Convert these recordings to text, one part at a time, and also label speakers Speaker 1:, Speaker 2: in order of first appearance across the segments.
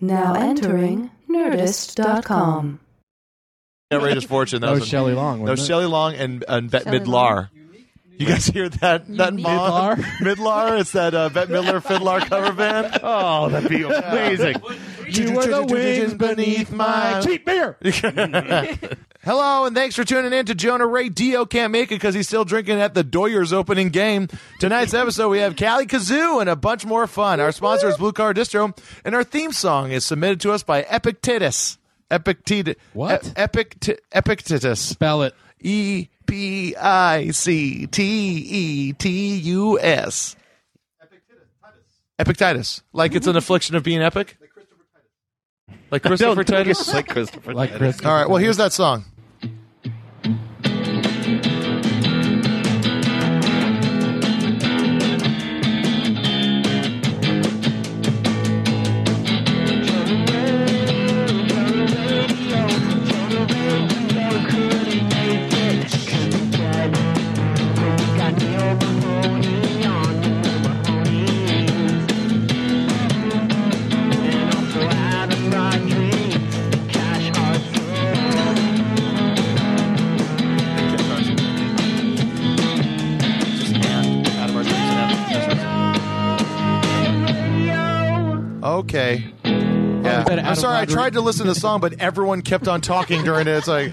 Speaker 1: Now entering Nerdist.com.
Speaker 2: Outrageous Fortune. That
Speaker 3: That
Speaker 2: was,
Speaker 3: was
Speaker 2: an-
Speaker 3: Shelley Long,
Speaker 2: That was
Speaker 3: wasn't it?
Speaker 2: Shelley Long and, and Bette
Speaker 4: Shelley
Speaker 2: Midlar. You guys hear that? That Midlar? Midlar? It's that uh, Bette Midler Fiddler cover band.
Speaker 5: Oh, that'd be amazing.
Speaker 2: You are the wings beneath my cheap beer. Hello, and thanks for tuning in to Jonah Ray. Dio can't make it because he's still drinking at the Doyers opening game. Tonight's episode, we have Callie Kazoo and a bunch more fun. Our sponsor is Blue Car Distro, and our theme song is submitted to us by Epictetus. Epictetus.
Speaker 3: What?
Speaker 2: E- Epict- Epictetus.
Speaker 3: Spell it.
Speaker 2: E P I C T E T U S. Epictitis. Like it's an affliction of being epic? Like Christopher
Speaker 5: Don't do it
Speaker 2: Titus?
Speaker 5: like Christopher
Speaker 3: Like
Speaker 5: Titus.
Speaker 3: Chris.
Speaker 2: All right, well, here's that song. Okay. Yeah.
Speaker 3: better out
Speaker 2: I'm
Speaker 3: of
Speaker 2: sorry, I
Speaker 3: Rodri-
Speaker 2: tried to listen to the song, but everyone kept on talking during it. It's like,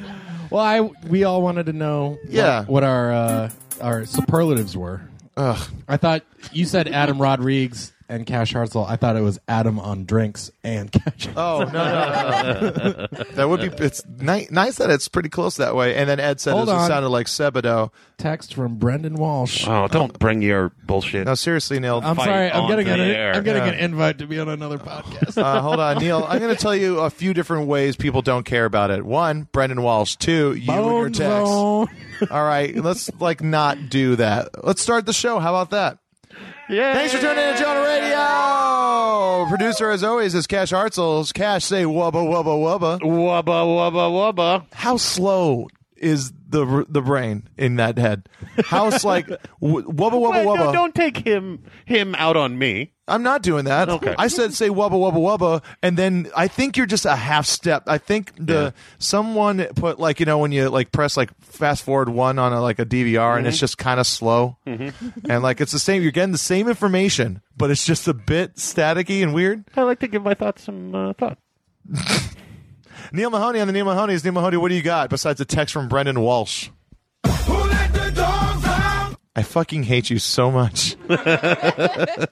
Speaker 3: Well, I we all wanted to know what-
Speaker 2: Yeah.
Speaker 3: what, our uh, our superlatives were.
Speaker 2: ugh.
Speaker 3: I thought you said Adam Rodriguez and Cash Hartzell. I thought it was Adam on drinks and Cash.
Speaker 2: Oh, no, no, no. that would be, it's ni- nice that it's pretty close that way. And then Ed said
Speaker 3: Hold
Speaker 2: it
Speaker 3: on.
Speaker 2: sounded like Sebado.
Speaker 3: Text from Brendan
Speaker 2: Uh,
Speaker 3: Walsh.
Speaker 5: Oh, don't bring your bullshit.
Speaker 2: No, seriously, Neil.
Speaker 3: I'm
Speaker 5: fight
Speaker 3: sorry. I'm
Speaker 5: on
Speaker 3: getting
Speaker 5: the
Speaker 3: an
Speaker 5: air.
Speaker 3: I'm getting an invite to be on another podcast.
Speaker 2: uh, hold on, Neil. I'm going to tell you a few different ways people don't care about it. One, Brendan Walsh. Two, you and your
Speaker 3: Bone
Speaker 2: text.
Speaker 3: Zone.
Speaker 2: All right, let's like not do that. Let's start the show. How about that?
Speaker 5: Yeah.
Speaker 2: Thanks for tuning in to Jonah Radio. Producer, as always, is Cash Hartzels. Cash, say wubba wubba wubba.
Speaker 5: Wubba wubba wubba.
Speaker 2: How slow is the the brain in that head? How's like w- wubba wubba
Speaker 5: Well,
Speaker 2: wubba?
Speaker 5: no, don't take him him out on me.
Speaker 2: I'm not doing that.
Speaker 5: Okay.
Speaker 2: I said say wubba wubba wubba, and then I think you're just a half step. I think the someone put like you know when you like press like fast forward one on a, like a DVR and it's just kind of slow, and like it's the same. You're getting the same information, but it's just a bit staticky and weird.
Speaker 5: I like to give my thoughts some uh, thought.
Speaker 2: Neil Mahoney on the Neil Mahoney's Neil Mahoney. What do you got besides a text from Brendan Walsh? I fucking hate you so much.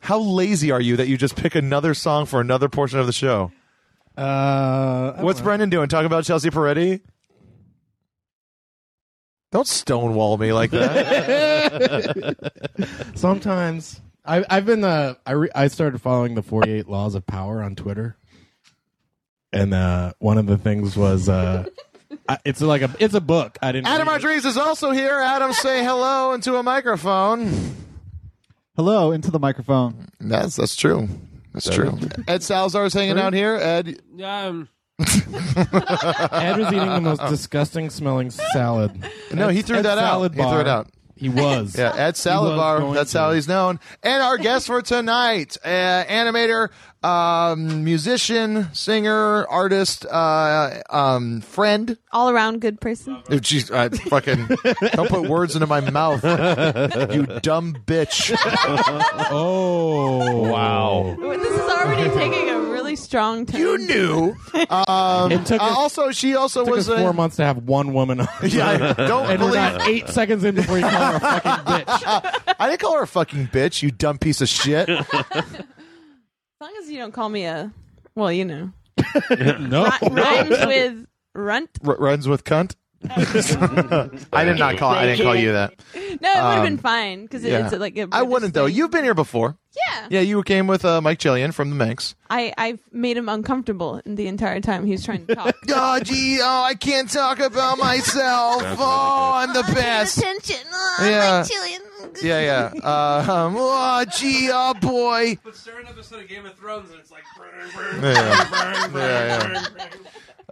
Speaker 2: How lazy are you that you just pick another song for another portion of the show?
Speaker 3: Uh,
Speaker 2: What's Brendan doing? Talking about Chelsea Peretti? Don't stonewall me like that.
Speaker 3: Sometimes I, I've been uh, I re- I started following the 48 Laws of Power on Twitter, and uh, one of the things was uh, I, it's like a it's a book. I didn't.
Speaker 2: Adam
Speaker 3: read it.
Speaker 2: Rodriguez is also here. Adam, say hello into a microphone.
Speaker 6: Hello, into the microphone.
Speaker 2: That's that's true. That's true. Ed Salzar's hanging out here. Ed,
Speaker 7: Um,
Speaker 3: Ed was eating the most disgusting smelling salad.
Speaker 2: no, he threw
Speaker 3: Ed
Speaker 2: that out.
Speaker 3: Salad
Speaker 2: He threw
Speaker 3: Bar.
Speaker 2: it out.
Speaker 3: He was.
Speaker 2: Yeah, Ed
Speaker 3: was
Speaker 2: Salivar.
Speaker 3: going
Speaker 2: That's
Speaker 3: to.
Speaker 2: how he's known. And our guest for tonight, uh, animator, um, musician, singer, artist, uh, um, friend.
Speaker 4: All around good person.
Speaker 2: Oh, Jeez, I fucking don't put words into my mouth, you dumb bitch.
Speaker 3: Oh wow!
Speaker 4: This is already taking a really strong turn.
Speaker 2: You knew.
Speaker 3: it took
Speaker 2: Uh,
Speaker 3: us,
Speaker 2: also, she also
Speaker 3: took
Speaker 2: was
Speaker 3: us four
Speaker 2: a,
Speaker 3: months to have one woman on.
Speaker 2: Yeah, I don't
Speaker 3: and we're
Speaker 2: believe.
Speaker 3: not eight seconds in before you call her a fucking bitch.
Speaker 2: I didn't call her a fucking bitch. You dumb piece of shit.
Speaker 4: As long as you don't call me a, well, you know,
Speaker 3: No,
Speaker 4: Ri- rhymes with runt.
Speaker 2: R- runs with cunt. I did not call. I didn't call you that.
Speaker 4: No, it would have
Speaker 2: Um,
Speaker 4: been fine because
Speaker 2: yeah.
Speaker 4: it's like a.
Speaker 2: I wouldn't though.
Speaker 4: British
Speaker 2: You've been here before.
Speaker 4: thing. yeah.
Speaker 2: Yeah, you came with uh, Mike Chillian from the Manx.
Speaker 4: I I've made him uncomfortable the entire time he was trying to talk.
Speaker 2: Oh, gee, oh, I can't talk about myself. Oh, I'm the best.
Speaker 4: Attention.
Speaker 2: Yeah. Yeah, yeah. Uh, um, oh, gee, oh, boy.
Speaker 7: but start an episode of Game of Thrones and it's like.
Speaker 2: Yeah. Yeah, yeah.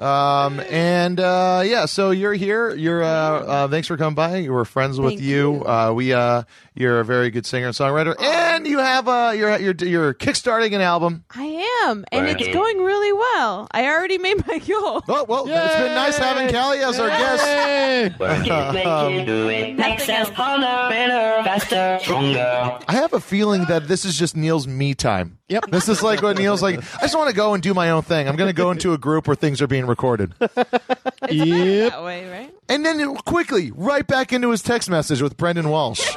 Speaker 2: Um, and uh, yeah, so you're here. You're uh, uh, thanks for coming by. We're friends with
Speaker 4: Thank
Speaker 2: you. Uh, we uh, you're a very good singer and songwriter, and you have uh, you're you're you're kickstarting an album.
Speaker 4: I am, and it's going really well. I already made my goal.
Speaker 2: Oh well, it's been nice having Callie as our guest.
Speaker 7: Work it, make it, do it. Makes us harder, better, faster, stronger.
Speaker 2: I have a feeling that this is just Neil's me time.
Speaker 3: Yep.
Speaker 2: This is like what Neil's like. I just want to go and do my own thing. I'm going to go into a group where things are being recorded.
Speaker 3: Yep.
Speaker 4: That way, right?
Speaker 2: And then it- quickly, right back into his text message with Brendan Walsh.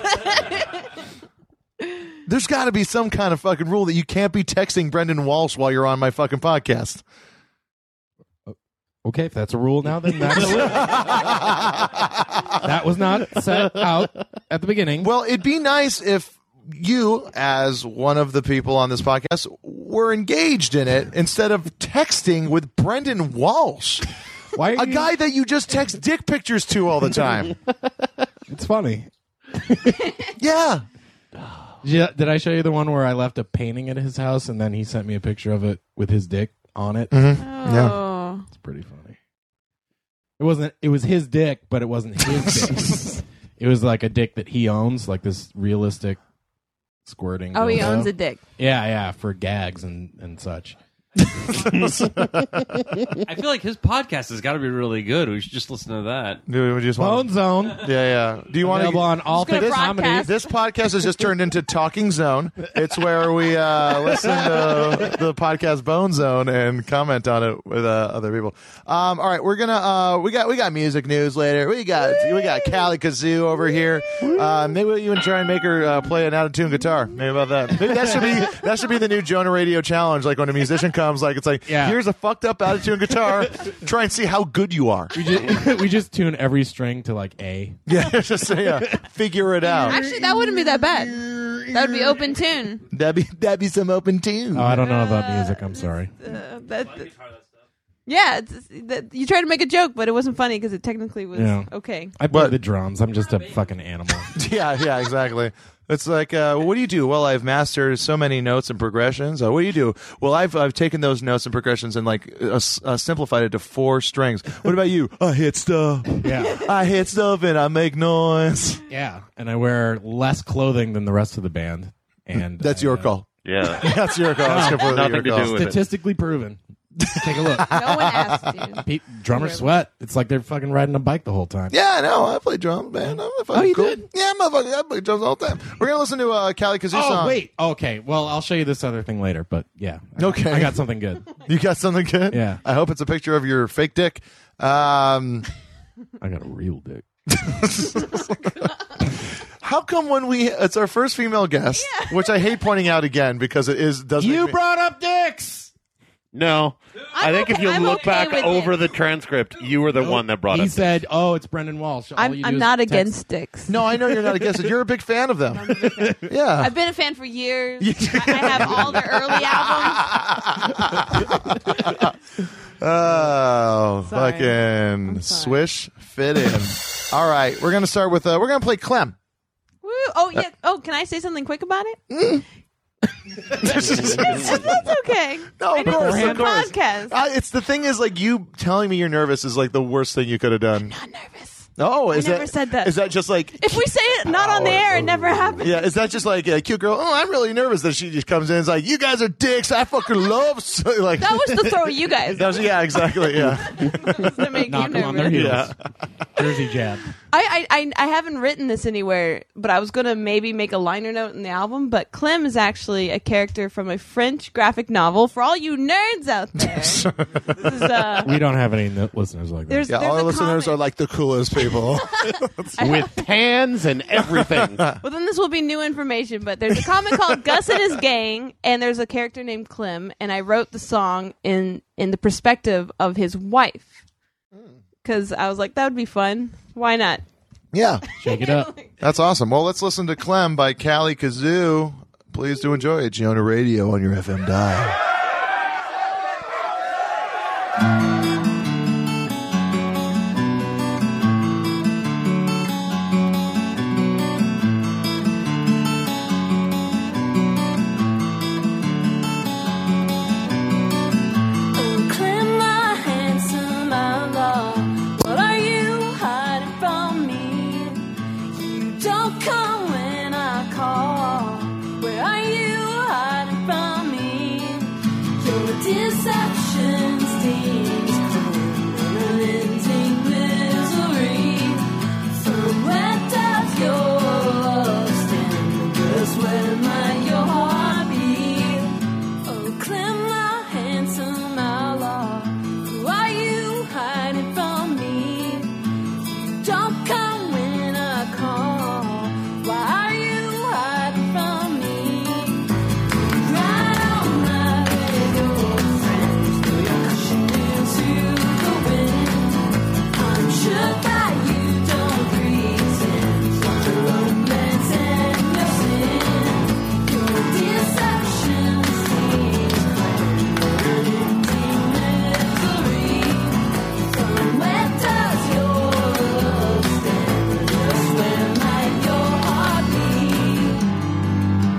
Speaker 2: There's got to be some kind of fucking rule that you can't be texting Brendan Walsh while you're on my fucking podcast.
Speaker 3: Okay, if that's a rule now, then that's that was not set out at the beginning.
Speaker 2: Well, it'd be nice if you, as one of the people on this podcast, were engaged in it instead of texting with Brendan Walsh,
Speaker 3: Why are
Speaker 2: a
Speaker 3: you-
Speaker 2: guy that you just text dick pictures to all the time.
Speaker 3: It's funny.
Speaker 2: Yeah.
Speaker 3: Yeah, did I show you the one where I left a painting at his house and then he sent me a picture of it with his dick on it?
Speaker 4: Oh.
Speaker 3: It's pretty funny. It wasn't. It was his dick, but it wasn't his dick. It was like a dick that he owns, like this realistic squirting.
Speaker 4: Oh, he
Speaker 3: dildo.
Speaker 4: owns a dick.
Speaker 3: Yeah, yeah, for gags and and such.
Speaker 8: I feel like his podcast has got to be really good. We should just listen to that.
Speaker 2: Do we just
Speaker 3: Bone
Speaker 2: want?
Speaker 3: Zone.
Speaker 2: Yeah, yeah. Do you want to?
Speaker 3: Available on all
Speaker 4: gonna
Speaker 3: things comedy.
Speaker 4: broadcast.
Speaker 2: This podcast has just turned into Talking Zone. It's where we uh, listen to the podcast Bone Zone and comment on it with uh, other people. Um, all right, we're gonna uh, we got we got music news later. We got we got Callie Kazoo over here. Uh, maybe we'll even try and make her uh, play an out of tune guitar. Maybe about that. Maybe that should be that should be the new Jonah Radio challenge. Like when a musician comes, like it's like
Speaker 3: Yeah.
Speaker 2: here's a fucked up out of tune guitar. try and see how good you are.
Speaker 3: We just, we just tune every string to like A.
Speaker 2: Yeah, just yeah, figure it out.
Speaker 4: Actually, that wouldn't be that bad. That would be open tune.
Speaker 2: That'd be that'd be some open tune.
Speaker 3: Oh, I don't know about music. I'm sorry.
Speaker 4: Uh, that, yeah, it's, that, you tried to make a joke, but it wasn't funny because it technically was
Speaker 3: Yeah.
Speaker 4: okay.
Speaker 3: I play
Speaker 2: But-
Speaker 3: the drums. I'm just a fucking animal.
Speaker 2: yeah, yeah, exactly. It's like, uh, what do you do? Well, I've mastered so many notes and progressions. Uh, what do you do? Well, I've I've taken those notes and progressions and like uh, s- uh, simplified it to four strings. What about you? I hit stuff.
Speaker 3: Yeah,
Speaker 2: I hit stuff and I make noise.
Speaker 3: yeah. And I wear less clothing than the rest of the band. And
Speaker 2: That's
Speaker 3: I,
Speaker 2: your
Speaker 3: uh,
Speaker 2: call.
Speaker 5: Yeah.
Speaker 2: That's your call. That's completely
Speaker 5: Nothing
Speaker 2: your
Speaker 5: to do
Speaker 2: call.
Speaker 5: with- it.
Speaker 3: Statistically proven. Take a look.
Speaker 4: No one asked you.
Speaker 3: Pete, drummers sweat. It's like they're fucking riding a bike the whole time.
Speaker 2: Yeah, no, I play drums, man. I'm a fucking
Speaker 3: Oh, you
Speaker 2: cool.
Speaker 3: did?
Speaker 2: Yeah, motherfucker, I play drums all the time. We're gonna listen to uh, Cali Kazoo
Speaker 3: Oh
Speaker 2: song.
Speaker 3: wait, okay. Well, I'll show you this other thing later, but yeah. I-
Speaker 2: Okay.
Speaker 3: I got something good.
Speaker 2: you got something good?
Speaker 3: Yeah.
Speaker 2: I hope it's a picture of your fake dick. Um,
Speaker 3: I got a real dick.
Speaker 2: How come when we it's our first female guest, which I hate pointing out again because it is doesn't
Speaker 3: You
Speaker 2: make me-
Speaker 3: brought up dicks.
Speaker 5: No. i think
Speaker 4: okay-
Speaker 5: if you
Speaker 4: I'm
Speaker 5: look
Speaker 4: okay
Speaker 5: back
Speaker 4: with
Speaker 5: over
Speaker 4: it.
Speaker 5: the transcript, you were the one that brought
Speaker 3: He
Speaker 5: it.
Speaker 3: said, "Oh, it's Brendan Walsh." All you
Speaker 4: I'm,
Speaker 3: do
Speaker 4: I'm
Speaker 3: is
Speaker 4: not
Speaker 3: text-
Speaker 4: against dicks.
Speaker 2: No, I know you're not against it. You're a big fan of them. yeah.
Speaker 4: I've been a fan for years. I, I have all their early albums.
Speaker 2: Oh,
Speaker 4: Sorry.
Speaker 2: fucking
Speaker 4: sorry.
Speaker 2: swish fit in. All right, we're gonna start with uh, we're gonna play Clem.
Speaker 4: Woo. Oh yeah. Oh, can I say something quick about it? That's okay.
Speaker 2: No,
Speaker 4: I
Speaker 2: of
Speaker 4: know
Speaker 2: course,
Speaker 4: this is a
Speaker 2: of course.
Speaker 4: podcast.
Speaker 2: I, it's the thing is like you telling me you're nervous is like the worst thing you could have done.
Speaker 4: I'm nervous.
Speaker 2: Oh, is
Speaker 4: never
Speaker 2: that
Speaker 4: said that.
Speaker 2: is that just like
Speaker 4: If we say it not on the
Speaker 3: Oh,
Speaker 4: air, it never happens.
Speaker 2: yeah, is that just like a cute girl? Oh, I'm really nervous that she just comes in and is like, "You guys are dicks. I fucking love." So, like
Speaker 4: That was to throw you guys.
Speaker 2: that was- yeah, exactly. Yeah.
Speaker 4: was to make you
Speaker 3: Knock them on their
Speaker 4: nervous.
Speaker 3: heels.
Speaker 2: Yeah.
Speaker 3: Jersey jab.
Speaker 4: I, I, I, I haven't written this anywhere, but I was going to maybe make a liner note in the album. But Clem is actually a character from a French graphic novel. For all you nerds out there, this is, uh,
Speaker 3: We don't have any n- listeners like that.
Speaker 4: there's,
Speaker 2: Yeah,
Speaker 4: there's
Speaker 2: all
Speaker 4: a
Speaker 2: our listeners are
Speaker 4: comic.
Speaker 2: like the coolest people.
Speaker 5: With pans and everything.
Speaker 4: Well, then this will be new information, but there's a comic called Gus and His Gang, and there's a character named Clem, and I wrote the song in in the perspective of his wife,
Speaker 2: Hmm.
Speaker 4: because I was like, that would be fun. Why not?
Speaker 2: yeah,
Speaker 3: Shake it up.
Speaker 2: that's awesome. Well, let's listen to Clem by Callie Kazoo. Please do enjoy it, Giona Radio on your FM dial.
Speaker 1: Oh, Clem, my handsome deceptions, deeds, unending misery. So where does your love stand? Because where might your heart be? Oh, Clem, my handsome outlaw, who are you hiding from me? Don't come when I call. Why are you hiding from me? Ride on my regular friends, throw your cushion into the wind. I'm sure that you don't pretend such a romance and no sin. Your deception seems unending misery. So where does your love stand? Just where might your heart be?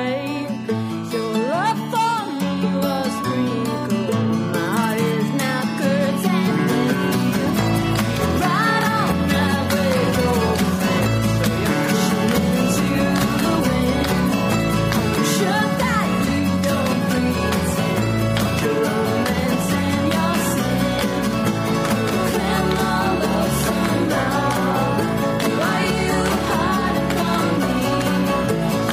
Speaker 1: Your love for me was wrinkled. My heart is now curtained. Right on my way, old friend. Throw your cushion into the wind. I'm sure that you don't pretend your romance and your sin. Clear my love somehow. Why you hiding from me?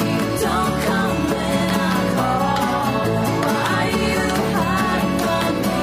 Speaker 1: You don't come when I call. Why you hiding from me?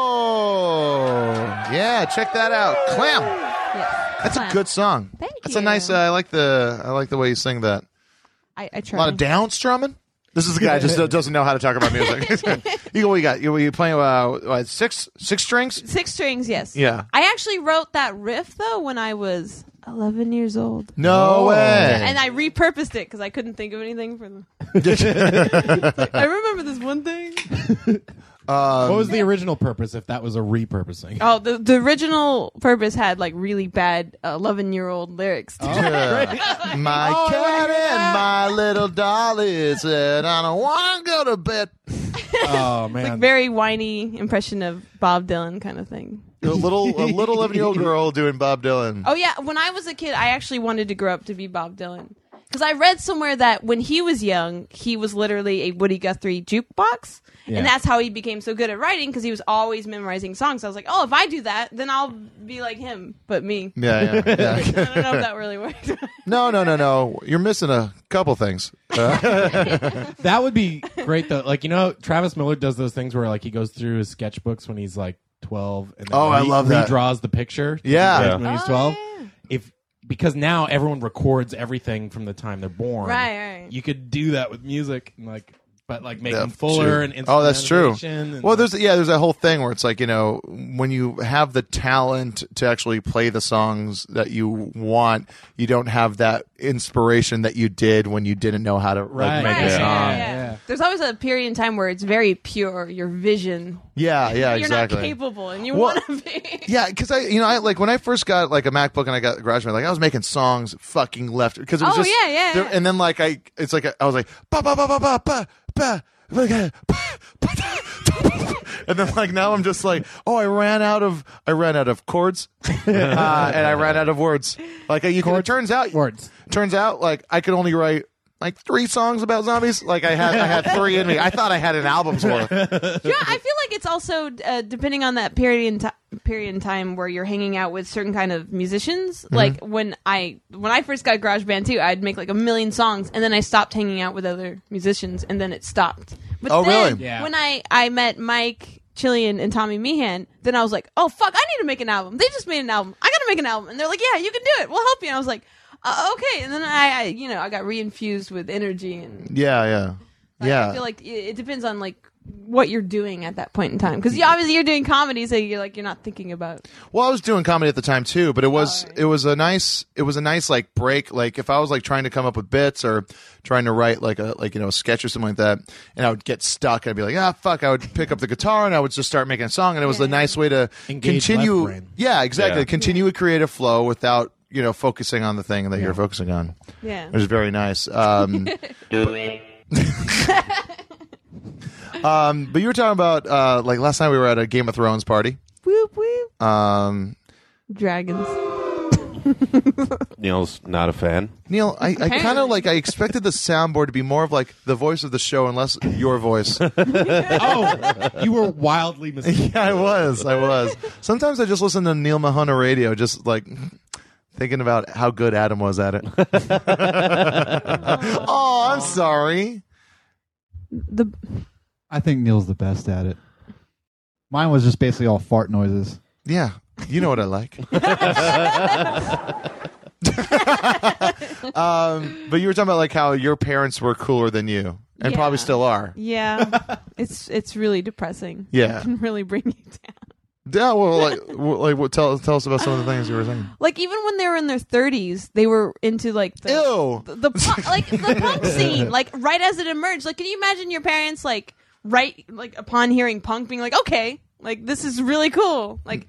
Speaker 2: Oh, yeah. Check that out, Clam. That's a good song.
Speaker 4: Thank
Speaker 2: That's a
Speaker 4: you.
Speaker 2: nice. Uh, I like the. I like the way you sing that.
Speaker 4: I, I
Speaker 2: A
Speaker 4: try.
Speaker 2: lot of down strumming. This is a guy just doesn't know how to talk about music. you go. What you got? You, you playing uh, what, six six strings?
Speaker 4: Six strings, yes.
Speaker 2: Yeah.
Speaker 4: I actually wrote that riff though when I was 11 years old,
Speaker 2: No
Speaker 3: Oh.
Speaker 2: way.
Speaker 4: and I repurposed it because I couldn't think of anything for them. I remember this one thing.
Speaker 3: What was
Speaker 4: Um,
Speaker 3: the original purpose if that was a repurposing?
Speaker 4: Oh, the, the original purpose had like really bad 11 year old lyrics.
Speaker 2: Oh. Yeah. my
Speaker 4: Oh,
Speaker 2: cat and my little dolly said, "I don't want to go to bed."
Speaker 3: Oh, man.
Speaker 4: Very whiny impression of Bob Dylan kind of thing.
Speaker 2: A little a little eleven year old girl doing Bob Dylan.
Speaker 4: Oh yeah, when I was a kid, I actually wanted to grow up to be Bob Dylan because I read somewhere that when he was young, he was literally a Woody Guthrie jukebox,
Speaker 3: Yeah.
Speaker 4: and that's how he became so good at writing because he was always memorizing songs. I was like, oh, if I do that, then I'll be like him, but me.
Speaker 2: Yeah, yeah, yeah.
Speaker 4: I don't know if that really worked.
Speaker 2: No, no, no, no. You're missing a couple things. Uh,
Speaker 3: That would be great though. Like you know, Travis Miller does those things where like he goes through his sketchbooks when he's like twelve, and then
Speaker 2: Oh, I love that.
Speaker 3: Redraws the picture.
Speaker 2: Yeah.
Speaker 3: that he did when he's
Speaker 4: Oh,
Speaker 3: twelve.
Speaker 4: yeah.
Speaker 3: If because now everyone records everything from the time they're born.
Speaker 4: Right, right.
Speaker 3: You could do that with music, and like, but like make
Speaker 2: Yeah,
Speaker 3: them fuller
Speaker 2: true.
Speaker 3: and
Speaker 2: oh, that's true. Well,
Speaker 3: well,
Speaker 2: there's yeah, there's that whole thing where it's like you know when you have the talent to actually play the songs that you want, you don't have that inspiration that you did when you didn't know how to like,
Speaker 3: Right.
Speaker 2: make
Speaker 4: Right,
Speaker 2: a
Speaker 3: Yeah.
Speaker 2: song.
Speaker 4: yeah. There's always a period in time where it's very pure, your vision.
Speaker 2: Yeah, yeah,
Speaker 4: You're
Speaker 2: exactly.
Speaker 4: not capable and you
Speaker 2: Well-
Speaker 4: want to be.
Speaker 2: Yeah, because I, you know, I like when I first got like a MacBook and I got GarageBand, like I was making songs fucking left because it was
Speaker 4: Oh,
Speaker 2: just
Speaker 4: yeah, yeah,
Speaker 2: there-
Speaker 4: yeah.
Speaker 2: and then like I, it's like I was like ba ba ba ba ba ba ba. ba, ga, ba, ba, da, And then, like now, I'm just like, oh, I ran out of, I ran out of chords, uh, and I ran out of words. Like you, can, it turns out,
Speaker 3: words.
Speaker 2: turns out, like I could only write like three songs about zombies. Like I had, I had three in me. I thought I had an album's worth.
Speaker 4: Yeah, I feel like it's also uh, depending on that period in ti- period in time where you're hanging out with certain kind of musicians. Like when I when I first got GarageBand too, I'd make like a million songs, and then I stopped hanging out with other musicians, and then it stopped. But
Speaker 2: Oh,
Speaker 4: then,
Speaker 2: really?
Speaker 9: Yeah.
Speaker 4: When I I met Mike Chillian and Tommy Meehan, then I was like, oh fuck, I need to make an album. They just made an album. I gotta make an album, and they're like, yeah, you can do it. We'll help you. And I was like. Uh, okay, and then I, I, you know, I got reinfused with energy, and
Speaker 2: Yeah, yeah,
Speaker 4: like,
Speaker 2: yeah.
Speaker 4: I feel like it, it depends on like what you're doing at that point in time because obviously you're doing comedy, so you're like you're not thinking about.
Speaker 2: Well, I was doing comedy at the time too, but it was it was a nice it was a nice like break. Like if I was like trying to come up with bits or trying to write like a like you know a sketch or something like that, and I would get stuck. I'd be like, ah, fuck. I would pick up the guitar and I would just start making a song, and it was a nice way to
Speaker 10: Engage left
Speaker 2: continue.
Speaker 10: brain.
Speaker 2: Yeah, exactly.
Speaker 9: Yeah.
Speaker 2: Continue a creative flow without you know focusing on the thing that you're focusing on.
Speaker 4: Yeah,
Speaker 2: It was very nice. Um,
Speaker 11: Do it.
Speaker 2: um, but you were talking about uh, like last night we were at a Game of Thrones party.
Speaker 4: whoop whoop,
Speaker 2: Um,
Speaker 4: dragons.
Speaker 5: Neil's not a fan.
Speaker 2: Neil, I, I
Speaker 4: Apparently.
Speaker 2: kind of like I expected the soundboard to be more of like the voice of the show, unless your voice. yeah,
Speaker 10: oh, you were wildly mistaken.
Speaker 2: I was, I was. Sometimes I just listen to Neil Mahoney radio, just like thinking about how good Adam was at it. oh, I'm sorry.
Speaker 4: The
Speaker 7: I think Neil's the best at it. Mine was just basically all fart noises.
Speaker 2: Yeah, you know what I like. um, but you were talking about like how your parents were cooler than you, and
Speaker 4: Yeah.
Speaker 2: probably still are.
Speaker 4: yeah, it's it's really depressing.
Speaker 2: Yeah.
Speaker 4: it can really bring you down.
Speaker 2: Yeah, well, like, well, like well, tell tell us about some of the things you were saying.
Speaker 4: Like even when they were in their 30s, they were into like the
Speaker 2: Ew.
Speaker 4: the, the punk, like the punk scene, like right as it emerged. Like, can you imagine your parents like right like upon hearing punk being like, okay, like this is really cool, like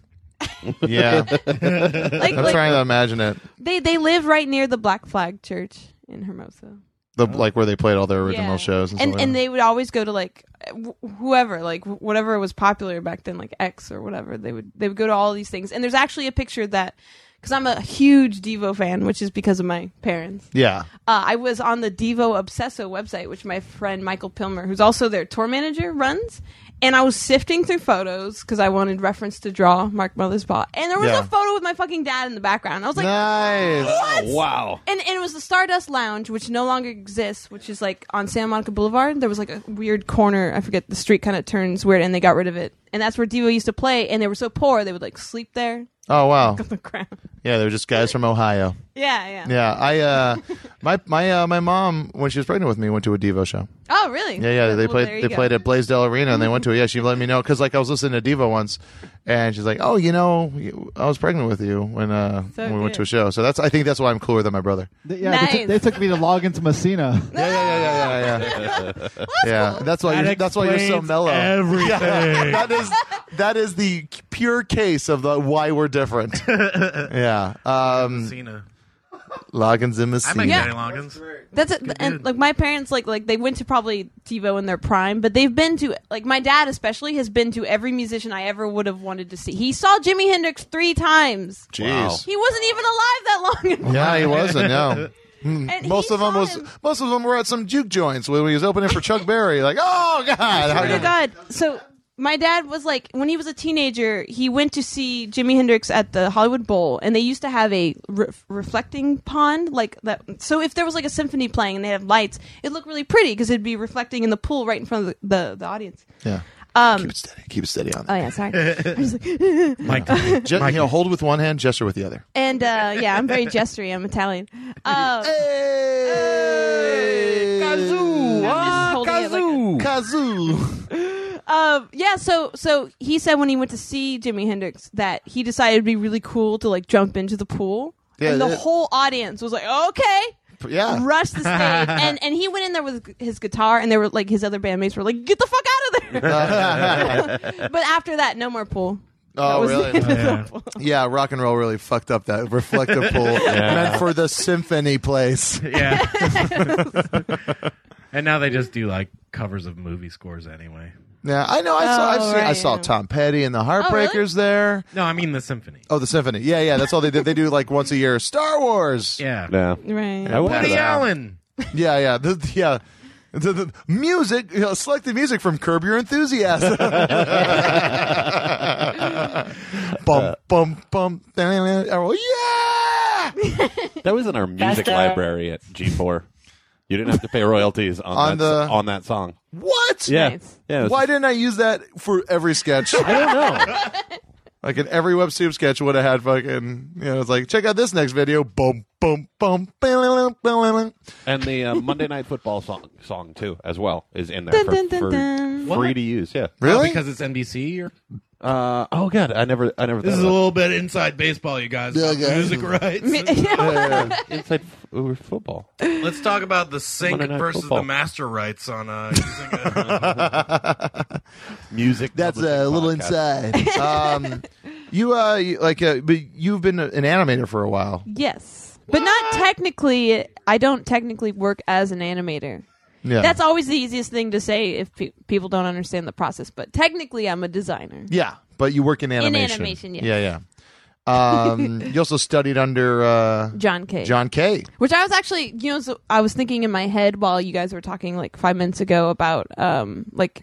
Speaker 2: Yeah,
Speaker 4: like,
Speaker 2: I'm
Speaker 4: like
Speaker 2: trying to imagine it.
Speaker 4: They they live right near the Black Flag Church in Hermosa.
Speaker 2: The like where they played all their original
Speaker 4: Yeah.
Speaker 2: shows and,
Speaker 4: and
Speaker 2: stuff like
Speaker 4: and
Speaker 2: that.
Speaker 4: they would always go to like wh- whoever like wh- whatever was popular back then like X or whatever they would they would go to all these things and there's actually a picture that because I'm a huge Devo fan which is because of my parents
Speaker 2: yeah,
Speaker 4: uh, I was on the Devo Obsesso website, which my friend Michael Pilmer, who's also their tour manager, runs. And I was sifting through photos because I wanted reference to draw Mark Mothersbaugh. And there was
Speaker 2: Yeah.
Speaker 4: a photo with my fucking dad in the background. I was like,
Speaker 2: nice.
Speaker 4: what?
Speaker 9: Wow.
Speaker 4: And, and it was the Stardust Lounge, which no longer exists, which is like on Santa Monica Boulevard. There was like a weird corner. I forget the street kind of turns weird, and they got rid of it. And that's where Devo used to play. And they were so poor, they would like sleep there
Speaker 2: Oh wow,
Speaker 4: on the ground.
Speaker 2: yeah, they're just guys from Ohio.
Speaker 4: Yeah, yeah.
Speaker 2: Yeah, I uh, my my uh, my mom when she was pregnant with me went to a Devo show.
Speaker 4: Oh, really?
Speaker 2: Yeah, yeah, they
Speaker 4: Well, there
Speaker 2: played
Speaker 4: you
Speaker 2: they
Speaker 4: go.
Speaker 2: played at Blaisdell Arena and they went to it. Yeah, she let me know because like I was listening to Devo once, and she's like, oh, you know, you- I was pregnant with you when uh
Speaker 4: So
Speaker 2: when we went
Speaker 4: good.
Speaker 2: to a show. So that's I think that's why I'm cooler than my brother.
Speaker 7: They, yeah, they, took-
Speaker 4: Nice.
Speaker 7: they took me to log into Messina.
Speaker 2: Yeah, yeah, yeah, yeah, yeah, yeah. yeah, that's why you're,
Speaker 10: That
Speaker 2: that's why you're so
Speaker 10: explains
Speaker 2: mellow.
Speaker 10: Everything.
Speaker 2: that is that is the pure case of the why we're different. yeah. Um
Speaker 3: Cena.
Speaker 2: Loggins and
Speaker 3: I like
Speaker 2: Messina.
Speaker 4: Yeah.
Speaker 3: Daddy Loggins.
Speaker 4: That's it. And like my parents, like like they went to probably TiVo in their prime, but they've been to like my dad especially has been to every musician I ever would have wanted to see. He saw Jimi Hendrix three times.
Speaker 2: Jeez.
Speaker 4: He wasn't even alive that long. ago.
Speaker 2: Yeah, he wasn't, no.
Speaker 4: And
Speaker 2: Most
Speaker 4: he
Speaker 2: of them
Speaker 4: saw
Speaker 2: was
Speaker 4: him.
Speaker 2: most of them were at some juke joints when he was opening for Chuck Berry. Like, oh god, how
Speaker 4: Oh my
Speaker 2: did-
Speaker 4: god! So my dad was like, when he was a teenager, he went to see Jimi Hendrix at the Hollywood Bowl, and they used to have a re- reflecting pond like that. So if there was like a symphony playing and they had lights, it looked really pretty because it'd be reflecting in the pool right in front of the, the, the audience.
Speaker 2: yeah.
Speaker 4: Um,
Speaker 2: keep it steady. Keep it steady on
Speaker 4: oh
Speaker 2: that.
Speaker 4: yeah, sorry.
Speaker 3: Mike.
Speaker 2: Je- you know, hold with one hand, gesture with the other.
Speaker 4: And uh, yeah, I'm very gestury. I'm Italian. Uh,
Speaker 2: Hey,
Speaker 4: I'm just holding it like-
Speaker 2: Kazoo.
Speaker 4: um, yeah, so so he said when he went to see Jimi Hendrix that he decided it'd be really cool to like jump into the pool,
Speaker 2: Yeah, Ah.
Speaker 4: and the
Speaker 2: that-
Speaker 4: whole audience was like, okay.
Speaker 2: Yeah.
Speaker 4: Rush the stage, and and he went in there with his guitar, and they were like his other bandmates were like, "Get the fuck out of there!" but after that, no more pool. That
Speaker 2: Uh. oh,
Speaker 4: was the
Speaker 2: really?
Speaker 4: end of the
Speaker 10: Yeah.
Speaker 4: pool.
Speaker 2: Yeah, rock and roll really fucked up that reflective pool meant for the symphony place.
Speaker 3: Yeah. and now they just do like covers of movie scores anyway.
Speaker 2: Yeah, I know. I saw. I've
Speaker 4: Oh,
Speaker 2: seen, I
Speaker 4: right,
Speaker 2: saw
Speaker 4: yeah.
Speaker 2: Tom Petty and the Heartbreakers there.
Speaker 3: No, I mean the symphony.
Speaker 2: Oh, the symphony. Yeah, yeah. That's all they did. They do like once a year. Star Wars.
Speaker 3: Yeah.
Speaker 5: No.
Speaker 4: Right.
Speaker 5: I went to
Speaker 3: Woody
Speaker 5: that.
Speaker 3: Allen.
Speaker 2: Yeah, yeah, the, yeah. The, the music, you know, select the music from Curb Your Enthusiasm. bum bum bum. Oh, yeah,
Speaker 5: That was in our music
Speaker 12: Faster.
Speaker 5: library at G4. You didn't have to pay royalties on,
Speaker 2: On
Speaker 5: that, s-
Speaker 2: the-
Speaker 5: on that song.
Speaker 2: what?
Speaker 5: Yeah,
Speaker 4: Nice.
Speaker 5: yeah. it was-
Speaker 2: Why didn't I use that for every sketch?
Speaker 5: I don't know.
Speaker 2: like in every web soup sketch would have had fucking. You know, it's like check out this next video. Bum bum bum.
Speaker 5: and the uh, Monday Night Football song song too, as well, is in there
Speaker 4: Dun,
Speaker 5: for,
Speaker 4: dun, dun,
Speaker 5: for
Speaker 4: dun.
Speaker 5: free to use. Yeah.
Speaker 2: Really?
Speaker 3: Oh, because it's NBC. Or?
Speaker 5: Uh, oh god, I never, I never.
Speaker 3: This
Speaker 5: thought
Speaker 3: is a
Speaker 5: of
Speaker 3: little bit inside baseball, you guys.
Speaker 2: Yeah, guys.
Speaker 3: Music rights.
Speaker 5: that. inside f- over football.
Speaker 3: Let's talk about the sync
Speaker 5: Monday Night
Speaker 3: versus
Speaker 5: Football.
Speaker 3: the master rights on uh, using a
Speaker 5: Music.
Speaker 2: That's
Speaker 5: publishing
Speaker 2: a little
Speaker 5: podcast.
Speaker 2: inside. um, you uh, you- like, uh, but you've been an animator for a while.
Speaker 4: Yes. But not technically, I don't technically work as an animator.
Speaker 2: Yeah,
Speaker 4: That's always the easiest thing to say if pe- people don't understand the process, but technically, I'm a designer.
Speaker 2: yeah. But you work in animation.
Speaker 4: animation, yes.
Speaker 2: yeah, yeah. Um, you also studied under uh,
Speaker 4: John K.
Speaker 2: John Kay.
Speaker 4: Which I was actually, you know, so I was thinking in my head while you guys were talking like five minutes ago about um like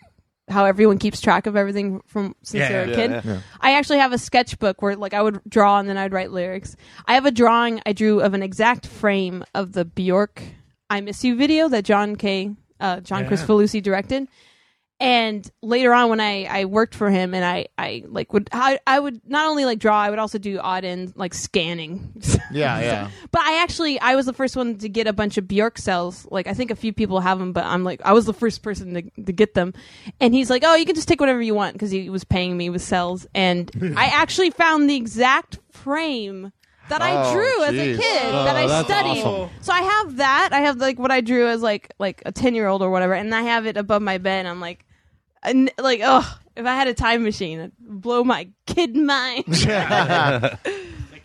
Speaker 4: how everyone keeps track of everything from since
Speaker 3: Yeah,
Speaker 4: they're
Speaker 3: yeah,
Speaker 4: a kid. I actually have a sketchbook where like I would draw and then I'd write lyrics. I have a drawing I drew of an exact frame of the Bjork "I Miss You" video that John K. Uh, John Crisfalusi directed. And later on, when I, I worked for him, and I, I like would I, I would not only like draw, I would also do odd end like scanning.
Speaker 2: Yeah, yeah.
Speaker 4: But I actually I was the first one to get a bunch of Bjork cells. Like I think a few people have them, but I'm like I was the first person to, to get them. And he's like, "Oh, you can just take whatever you want" because he was paying me with cells. And I actually found the exact frame that I
Speaker 2: Oh,
Speaker 4: drew as
Speaker 2: geez.
Speaker 4: a kid that I studied. So I have that. I have like what I drew as like like a ten year old or whatever, and I have it above my bed. And I'm like, and, like oh, if I had a time machine, it'd blow my kid mind.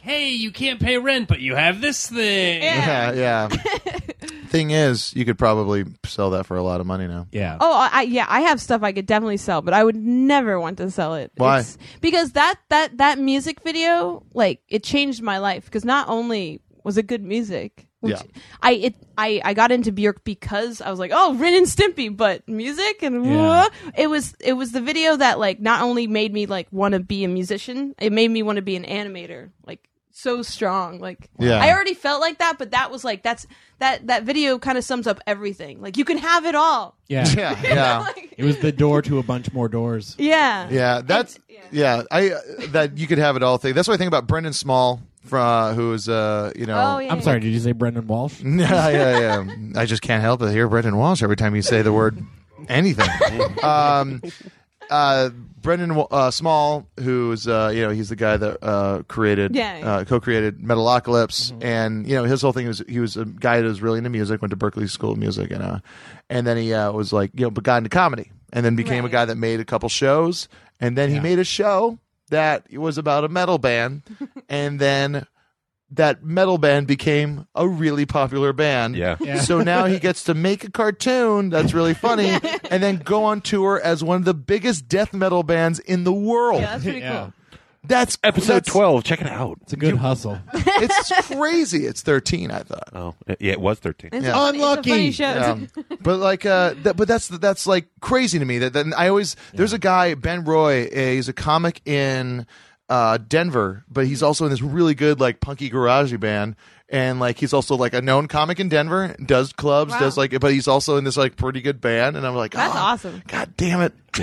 Speaker 8: hey, you can't pay rent, but you have this thing.
Speaker 2: yeah, yeah. Thing is, you could probably sell that for a lot of money now.
Speaker 3: yeah.
Speaker 4: Oh, I, I yeah, I have stuff I could definitely sell, but I would never want to sell it.
Speaker 2: Why?
Speaker 4: It's- because that that that music video, like, it changed my life. Because not only was it good music, which
Speaker 2: Yeah.
Speaker 4: I it I I got into Bjork because I was like, oh, Ren and Stimpy, but music and
Speaker 3: Yeah.
Speaker 4: wha- it was it was the video that like not only made me like want to be a musician, it made me want to be an animator, like so strong like
Speaker 2: Yeah.
Speaker 4: i already felt like that but that was like that's that that video kind of sums up everything like you can have it all
Speaker 13: Yeah.
Speaker 2: Yeah, yeah,
Speaker 13: It was the door to a bunch more doors.
Speaker 4: yeah.
Speaker 2: yeah. That's
Speaker 4: yeah.
Speaker 2: yeah. I uh, that you could have it all thing. That's what I think about Brendan Small, from uh, who's uh, you know,
Speaker 4: Oh, yeah.
Speaker 13: I'm sorry, did you say Brendan Walsh?
Speaker 2: yeah, yeah, yeah. I just can't help it. Hear Brendan Walsh every time you say the word anything. um, uh, Brendan Wa- uh, Small, who's uh, you know he's the guy that uh, created,
Speaker 4: Yeah. Mm-hmm.
Speaker 2: uh, co-created Metalocalypse, and you know his whole thing was he was a guy that was really into music, went to Berkeley School of Music, and uh, and then he uh, was like you know but got into comedy, and then became a
Speaker 4: Right.
Speaker 2: guy that made a couple shows, and then he made a show that was about a metal band, and then that metal band became a really popular band.
Speaker 5: Yeah.
Speaker 2: So now he gets to make a cartoon that's really funny and then go on tour as one of the biggest death metal bands in the world.
Speaker 4: Yeah, that's pretty cool.
Speaker 2: That's
Speaker 5: Episode
Speaker 2: that's-
Speaker 5: twelve. Check it out.
Speaker 13: It's a good hustle.
Speaker 2: It's crazy. It's 13, I thought.
Speaker 5: Oh, yeah, it was thirteen.
Speaker 4: It's
Speaker 2: Yeah.
Speaker 4: a funny- it's a
Speaker 13: Unlucky.
Speaker 4: funny show.
Speaker 2: Um, but like uh th- but that's that's like crazy to me that, that I always there's a guy Ben Roy uh, he's a comic in uh Denver but he's also in this really good like punky garagey band and like he's also like a known comic in Denver does clubs
Speaker 4: Wow.
Speaker 2: does like but he's also in this like pretty good band and I'm like
Speaker 4: That's
Speaker 2: "Ah,
Speaker 4: awesome.
Speaker 2: god damn it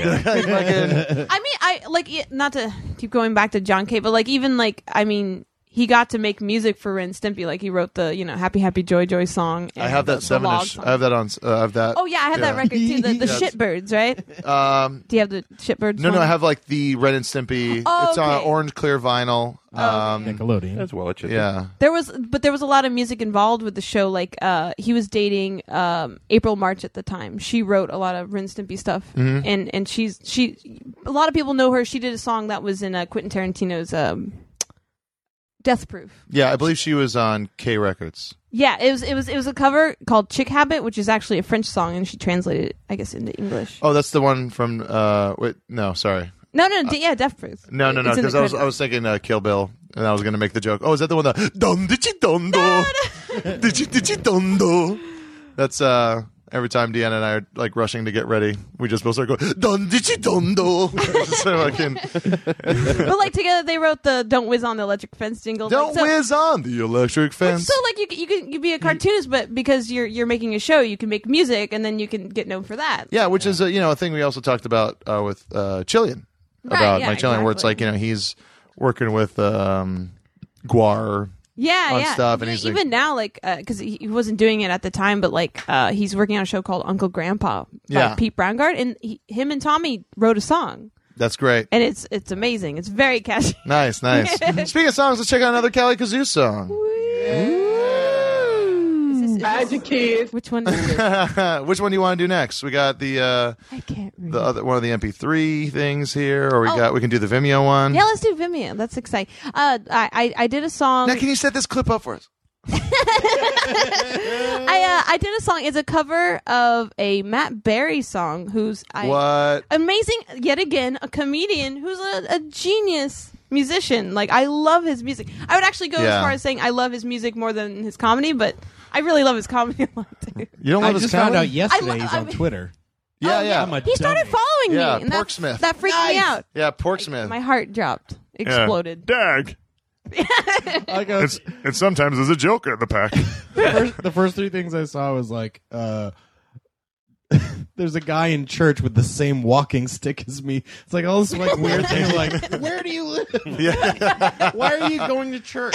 Speaker 2: Fucking-
Speaker 4: I mean, I like it- not to keep going back to John Kay, but like even like I mean, he got to make music for Ren and Stimpy. Like he wrote the you know Happy Happy Joy Joy song. And
Speaker 2: I have
Speaker 4: the
Speaker 2: that seven
Speaker 4: log
Speaker 2: inch
Speaker 4: song.
Speaker 2: I have that on s- uh, I have that
Speaker 4: Oh yeah, I have that
Speaker 2: yeah.
Speaker 4: record too. The, the
Speaker 2: Yes.
Speaker 4: Shitbirds, right?
Speaker 2: um
Speaker 4: Do you have the Shitbirds?
Speaker 2: no no
Speaker 4: one?
Speaker 2: I have like the Ren and Stimpy
Speaker 4: Oh,
Speaker 2: it's on
Speaker 4: okay.
Speaker 2: orange clear vinyl um
Speaker 13: Nickelodeon.
Speaker 5: As well, it should be.
Speaker 2: yeah
Speaker 4: There was, but there was a lot of music involved with the show. Like uh, he was dating um, April March at the time. She wrote a lot of Ren Stimpy stuff,
Speaker 2: Mm-hmm.
Speaker 4: and and she's she. A lot of people know her. She did a song that was in uh, Quentin Tarantino's um, Death Proof.
Speaker 2: yeah I believe she was on K Records
Speaker 4: Yeah, it was it was it was a cover called Chick Habit, which is actually a French song, and she translated it, I guess, into English.
Speaker 2: Oh, that's the one from. Uh, wait, no, sorry,
Speaker 4: no, no, d- yeah, Death Proof.
Speaker 2: uh, no, no, no,
Speaker 4: It's in the
Speaker 2: because I was I
Speaker 4: credits.
Speaker 2: was thinking uh, Kill Bill, and I was gonna make the joke. Oh, is that the one that dun dichi dun do, dichi dichi dun do? That's uh every time Deanna and I are like rushing to get ready, we just both start going dun ditchy dun do. so fucking
Speaker 4: but like together they wrote the "Don't Whiz on the Electric Fence" jingle.
Speaker 2: don't
Speaker 4: like, so,
Speaker 2: whiz on the electric
Speaker 4: but
Speaker 2: fence.
Speaker 4: So like you c- you can you be a cartoonist, but because you're you're making a show, you can make music, and then you can get known for that.
Speaker 2: Yeah, which is a, you know a thing we also talked about uh, with uh, Chillian
Speaker 4: Right,
Speaker 2: about
Speaker 4: yeah,
Speaker 2: Mike Chillian, where it's
Speaker 4: exactly.
Speaker 2: like you know he's working with um, Guar.
Speaker 4: Yeah,
Speaker 2: on
Speaker 4: yeah.
Speaker 2: stuff,
Speaker 4: Even-
Speaker 2: and he's like-
Speaker 4: even now, like, because he he wasn't doing it at the time, but like, uh, he's working on a show called Uncle Grandpa by
Speaker 2: Yeah.
Speaker 4: Pete Browngard, and he, him and Tommy wrote a song,
Speaker 2: That's great.
Speaker 4: and it's it's amazing. It's very catchy.
Speaker 2: Nice, nice. Speaking of songs, let's check out another Cali Kazoo song.
Speaker 4: Mm. Magic Kids. Which one? Is it?
Speaker 2: Which one do you want to do next? We got the uh,
Speaker 4: I can't remember.
Speaker 2: the other one of the MP3 things here, or we
Speaker 4: Oh.
Speaker 2: got we can do the Vimeo one.
Speaker 4: Yeah, let's do Vimeo. That's exciting. Uh, I, I I did a song.
Speaker 2: Now, can you set this clip up for us?
Speaker 4: I uh, I did a song. It's a cover of a Matt Berry song. Who's I,
Speaker 2: what?
Speaker 4: amazing yet again a comedian who's a, a genius musician like i love his music i would actually go
Speaker 2: Yeah.
Speaker 4: as far as saying i love his music more than his comedy but i really love his comedy a lot too
Speaker 2: You don't
Speaker 3: I
Speaker 2: love his
Speaker 3: just found out
Speaker 2: comedy?
Speaker 3: yesterday
Speaker 4: I lo-
Speaker 3: he's
Speaker 4: I
Speaker 3: on
Speaker 4: mean-
Speaker 3: Twitter.
Speaker 2: Yeah,
Speaker 4: Oh,
Speaker 2: Oh, yeah,
Speaker 3: I'm a
Speaker 4: he started
Speaker 3: dummy.
Speaker 4: following
Speaker 2: Yeah,
Speaker 4: me and that,
Speaker 2: Porksmith.
Speaker 4: that freaked me out
Speaker 2: yeah. Porksmith.
Speaker 4: my heart dropped exploded
Speaker 2: Dag.
Speaker 3: Like I was-
Speaker 2: and sometimes there's a joker in the pack.
Speaker 3: the, first, the first three things I saw was like, uh, there's a guy in church with the same walking stick as me. It's like all this like weird thing. Like, where do you live? Why are you going to church?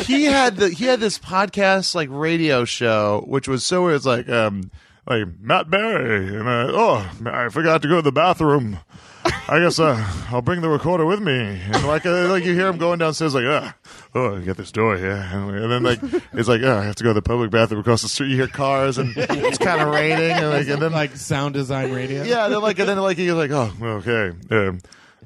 Speaker 2: he had the he had this podcast like radio show, which was so weird. It's like um like Matt Berry and uh, oh I forgot to go to the bathroom. I guess uh, I'll bring the recorder with me. And like uh, like you hear him going downstairs like ah oh I got this door here and, and then like it's like oh I have to go to the public bathroom across the street. You hear cars and it's kind of raining and like and then
Speaker 3: Like sound design radio.
Speaker 2: yeah, then like, and then like you're like, oh, okay, um,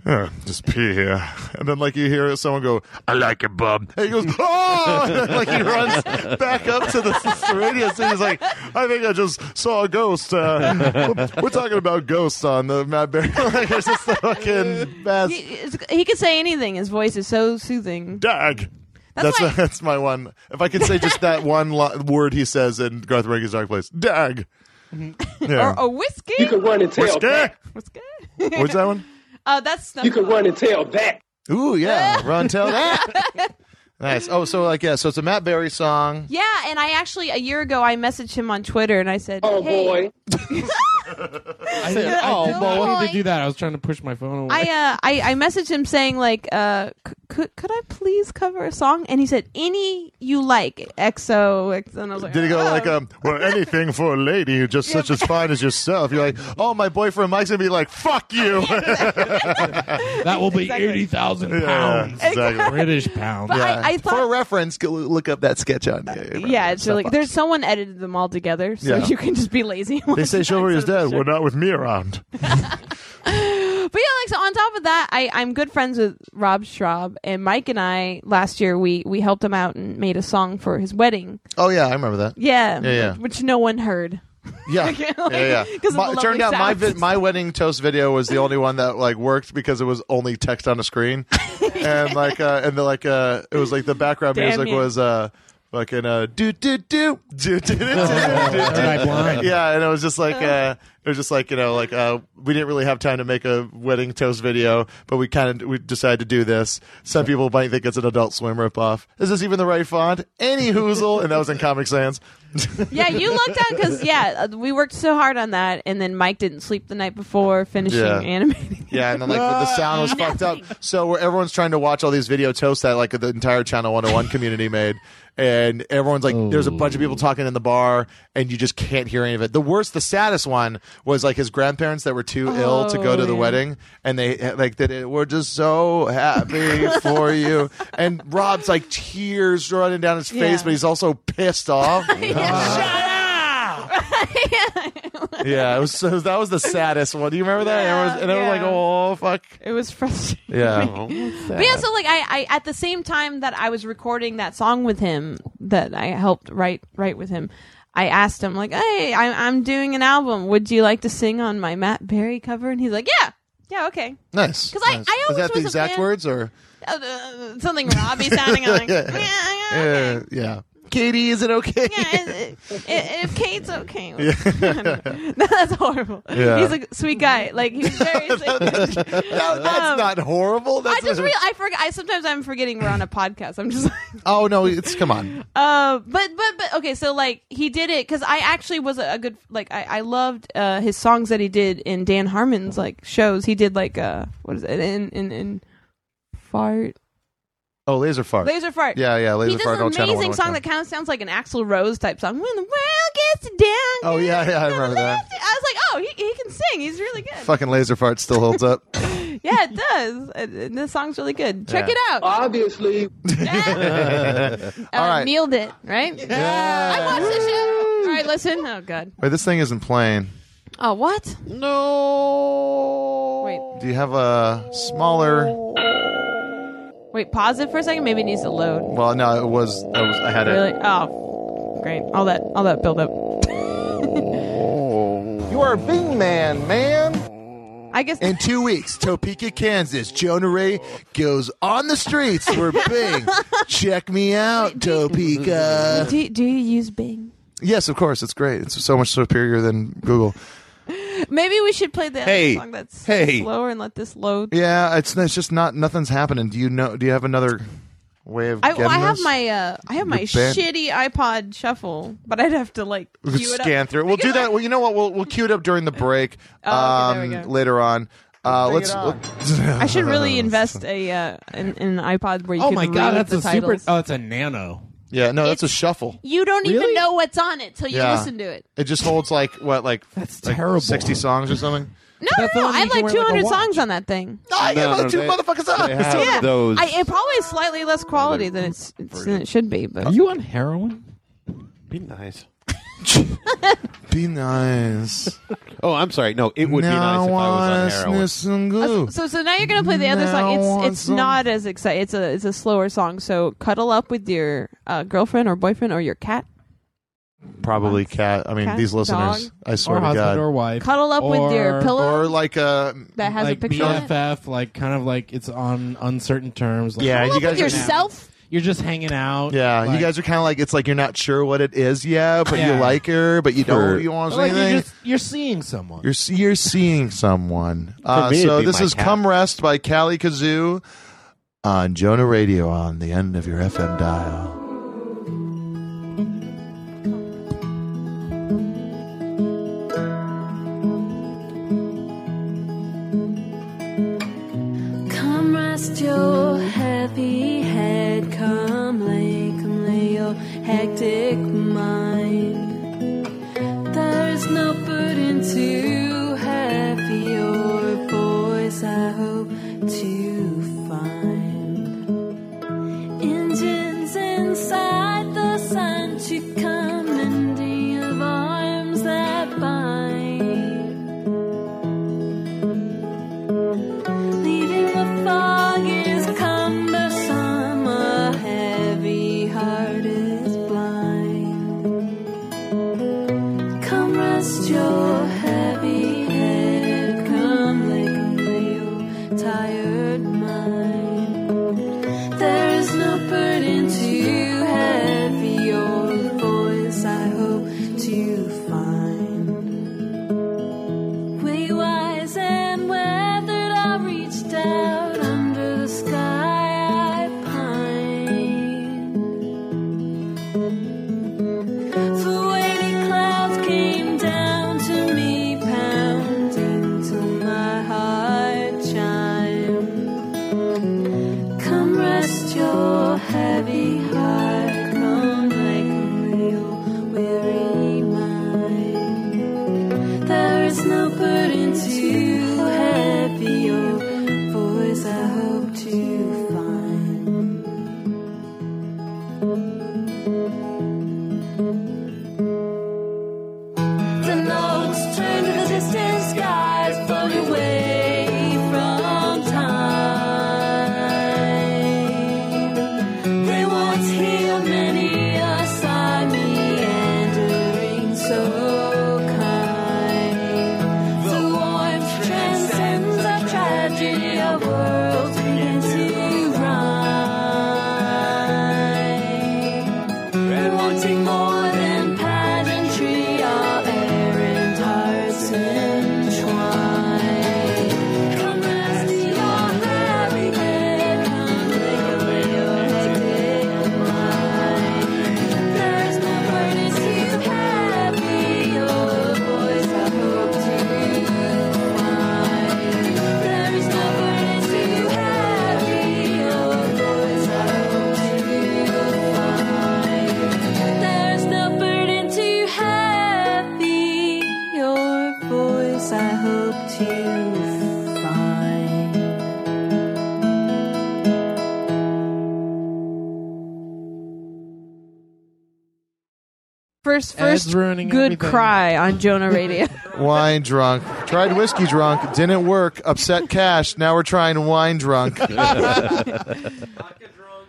Speaker 2: uh, just pee here, and then like you hear someone go, I like your bum, and he goes, oh, and then, like he runs back up to the s- radio station. He's like, I think I just saw a ghost. Uh, we're talking about ghosts on the Matt Berry. like, it's just the fucking
Speaker 4: he,
Speaker 2: best.
Speaker 4: it's- he could say anything his voice is so soothing
Speaker 2: Dag. That's
Speaker 4: That's
Speaker 2: that's,
Speaker 4: why-
Speaker 2: my one. If I could say just that one lo- word he says in Garth Marenghi's Dark Place, dag. Yeah.
Speaker 4: Mm-hmm. or a whiskey
Speaker 14: run and tell
Speaker 2: Whiskey.
Speaker 4: whiskey
Speaker 2: What's that one?
Speaker 4: uh, that's
Speaker 14: You can run and tell that.
Speaker 2: Ooh, yeah. Run, tell that. nice. Oh, so like, yeah, so it's a Matt Berry song.
Speaker 4: yeah and i actually a year ago i messaged him on twitter and i said
Speaker 14: Oh
Speaker 4: "Hey,
Speaker 14: boy.
Speaker 3: I, did, I
Speaker 4: Oh,
Speaker 3: did not
Speaker 4: boy.
Speaker 3: need to do that. I was trying to push my phone away.
Speaker 4: I uh, I, I messaged him saying like, uh, c- could could I please cover a song? And he said any you like, XO. And I was like,
Speaker 2: Did he go
Speaker 4: oh.
Speaker 2: like, um, well, anything for a lady just such as fine as yourself? You're like, oh, my boyfriend Mike's gonna be like, fuck you.
Speaker 3: that will be
Speaker 4: uh, Exactly.
Speaker 3: eighty thousand
Speaker 2: Yeah,
Speaker 3: pounds,
Speaker 2: exactly.
Speaker 3: British pounds.
Speaker 4: But
Speaker 2: Yeah.
Speaker 4: I, I
Speaker 2: for
Speaker 4: thought.
Speaker 2: reference, go look up that sketch on there.
Speaker 4: Yeah, it's really. There's someone edited them all together, so
Speaker 2: Yeah.
Speaker 4: you can just be lazy. and
Speaker 2: They
Speaker 4: watch
Speaker 2: say
Speaker 4: it
Speaker 2: Chivalry is
Speaker 4: instead
Speaker 2: dead.
Speaker 4: of the
Speaker 2: Well,
Speaker 4: show.
Speaker 2: not with me around.
Speaker 4: But yeah, like so. On top of that, I I'm good friends with Rob Schraub and Mike and I. Last year, we we helped him out and made a song for his wedding.
Speaker 2: Oh yeah, I remember that.
Speaker 4: Yeah,
Speaker 2: Yeah, yeah.
Speaker 4: Which, no one heard.
Speaker 2: Yeah,
Speaker 4: Okay,
Speaker 2: yeah,
Speaker 4: like,
Speaker 2: yeah.
Speaker 4: 'cause of
Speaker 2: My-
Speaker 4: the
Speaker 2: it turned
Speaker 4: lovely
Speaker 2: out my
Speaker 4: sounds.
Speaker 2: vi- my wedding toast video was the only one that like worked because it was only text on a screen, and like uh, and the like uh, it was like the background
Speaker 4: Damn
Speaker 2: music
Speaker 4: you.
Speaker 2: was uh, fucking uh, do do do do do do do.
Speaker 3: Eye blind.
Speaker 2: Yeah, and it was just like uh, it was just like you know like uh, we didn't really have time to make a wedding toast video, but we kind of we decided to do this. Some people might think it's an Adult Swim ripoff. Is this even the right font? Any hoozle, and that was in Comic Sans.
Speaker 4: yeah, you lucked out because yeah, uh, we worked so hard on that, and then Mike didn't sleep the night before finishing
Speaker 2: Yeah.
Speaker 4: animating.
Speaker 2: Yeah, and then like the sound was fucked up. So where everyone's trying to watch all these video toasts that like the entire Channel 101 community made, and everyone's like, there's a bunch of people talking in the bar, and you just can't hear any of it. The worst, the saddest one was like his grandparents that were too ill to go to the
Speaker 4: Oh, yeah.
Speaker 2: wedding, and they like that it, we're just so happy for you. And Rob's like tears running down his face,
Speaker 4: Yeah.
Speaker 2: but he's also pissed off. yeah, it was, so that was the saddest one. Do you remember that?
Speaker 4: Yeah,
Speaker 2: and it was like,
Speaker 4: yeah.
Speaker 2: oh fuck.
Speaker 4: It was frustrating.
Speaker 2: Yeah.
Speaker 4: But yeah, so like I, I at the same time that I was recording that song with him that I helped write write with him, I asked him like, "Hey, I, I'm doing an album. Would you like to sing on my Matt Berry cover?" And he's like, "Yeah, yeah, okay."
Speaker 2: Nice.
Speaker 4: 'Cause I-
Speaker 2: nice.
Speaker 4: I
Speaker 2: is
Speaker 4: always
Speaker 2: that the
Speaker 4: was a
Speaker 2: exact
Speaker 4: fan-
Speaker 2: words or
Speaker 4: Uh, uh, something Robbie sounding I'm like, yeah, yeah, okay."
Speaker 2: yeah. Katie? Is it okay?
Speaker 4: and- and- and if Kate's okay, with- that's horrible.
Speaker 2: Yeah.
Speaker 4: He's a sweet guy. Like he's very. no,
Speaker 2: that's not horrible. That's
Speaker 4: Um, I just
Speaker 2: a-
Speaker 4: real. I forget. I sometimes I'm forgetting we're on a podcast. I'm just. Like,
Speaker 2: oh no, it's come on.
Speaker 4: uh, but but but okay. So like he did it because I actually was a, a good like I I loved uh his songs that he did in Dan Harmon's like shows. He did like uh what is it in in in fart
Speaker 2: Oh, laser fart.
Speaker 4: laser fart.
Speaker 2: Yeah, yeah, laser
Speaker 4: he does
Speaker 2: fart.
Speaker 4: an
Speaker 2: on Channel
Speaker 4: amazing song
Speaker 2: 101.
Speaker 4: that kind of sounds like an Axl Rose type song. When the world gets down.
Speaker 2: Oh yeah, yeah, I remember that.
Speaker 4: I was like, oh, he, he can sing. He's really good.
Speaker 2: Fucking laser fart still holds up.
Speaker 4: Yeah, it does. And- and This song's really good. Check
Speaker 2: Yeah.
Speaker 4: it out. Obviously.
Speaker 2: All right.
Speaker 4: Nailed it, right? I watched the show. All right, listen. Oh, God.
Speaker 2: Wait, this thing isn't playing.
Speaker 4: Oh, what?
Speaker 2: No.
Speaker 4: Wait,
Speaker 2: Do you have a smaller?
Speaker 4: wait, pause it for a second. Maybe it needs to load.
Speaker 2: Well, no, it was. I was. I had
Speaker 4: Really?
Speaker 2: it.
Speaker 4: Oh, great. All that, all that build up.
Speaker 2: You are a big man, man.
Speaker 4: I guess
Speaker 2: in two weeks, Topeka, Kansas, Jonah Ray goes on the streets for Bing. Check me out, Topeka.
Speaker 4: do, do you use Bing?
Speaker 2: Yes, of course, it's great. It's so much superior than Google.
Speaker 4: Maybe we should play the other
Speaker 2: Hey.
Speaker 4: song that's
Speaker 2: Hey.
Speaker 4: slower and let this load.
Speaker 2: Yeah, it's it's just not nothing's happening. Do you know? Do you have another way of?
Speaker 4: I,
Speaker 2: getting
Speaker 4: well, I have
Speaker 2: this?
Speaker 4: my uh, I have my
Speaker 2: Your band-
Speaker 4: shitty iPod shuffle, but I'd have to like
Speaker 2: We could
Speaker 4: queue it up.
Speaker 2: scan through. it. We'll do that. Well, you know what? We'll we'll queue it up during the break.
Speaker 4: Oh, okay, there we
Speaker 2: um,
Speaker 4: go.
Speaker 2: later on. Uh,
Speaker 4: Bring
Speaker 2: let's.
Speaker 4: it on.
Speaker 2: let's-
Speaker 4: I should really invest a uh, in, in an iPod where you
Speaker 3: Oh
Speaker 4: can
Speaker 3: my
Speaker 4: read
Speaker 3: god, that's
Speaker 4: the
Speaker 3: a
Speaker 4: titles.
Speaker 3: super. Oh, it's a nano.
Speaker 2: Yeah, no, that's a shuffle.
Speaker 4: You don't even
Speaker 3: Really?
Speaker 4: know what's on it till you
Speaker 2: Yeah.
Speaker 4: listen to it.
Speaker 2: It just holds like what, like that's
Speaker 3: terrible.
Speaker 2: Sixty songs or something.
Speaker 4: No,
Speaker 3: That's
Speaker 4: no,
Speaker 3: the
Speaker 4: no.
Speaker 3: one
Speaker 4: I
Speaker 3: you
Speaker 4: have
Speaker 3: can
Speaker 4: like
Speaker 3: wear, like, a
Speaker 4: 200
Speaker 3: watch.
Speaker 4: songs on that thing.
Speaker 2: I
Speaker 5: No,
Speaker 2: have
Speaker 5: no,
Speaker 2: like two
Speaker 5: they-
Speaker 2: motherfuckers on.
Speaker 5: they have
Speaker 2: So-
Speaker 5: Yeah. Those-
Speaker 4: I, it probably is slightly less quality than it's, it's than it should be, but
Speaker 3: you on heroin?
Speaker 5: Be nice.
Speaker 2: Be nice.
Speaker 5: Oh, I'm sorry. No, it would be
Speaker 2: Now
Speaker 5: nice if I
Speaker 2: wanna
Speaker 5: was on heroin.
Speaker 2: sniff some
Speaker 4: Uh,
Speaker 2: glue.
Speaker 4: so so now you're gonna play the other
Speaker 2: Now
Speaker 4: song.
Speaker 2: want
Speaker 4: It's it's
Speaker 2: some-
Speaker 4: not as exciting. It's a it's a slower song. So cuddle up with your uh, girlfriend or boyfriend or your cat.
Speaker 2: Probably cat. I mean,
Speaker 4: Cat,
Speaker 2: these listeners.
Speaker 4: dog.
Speaker 2: I
Speaker 3: Or
Speaker 2: swear to
Speaker 3: husband
Speaker 2: God.
Speaker 3: or wife?
Speaker 4: Cuddle up with your
Speaker 3: Or-
Speaker 4: pillow
Speaker 2: Or like uh,
Speaker 4: that has
Speaker 3: like
Speaker 4: a picture. on it.
Speaker 3: BFF, like kind of like it's on uncertain terms. Like,
Speaker 2: yeah,
Speaker 4: Cuddle
Speaker 2: you
Speaker 4: up with
Speaker 2: guys. Are,
Speaker 4: yourself.
Speaker 3: you're just hanging out.
Speaker 2: yeah, you
Speaker 3: Like-
Speaker 2: guys are kind of like it's like you're not sure what it is yet, but you
Speaker 3: Yeah.
Speaker 2: like her, but you
Speaker 5: For-
Speaker 2: don't. You want
Speaker 3: Or
Speaker 2: to
Speaker 3: like
Speaker 2: say
Speaker 3: you're
Speaker 2: anything.
Speaker 3: just you're seeing someone.
Speaker 2: You're se- you're seeing someone. Uh,
Speaker 5: me, it'd
Speaker 2: so
Speaker 5: be
Speaker 2: this
Speaker 5: my
Speaker 2: is
Speaker 5: cat.
Speaker 2: "Come Rest" by Callie Kazoo on Jonah Radio on the end of your FM dial.
Speaker 1: Come rest your heavy head, come lay, come lay your hectic mind. There's no burden too heavy, your voice I hope to find. Engines inside the sun to come, mending of arms that bind. Leaving the fog is cumbersome, a heavy heart is blind. Come rest your heavy head, come lay lay your tired mind. There is no burden too heavy, your voice I hope to find. Way wise and weathered, I reached out under the sky. I pined. The weighty clouds came down to me, pounding till my heart chimed. Come rest your heavy heart.
Speaker 4: first first
Speaker 3: Ed's ruining
Speaker 4: good
Speaker 3: everything.
Speaker 4: cry on Jonah Radio.
Speaker 7: Wine drunk. Tried whiskey drunk. Didn't work. Upset cash. Now we're trying wine drunk.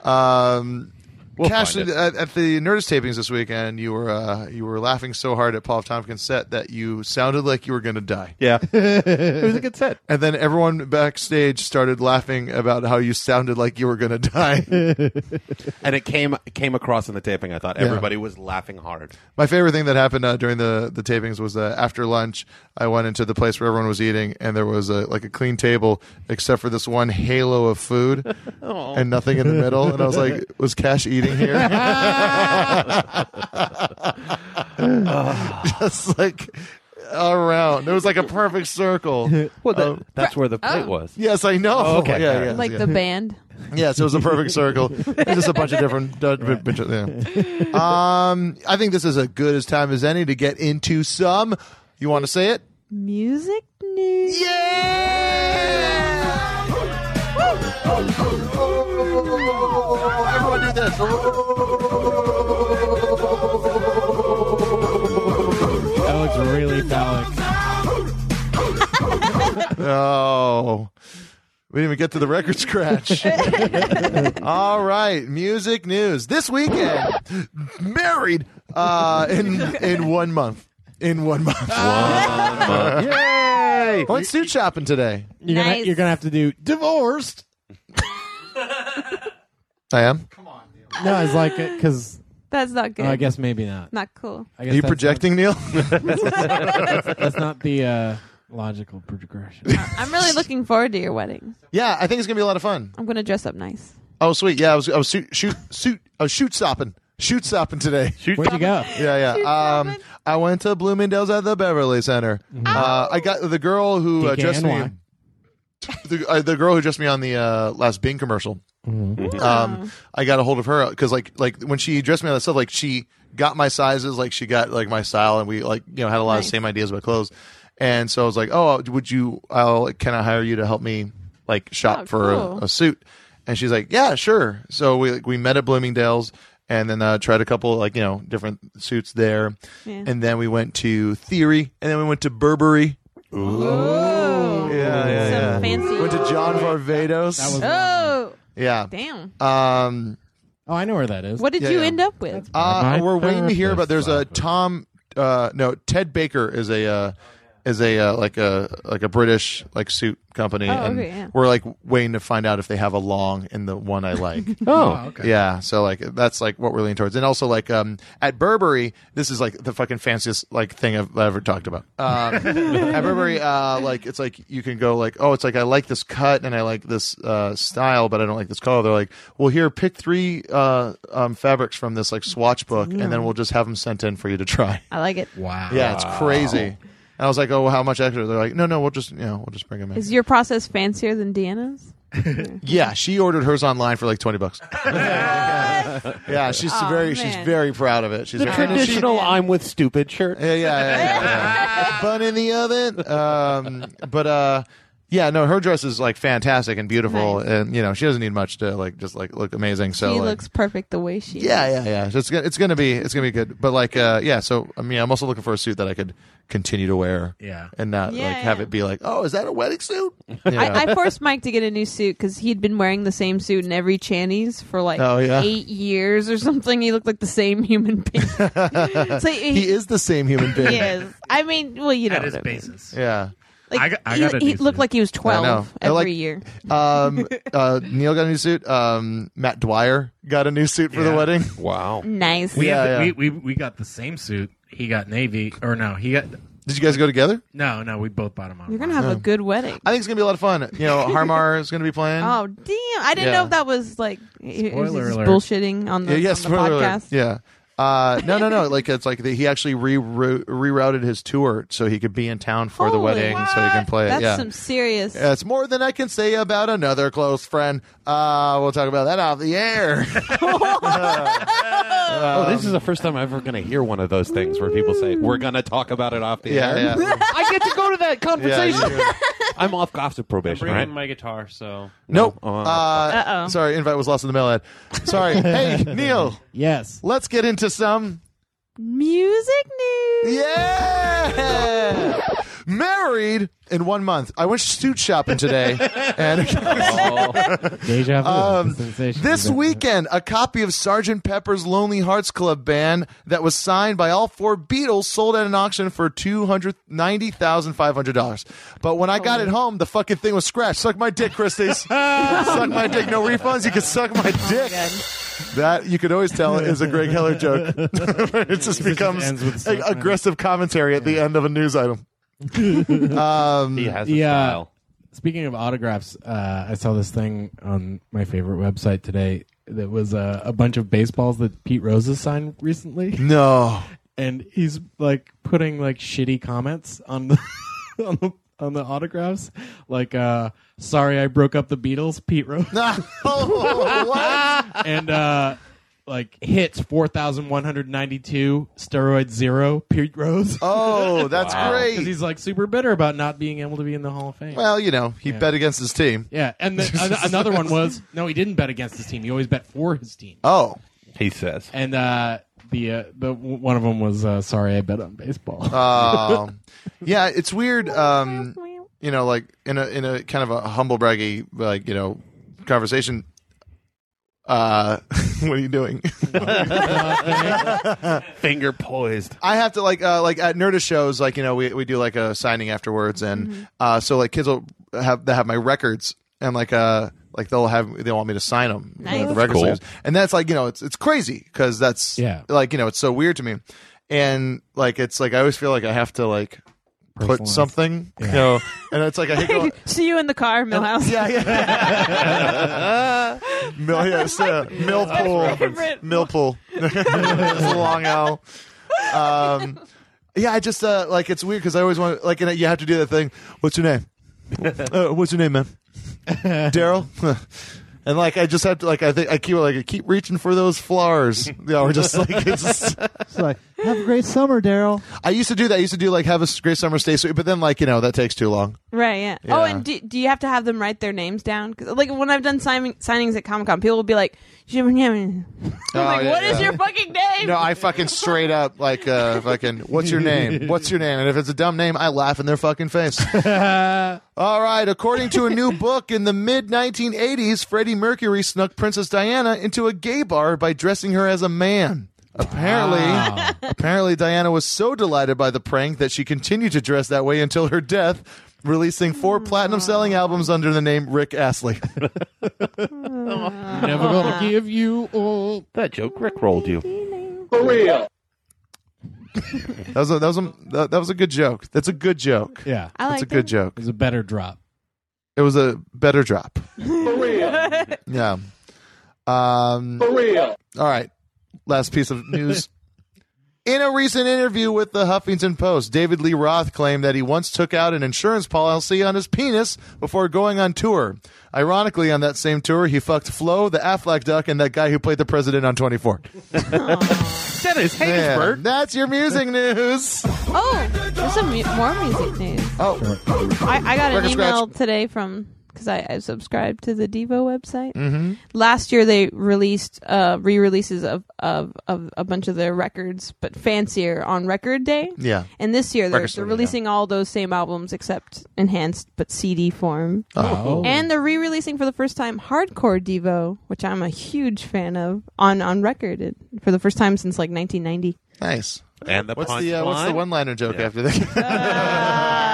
Speaker 7: um, cash uh, at, at the Nerdist tapings this weekend, you were uh, you were laughing so hard at Paul F. Tompkins' set that you sounded like you were going to die.
Speaker 5: Yeah. it was a good set.
Speaker 7: And then everyone backstage started laughing about how you sounded like you were going to die.
Speaker 5: And it came it came across in the taping. I thought everybody was laughing hard.
Speaker 7: My favorite thing that happened uh, during the the tapings was uh, after lunch, I went into the place where everyone was eating, and there was a, like a clean table except for this one halo of food and nothing in the middle. And I was like, "Was Cash eating here?" Just like around, it was like a perfect circle.
Speaker 5: Well, that, that's where the plate was.
Speaker 7: Yes, I know.
Speaker 5: Oh, okay.
Speaker 7: Yeah,
Speaker 5: All right.
Speaker 7: yes,
Speaker 4: like
Speaker 7: yeah.
Speaker 4: the band.
Speaker 7: Yeah, so it was a perfect circle. It's just a bunch of different. d- b- bunch of- yeah. Um, I think this is as good as time as any to get into some. You want to say it?
Speaker 4: Music news.
Speaker 7: Yeah! Everyone do this.
Speaker 3: That looks really phallic.
Speaker 7: Oh. We didn't even get to the record scratch. All right, music news. This weekend, married uh, in in one month. In one month.
Speaker 5: Yay!
Speaker 7: I went suit shopping today.
Speaker 3: You're, gonna,
Speaker 4: Nice.
Speaker 3: you're gonna have to do divorced.
Speaker 7: I am.
Speaker 3: No, it's like because
Speaker 4: That's not good.
Speaker 3: I guess maybe not.
Speaker 4: not cool.
Speaker 3: I
Speaker 7: Are
Speaker 3: guess
Speaker 7: you
Speaker 3: that's
Speaker 7: projecting, Neil?
Speaker 3: Not, that's not the uh, logical progression.
Speaker 4: I'm really looking forward to your wedding.
Speaker 7: yeah, I think it's gonna be a lot of fun.
Speaker 4: I'm gonna dress up nice.
Speaker 7: Oh, sweet. Yeah, I was I was shoot shoot shoot I was shoot stopping. Shoot stopping today.
Speaker 3: Where'd you go?
Speaker 7: Yeah, yeah. Um, I went to Bloomingdale's at the Beverly Center.
Speaker 4: Mm-hmm.
Speaker 7: Uh, I got the girl who uh, dressed me.
Speaker 3: DKNY.
Speaker 7: The, uh, the girl who dressed me on the uh, last Bing commercial.
Speaker 4: Mm-hmm.
Speaker 7: Um, I got a hold of her because like like when she dressed me on that stuff, like she got my sizes, like she got like my style, and we like you know had a lot of
Speaker 4: Nice.
Speaker 7: same ideas about clothes. And so I was like, oh, would you? I'll can I hire you to help me like shop
Speaker 4: Oh,
Speaker 7: for
Speaker 4: cool.
Speaker 7: a, a suit? And she's like, yeah, sure. So we like, we met at Bloomingdale's and then uh, tried a couple like you know different suits there,
Speaker 4: Yeah.
Speaker 7: and then we went to Theory, and then we went to Burberry.
Speaker 4: Oh,
Speaker 7: Yeah, yeah,
Speaker 4: Some
Speaker 7: yeah.
Speaker 4: fancy.
Speaker 7: Went to John Varvatos.
Speaker 3: That was-
Speaker 4: oh,
Speaker 7: yeah.
Speaker 4: damn!
Speaker 7: Um,
Speaker 3: Oh, I know where that is.
Speaker 4: What did
Speaker 7: Yeah,
Speaker 4: you
Speaker 7: yeah.
Speaker 4: end up with?
Speaker 7: Uh,
Speaker 3: My
Speaker 7: we're waiting to hear
Speaker 3: therapist
Speaker 7: about. There's a Tom. Uh, no, Ted Baker is a uh, is a uh, like a like a British like suit company,
Speaker 4: Oh,
Speaker 7: and
Speaker 4: okay, yeah.
Speaker 7: we're like waiting to find out if they have a long in the one I like.
Speaker 3: Oh, okay.
Speaker 7: Yeah, so like that's like what we're leaning towards, and also like um at Burberry, this is like the fucking fanciest like thing I've ever talked about. Um, at Burberry, uh, like it's like you can go like, oh, it's like I like this cut and I like this uh, style, but I don't like this color. They're like, well, here, pick three uh, um, fabrics from this like swatch book, and then we'll just have them sent in for you to try.
Speaker 4: I like it.
Speaker 2: Wow.
Speaker 7: Yeah, it's crazy. And I was like, oh, well, how much extra? They're like, no, no, we'll just you know we'll just bring them in.
Speaker 4: Is your process fancier than Deanna's?
Speaker 7: Yeah, she ordered hers online for like twenty bucks. yeah, she's
Speaker 4: Aw,
Speaker 7: very she's
Speaker 4: Oh, man.
Speaker 7: very proud of it. She's
Speaker 5: The
Speaker 7: very-
Speaker 5: traditional I'm with stupid shirt.
Speaker 7: Yeah, yeah, yeah, yeah, yeah. bun in the oven. Um, but uh, yeah, no, her dress is like fantastic and beautiful,
Speaker 4: Nice.
Speaker 7: and you know she doesn't need much to like just like look amazing. So
Speaker 4: she
Speaker 7: like,
Speaker 4: looks perfect the way she.
Speaker 7: yeah,
Speaker 4: is.
Speaker 7: yeah, yeah. So it's gonna, it's gonna be it's gonna be good. But like, uh, yeah. So I mean, I'm also looking for a suit that I could continue to wear.
Speaker 2: Yeah.
Speaker 7: and not
Speaker 4: Yeah,
Speaker 7: like have
Speaker 4: yeah.
Speaker 7: it be like, oh, is that a wedding suit? Yeah.
Speaker 4: I, I forced Mike to get a new suit because he'd been wearing the same suit in every Channies for like
Speaker 7: Oh, yeah.
Speaker 4: eight years or something. He looked like the same human being. so he,
Speaker 7: he is the same human being.
Speaker 4: He is. I mean, well, you know,
Speaker 2: At his
Speaker 4: what I mean.
Speaker 2: basis.
Speaker 7: Yeah.
Speaker 4: Like,
Speaker 2: I got- I
Speaker 4: he,
Speaker 2: got a
Speaker 4: he
Speaker 2: new
Speaker 4: looked
Speaker 2: suit.
Speaker 4: like he was
Speaker 7: know.
Speaker 4: twelve
Speaker 7: I
Speaker 4: every
Speaker 7: like-
Speaker 4: year.
Speaker 7: Um, uh, Neil got a new suit. Um, Matt Dwyer got a new suit for the
Speaker 2: Yeah.
Speaker 7: wedding.
Speaker 5: Wow.
Speaker 4: Nice.
Speaker 2: We,
Speaker 7: Yeah,
Speaker 2: have
Speaker 7: yeah.
Speaker 2: the We, we we got the same suit. He got navy, or no? He got
Speaker 7: Did you guys go together?
Speaker 2: no, no. We both bought him on.
Speaker 4: You're gonna have a good wedding.
Speaker 7: I think it's gonna be a lot of fun. You know, Harmar is gonna be playing.
Speaker 4: Oh damn! I didn't
Speaker 7: Yeah.
Speaker 4: know if that was like he- he was
Speaker 2: Spoiler
Speaker 4: just
Speaker 2: alert.
Speaker 4: bullshitting on the,
Speaker 7: yeah, yeah,
Speaker 4: on the
Speaker 7: spoiler alert.
Speaker 4: podcast.
Speaker 7: Yeah. Uh, no, no, no. Like it's like the, he actually re- rerouted his tour so he could be in town for the
Speaker 4: Holy
Speaker 7: wedding, so he can play it.
Speaker 4: That's
Speaker 7: yeah.
Speaker 4: some serious.
Speaker 7: Yeah, it's more than I can say about another close friend. Uh, we'll talk about that off the air. Uh,
Speaker 5: oh,
Speaker 7: Um,
Speaker 5: this is the first time I'm ever going to hear one of those things where people say, we're going to talk about it off the air.
Speaker 7: yeah, yeah.
Speaker 5: I get to go to that conversation.
Speaker 7: Yeah, yeah.
Speaker 5: I'm off gossip
Speaker 8: I'm
Speaker 5: probation,
Speaker 8: bringing
Speaker 5: right?
Speaker 8: my guitar, so
Speaker 7: Nope.
Speaker 5: Oh.
Speaker 7: Uh,
Speaker 4: Uh-oh.
Speaker 7: sorry, invite was lost in the mail. Ed. Sorry. hey, Neil.
Speaker 3: Yes.
Speaker 7: Let's get into some
Speaker 4: Music news.
Speaker 7: Yeah! Married in one month. I went suit shopping today. and
Speaker 3: Deja vu.
Speaker 7: Um,
Speaker 3: The sensation
Speaker 7: this
Speaker 3: of it.
Speaker 7: weekend, a copy of Sgt. Pepper's Lonely Hearts Club Band that was signed by all four Beatles sold at an auction for $290,500. But when I got it home, the fucking thing was scratched. Suck my dick, Christie's. suck my dick. No refunds. You can suck my dick.
Speaker 4: Oh
Speaker 7: That you could always tell is a Greg Heller joke. it just
Speaker 3: ends
Speaker 7: becomes
Speaker 3: with
Speaker 7: a- aggressive commentary at the end of a news item. um,
Speaker 5: He has a
Speaker 3: Yeah.
Speaker 5: style.
Speaker 3: Speaking of autographs, uh, I saw this thing on my favorite website today that was uh, a bunch of baseballs that Pete Rose has signed recently.
Speaker 7: no.
Speaker 3: and he's like putting like shitty comments on the on the on the autographs like uh sorry i broke up the beatles pete rose
Speaker 7: Oh, what?
Speaker 3: and uh like hits 4192 steroid zero pete rose
Speaker 7: Oh, that's great.
Speaker 3: because he's like super bitter about not being able to be in the hall of fame
Speaker 7: Well, you know, he bet against his team.
Speaker 3: yeah and then an- another one was no he didn't bet against his team he always bet for his team
Speaker 7: Oh.
Speaker 5: He says.
Speaker 3: and uh the uh, the one of them was uh, sorry i bet on baseball
Speaker 7: Um, yeah, it's weird. Um, you know, like in a in a kind of a humble braggy, like you know, conversation. Uh, what are you doing?
Speaker 5: Finger poised.
Speaker 7: I have to like uh, like at Nerdist shows, like you know, we we do like a signing afterwards, and uh, so like kids will have they have my records and like uh like they'll have they want me to sign them
Speaker 4: Nice.
Speaker 7: the
Speaker 4: That's
Speaker 7: record
Speaker 5: cool.
Speaker 7: sleeves. and that's like you know it's it's crazy because that's
Speaker 3: Yeah.
Speaker 7: like you know it's so weird to me, and like it's like I always feel like I have to like put
Speaker 3: Personalize.
Speaker 7: something you know, and it's like I hate going.
Speaker 4: See you in the car, Millhouse.
Speaker 7: Yeah, yeah. Mill, yeah, it's, uh,
Speaker 4: my
Speaker 7: Millpool.
Speaker 4: favorite.
Speaker 7: Millpool. It's a long L. Um, yeah, I just uh, like it's weird because I always want like and you have to do that thing. What's your name? Uh, what's your name, man? Daryl. And like I just have to like I think I keep like I keep reaching for those flowers. Yeah, we're just like it's.
Speaker 6: It's like, have a great summer, Daryl.
Speaker 7: I used to do that. I used to do like have a great summer, stay sweet, but then like you know that takes too long.
Speaker 4: Right, yeah. Oh,
Speaker 7: Yeah.
Speaker 4: and do, do you have to have them write their names down? 'Cause, like when I've done signing, signings at Comic Con, people will be like, I'm like,
Speaker 7: yeah,
Speaker 4: "What is
Speaker 7: yeah.
Speaker 4: your fucking name?
Speaker 7: No, I fucking straight up like uh fucking what's your name? What's your name? And if it's a dumb name, I laugh in their fucking face. All right, according to a new book in the mid 1980s, Freddie Mercury snuck Princess Diana into a gay bar by dressing her as a man. Apparently, apparently Diana was so delighted by the prank that she continued to dress that way until her death, releasing four platinum selling albums under the name Rick Astley.
Speaker 3: never gonna give you all
Speaker 5: That joke Rick rolled you.
Speaker 7: That was a, that was a, that that was a good joke. That's a good joke.
Speaker 3: yeah
Speaker 4: I
Speaker 7: That's
Speaker 4: like
Speaker 7: a good joke.
Speaker 3: It was a better drop.
Speaker 7: It was a better drop. For real. Yeah. Um, For real. All right. Last piece of news. In a recent interview with the Huffington Post, David Lee Roth claimed that he once took out an insurance policy on his penis before going on tour. Ironically, on that same tour, he fucked Flo, the Affleck duck, and that guy who played the president on 24.
Speaker 5: That is
Speaker 7: Man, that's your music news.
Speaker 4: Oh, there's some mu- more music news.
Speaker 7: Oh,
Speaker 4: I, I got an
Speaker 7: Record scratch.
Speaker 4: email today from because I, I subscribed to the Devo website. Mm-hmm. Last year they released uh, re-releases of, of of a bunch of their records, but fancier on Record Day.
Speaker 7: yeah.
Speaker 4: And this year they're,
Speaker 7: Record store,
Speaker 4: they're releasing all those same albums except enhanced but CD form.
Speaker 3: Oh.
Speaker 4: And they're re-releasing for the first time Hardcore Devo, which I'm a huge fan of, on on record it, for the first time since like 1990.
Speaker 7: Nice.
Speaker 5: And the
Speaker 7: What's the uh,
Speaker 5: punchline?
Speaker 7: what's the one liner joke
Speaker 5: Yeah.
Speaker 7: after that?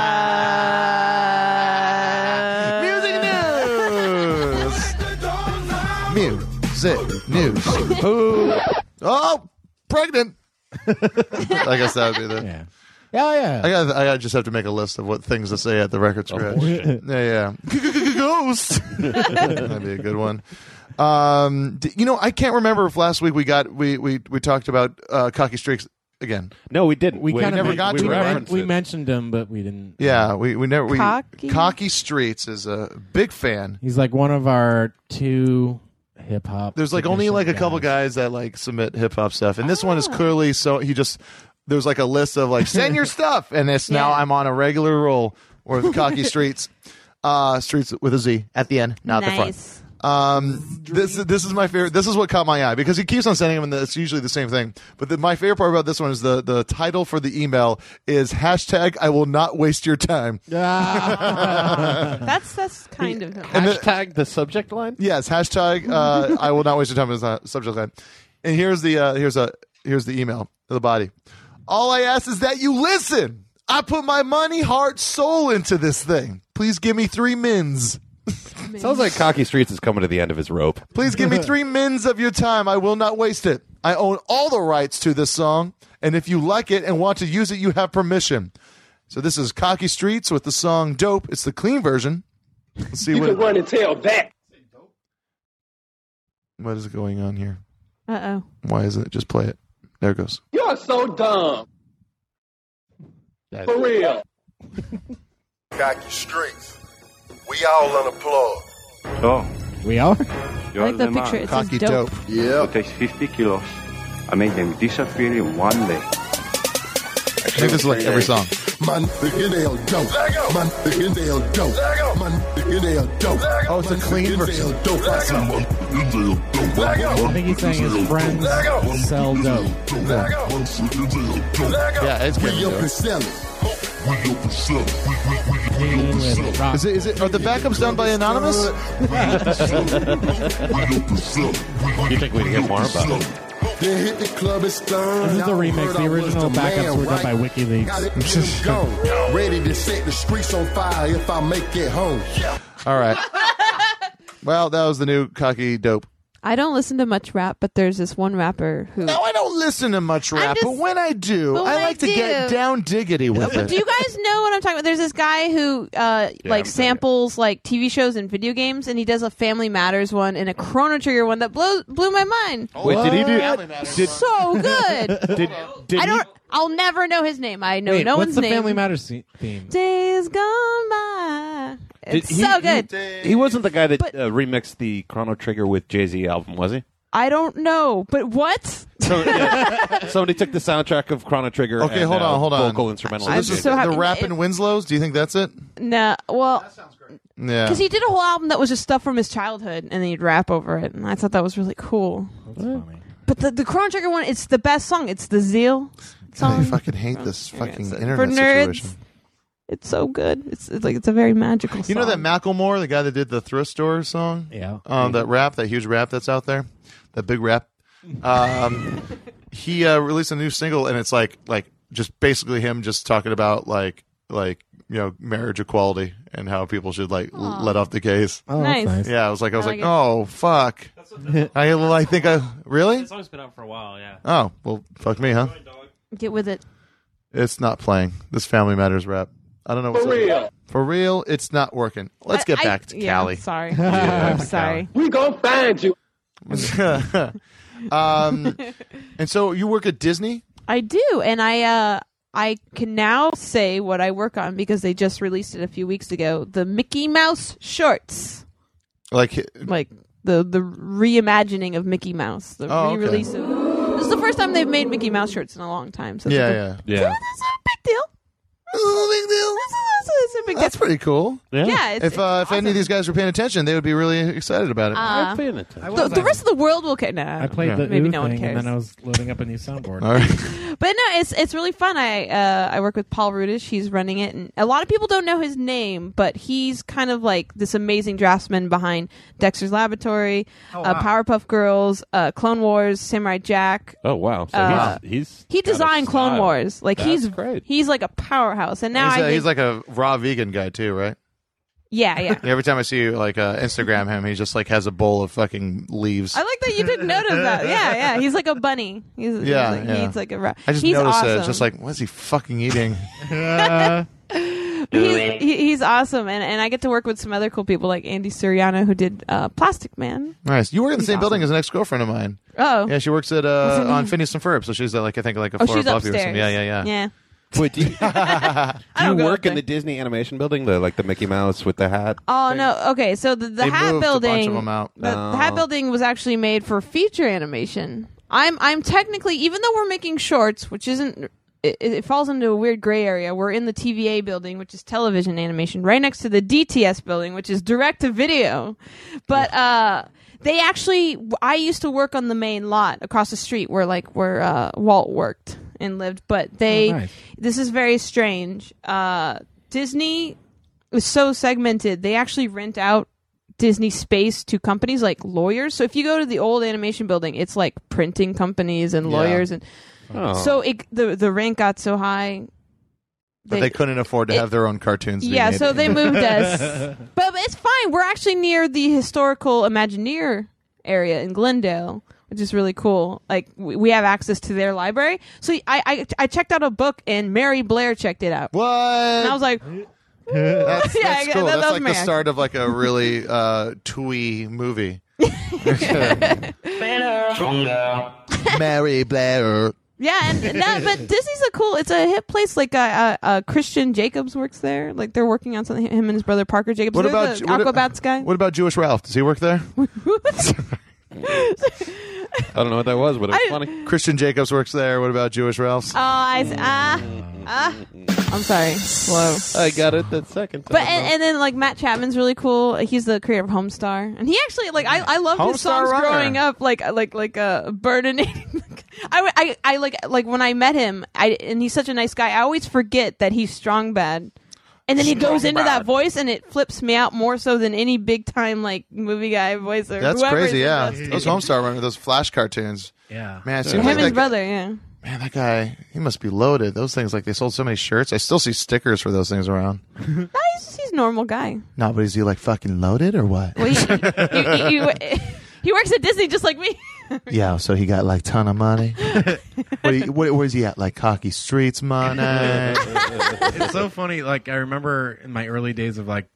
Speaker 7: Music news. Music news. Ooh. Oh, pregnant. I guess that would be the.
Speaker 3: Yeah. Yeah, yeah.
Speaker 7: I got. I gotta just have to make a list of what things to say at the record
Speaker 5: Oh.
Speaker 7: scratch. yeah, yeah. Ghost. That'd be a good one. Um, d- you know, I can't remember if last week we got we we we talked about uh, cocky streaks again.
Speaker 5: No, we didn't.
Speaker 3: we kind of
Speaker 7: never
Speaker 5: men-
Speaker 7: got
Speaker 3: we,
Speaker 7: to it,
Speaker 3: men-
Speaker 7: right?
Speaker 5: referenced
Speaker 3: we
Speaker 5: it.
Speaker 3: mentioned him, but we didn't.
Speaker 7: Yeah, we we never we
Speaker 4: Cocky?
Speaker 7: cocky streets is a big fan.
Speaker 3: He's like one of our two hip hop.
Speaker 7: There's like only like a couple guys that like submit hip hop stuff, and this one
Speaker 4: Ah.
Speaker 7: is clearly so he just there's like a list of like send your stuff, and it's now
Speaker 4: Yeah.
Speaker 7: I'm on a regular roll with cocky streets, uh, streets with a Z at the end, not the front.
Speaker 4: nice.
Speaker 7: Um, this this is my favorite. This is what caught my eye because he keeps on sending them, and it's usually the same thing. But the, my favorite part about this one is the the title for the email is hashtag I will not waste your time.
Speaker 4: That's that's kind of him.
Speaker 7: And the-
Speaker 5: Hashtag the subject line.
Speaker 7: Yes, hashtag uh, I will not waste your time is the subject line. And here's the uh, here's a here's the email to the body. All I ask is that you listen. I put my money, heart, soul into this thing. Please give me three mins.
Speaker 5: Sounds like Cocky Streets is coming to the end of his rope.
Speaker 7: Please give me three mins of your time. I will not waste it. I own all the rights to this song, and if you like it and want to use it, you have permission. So this is Cocky Streets with the song "Dope." It's the clean version. Let's see
Speaker 15: You
Speaker 7: what
Speaker 15: can run and tail back.
Speaker 7: what is going on here.
Speaker 4: Uh oh.
Speaker 7: Why isn't it just play it? There it goes.
Speaker 15: You're so dumb. For real.
Speaker 14: Cocky streets. We all unemployed.
Speaker 16: Oh,
Speaker 3: We are.
Speaker 16: yours and mine.
Speaker 14: Yeah.
Speaker 16: It takes 50 kilos. I made them disappear in one day.
Speaker 7: I think this is like every song.
Speaker 14: Man, the Hindale dope. Man, the Hindale dope. Man, the Hindale dope. Oh, it's a clean version. Dope. I
Speaker 3: think he's saying his friends sell dope.
Speaker 7: Yeah, it's good.
Speaker 14: We up and sell it. We up and sell it. We, we, we, we up and sell it.
Speaker 7: Is it, is it, are the backups done by Anonymous?
Speaker 5: You think we'd hear more about it?
Speaker 14: They hit the club it's done.
Speaker 3: This is the
Speaker 14: Y'all
Speaker 3: remix.
Speaker 14: heard
Speaker 3: The
Speaker 14: I was
Speaker 3: original backups
Speaker 14: man,
Speaker 3: were done
Speaker 14: right?
Speaker 3: by
Speaker 14: Gotta
Speaker 3: WikiLeaks.
Speaker 14: get 'em gone. Ready to set the streets on fire if I make it home.
Speaker 7: All right. Well, that was the new cocky dope.
Speaker 4: I don't listen to much rap, but there's this one rapper who.
Speaker 7: Now I don't listen to much rap, but when I do,
Speaker 4: but
Speaker 7: I
Speaker 4: when
Speaker 7: like
Speaker 4: I
Speaker 7: to get
Speaker 4: do-
Speaker 7: down diggity with it.
Speaker 4: Do you guys know what I'm talking about? There's this guy who uh, like samples like TV shows and video games, and he does a Family Matters one and a Chrono Trigger one that blows blew my mind.
Speaker 5: Wait, did he do? Did,
Speaker 4: so good.
Speaker 5: did, did
Speaker 4: I
Speaker 5: he-
Speaker 4: don't. I'll never know his name. I know
Speaker 3: Wait,
Speaker 4: no
Speaker 3: what's
Speaker 4: one's
Speaker 3: the
Speaker 4: name.
Speaker 3: Family Matters se- theme?
Speaker 4: Days gone by.
Speaker 5: did
Speaker 4: It's
Speaker 5: he-
Speaker 4: so good.
Speaker 5: He, he wasn't the guy that uh, remixed the Chrono Trigger with Jay Z album, was he?
Speaker 4: I don't know, but what?
Speaker 5: So, yeah, somebody took the soundtrack of Chrono Trigger.
Speaker 7: Okay,
Speaker 5: and,
Speaker 7: hold
Speaker 5: uh,
Speaker 7: on, hold on.
Speaker 5: Vocal instrumental.
Speaker 7: So this
Speaker 5: and
Speaker 7: is
Speaker 5: did it.
Speaker 4: happy-
Speaker 7: the rap in Winslow's. Do you think that's it?
Speaker 4: No, well,
Speaker 7: Yeah.
Speaker 4: because he did a whole album that was just stuff from his childhood, and then he'd rap over it, and I thought that was really cool. But the the Chrono Trigger one, it's the best song. It's the Zeal
Speaker 7: I
Speaker 4: song
Speaker 7: fucking hate this fucking internet
Speaker 4: Oh, for nerds.
Speaker 7: situation.
Speaker 4: It's so good. It's, it's like it's a very magical.
Speaker 7: You know that Macklemore, the guy that did the thrift store song?
Speaker 3: Yeah.
Speaker 4: Mm-hmm.
Speaker 7: Um, that rap, that huge rap that's out there, that big rap. Um, he uh, released a new single, and it's like like just basically him just talking about like like you know marriage equality and how people should like l- let off the case.
Speaker 3: Oh, that's Nice. nice.
Speaker 7: Yeah, I was like I was
Speaker 8: I
Speaker 7: like,
Speaker 8: like it.
Speaker 7: oh fuck. I I think I really.
Speaker 8: That song's been out for a while, yeah.
Speaker 7: Oh well, fuck me, huh?
Speaker 4: Get with it.
Speaker 7: It's not playing this Family Matters rap. I don't know what's
Speaker 15: For real.
Speaker 7: For real, it's not working.
Speaker 4: I-
Speaker 7: Let's get
Speaker 4: I-
Speaker 7: back to
Speaker 4: yeah,
Speaker 7: Cali.
Speaker 4: sorry.
Speaker 7: Yeah,
Speaker 4: I'm
Speaker 7: back to
Speaker 4: sorry.
Speaker 15: We gonna find you.
Speaker 7: um, and so you work at Disney.
Speaker 4: I do, and I uh I can now say what I work on because they just released it a few weeks ago. The Mickey Mouse shorts,
Speaker 7: Like,
Speaker 4: like the the reimagining of Mickey Mouse, the
Speaker 7: Oh, okay.
Speaker 4: re-release of. This is the first time they've made Mickey Mouse shorts in a long time. So it's like a-
Speaker 7: yeah, yeah,
Speaker 5: yeah.
Speaker 4: That's not a big deal.
Speaker 7: big deal.
Speaker 4: That's, that's, that's a big
Speaker 7: That's
Speaker 4: deal.
Speaker 7: pretty cool.
Speaker 4: Yeah. Yeah, it's-
Speaker 7: if uh, if any of these guys were paying attention, they would be really excited about it.
Speaker 4: Uh, the, the rest of the world will care. Nah,
Speaker 3: I played the
Speaker 4: maybe
Speaker 3: Ooh
Speaker 4: no one
Speaker 3: thing,
Speaker 4: cares.
Speaker 3: and then I was loading up a new soundboard.
Speaker 7: All right.
Speaker 4: But no, it's it's really fun. I uh, I work with Paul Rudish. He's running it, and a lot of people don't know his name, but he's kind of like this amazing draftsman behind Dexter's Laboratory,
Speaker 7: Oh,
Speaker 4: uh, Powerpuff Girls, uh, Clone Wars, Samurai Jack.
Speaker 5: Oh wow! So
Speaker 4: Uh,
Speaker 5: he's, he's
Speaker 4: He
Speaker 5: got a
Speaker 4: designed Clone
Speaker 5: style.
Speaker 4: Wars. Like
Speaker 5: That's
Speaker 4: he's
Speaker 5: great.
Speaker 4: he's like a powerhouse, and now
Speaker 7: he's,
Speaker 4: I
Speaker 7: a,
Speaker 4: think,
Speaker 7: he's like a raw vegan guy too, right?
Speaker 4: yeah yeah.
Speaker 7: Every time I see like uh, Instagram him, he just like has a bowl of fucking leaves.
Speaker 4: I like that you didn't notice that. Yeah, yeah. He's like a bunny. He's, he's
Speaker 7: yeah,
Speaker 4: like,
Speaker 7: yeah.
Speaker 4: He's like a. ra-
Speaker 7: I just
Speaker 4: he's
Speaker 7: noticed
Speaker 4: awesome.
Speaker 7: that. It's just like, what is he fucking eating?
Speaker 4: But he's, he, he's awesome, and, and I get to work with some other cool people like Andy Suriano, who did uh, Plastic Man.
Speaker 7: nice. You work in the
Speaker 4: He's
Speaker 7: same building
Speaker 4: awesome.
Speaker 7: as an ex girlfriend of mine.
Speaker 4: Oh,
Speaker 7: Yeah, she works
Speaker 4: What's
Speaker 7: at uh,
Speaker 4: her
Speaker 7: on
Speaker 4: name?
Speaker 7: Phineas and Ferb, so she's uh, like I think like a
Speaker 4: oh,
Speaker 7: floor
Speaker 4: she's
Speaker 7: above you or
Speaker 4: upstairs.
Speaker 7: something. Yeah, yeah,
Speaker 4: Yeah,
Speaker 7: yeah.
Speaker 5: Wait, do you, do you
Speaker 4: don't go
Speaker 5: work
Speaker 4: up there.
Speaker 5: in the Disney Animation Building, the like the Mickey Mouse with the hat?
Speaker 4: Oh no. Okay, so the, the
Speaker 5: They
Speaker 4: hat
Speaker 5: moved a bunch of
Speaker 4: building.
Speaker 5: them out.
Speaker 4: The, the
Speaker 5: Oh.
Speaker 4: hat building was actually made for feature animation. I'm I'm technically even though we're making shorts, which isn't it, it falls into a weird gray area. We're in the TVA building, which is television animation, right next to the DTS building, which is direct to video. But uh, they actually, I used to work on the main lot across the street where like where uh, Walt worked and lived. But they,
Speaker 1: Oh, nice.
Speaker 4: this is very strange. Uh, Disney is so segmented. They actually rent out Disney space to companies like lawyers. So if you go to the old animation building, it's like printing companies and
Speaker 7: Yeah.
Speaker 4: lawyers and
Speaker 7: Oh.
Speaker 4: so it, the the rent got so high.
Speaker 7: But they, couldn't afford to have their own cartoons. to be
Speaker 4: yeah,
Speaker 7: made.
Speaker 4: so they moved us. But it's fine. We're actually near the historical Imagineer area in Glendale, which is really cool. Like we, we have access to their library. So I, I I checked out a book and Mary Blair checked it out.
Speaker 7: What? And
Speaker 4: I was like,
Speaker 7: that's,
Speaker 4: Yeah, I-
Speaker 7: that's cool.
Speaker 4: that-
Speaker 7: that's
Speaker 4: that
Speaker 7: like
Speaker 4: was
Speaker 7: the
Speaker 4: my
Speaker 7: start of like a really uh, twee movie.
Speaker 17: Better, stronger.
Speaker 7: Mary Blair.
Speaker 4: Yeah, and, and that, but Disney's a cool. It's a hip place. Like uh, uh, uh, Christian Jacobs works there. Like they're working on something. Him and his brother Parker Jacobs.
Speaker 7: What
Speaker 4: They're
Speaker 7: about
Speaker 4: the
Speaker 7: what,
Speaker 4: Aquabats guy?
Speaker 7: What about Jewish Ralph? Does he work there?
Speaker 5: I don't know what that was, but it was
Speaker 4: I-
Speaker 5: funny.
Speaker 7: Christian Jacobs works there. What about Jewish Ralph's?
Speaker 4: Oh, I s- ah ah. I'm sorry. Slow.
Speaker 5: I got it that second time.
Speaker 4: But and, and then like Matt Chapman's really cool. He's the creator of Homestar, and he actually like I I love his
Speaker 1: Homestar
Speaker 4: songs
Speaker 1: Runner.
Speaker 4: growing up. Like like like uh burdenating. I, w- I I like like when I met him. I and he's such a nice guy. I always forget that he's strong bad, and then he goes into that voice, and it flips me out more so than any big time like movie guy voice or
Speaker 7: That's
Speaker 4: whoever
Speaker 7: crazy.
Speaker 4: is
Speaker 7: Yeah,
Speaker 4: invested.
Speaker 7: those Homestar Runner, those Flash cartoons.
Speaker 2: Yeah,
Speaker 7: man, it
Speaker 4: Him
Speaker 7: seems like
Speaker 4: and his
Speaker 7: that,
Speaker 4: brother. Yeah.
Speaker 7: man, that guy, he must be loaded. Those things, like they sold so many shirts. I still see stickers for those things around.
Speaker 4: No, he's he's a normal guy.
Speaker 7: No, but is he like fucking loaded or what?
Speaker 4: Well, he, he, he, he works at Disney just like me.
Speaker 7: Yeah, so he got like ton of money. what, he, what, where's he at? Like cocky streets money.
Speaker 2: it's so funny. Like I remember in my early days of like,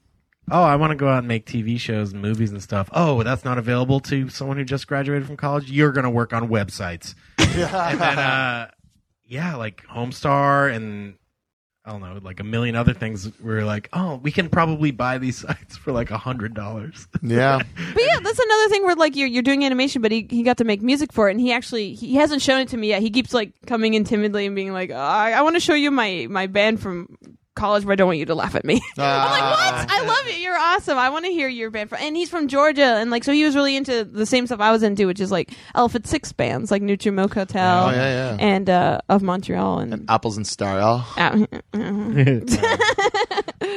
Speaker 2: oh, I want to go out and make TV shows and movies and stuff. Oh, that's not available to someone who just graduated from college. You're gonna work on websites. and then, uh, yeah, like Homestar and I don't know, like a million other things. We were like, oh, we can probably buy these sites for like a hundred dollars.
Speaker 7: Yeah.
Speaker 4: But yeah, that's another thing where like you're you're doing animation, but he, he got to make music for it, and he actually he hasn't shown it to me yet. He keeps like coming in timidly and being like, "Uh, I, I want to show you my my band from college, but I don't want you to laugh at me. I'm like,
Speaker 7: Ah.
Speaker 4: what? I love it. You're awesome. I want to hear your band from. And he's from Georgia, and like so he was really into the same stuff I was into, which is like Elephant Six bands, like Nutrimoke Hotel,
Speaker 7: Oh, yeah, yeah.
Speaker 4: and uh, of Montreal, and,
Speaker 7: apples and star, y'all.
Speaker 4: Uh,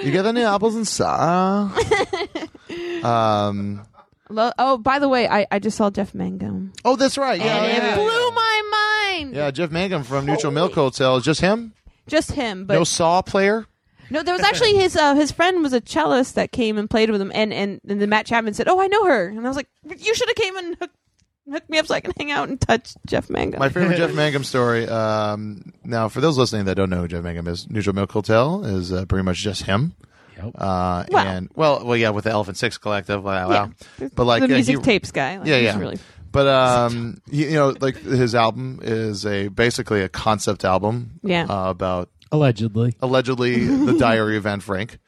Speaker 7: You got any apples and star? um,
Speaker 4: lo- oh, by the way, I I just saw Jeff Mangum.
Speaker 7: Oh, that's right. Yeah,
Speaker 4: and
Speaker 7: yeah,
Speaker 4: it
Speaker 7: yeah.
Speaker 4: blew my mind.
Speaker 7: yeah, Jeff Mangum from Neutral Milk Hotel. Just him?
Speaker 4: Just him, but
Speaker 7: no saw player?
Speaker 4: No, there was actually his uh, his friend was a cellist that came and played with him, and and, and then Matt Chapman said, "Oh, I know her," and I was like, "You should have came and hooked, hooked me up so I can hang out and touch Jeff Mangum."
Speaker 7: My favorite Jeff Mangum story. Um, now, for those listening that don't know who Jeff Mangum is, Neutral Milk Hotel is uh, pretty much just him. Uh,
Speaker 4: Well-
Speaker 7: and well, well, yeah, with the Elephant Six Collective, wow, wow.
Speaker 4: Yeah.
Speaker 7: But like
Speaker 4: The
Speaker 7: uh, he-
Speaker 4: music tapes guy, like,
Speaker 7: yeah,
Speaker 4: he's
Speaker 7: yeah.
Speaker 4: really-
Speaker 7: But um, you, you know, like his album is a basically a concept album.
Speaker 4: Yeah.
Speaker 7: Uh, about
Speaker 3: Allegedly.
Speaker 7: allegedly the diary of Anne Frank.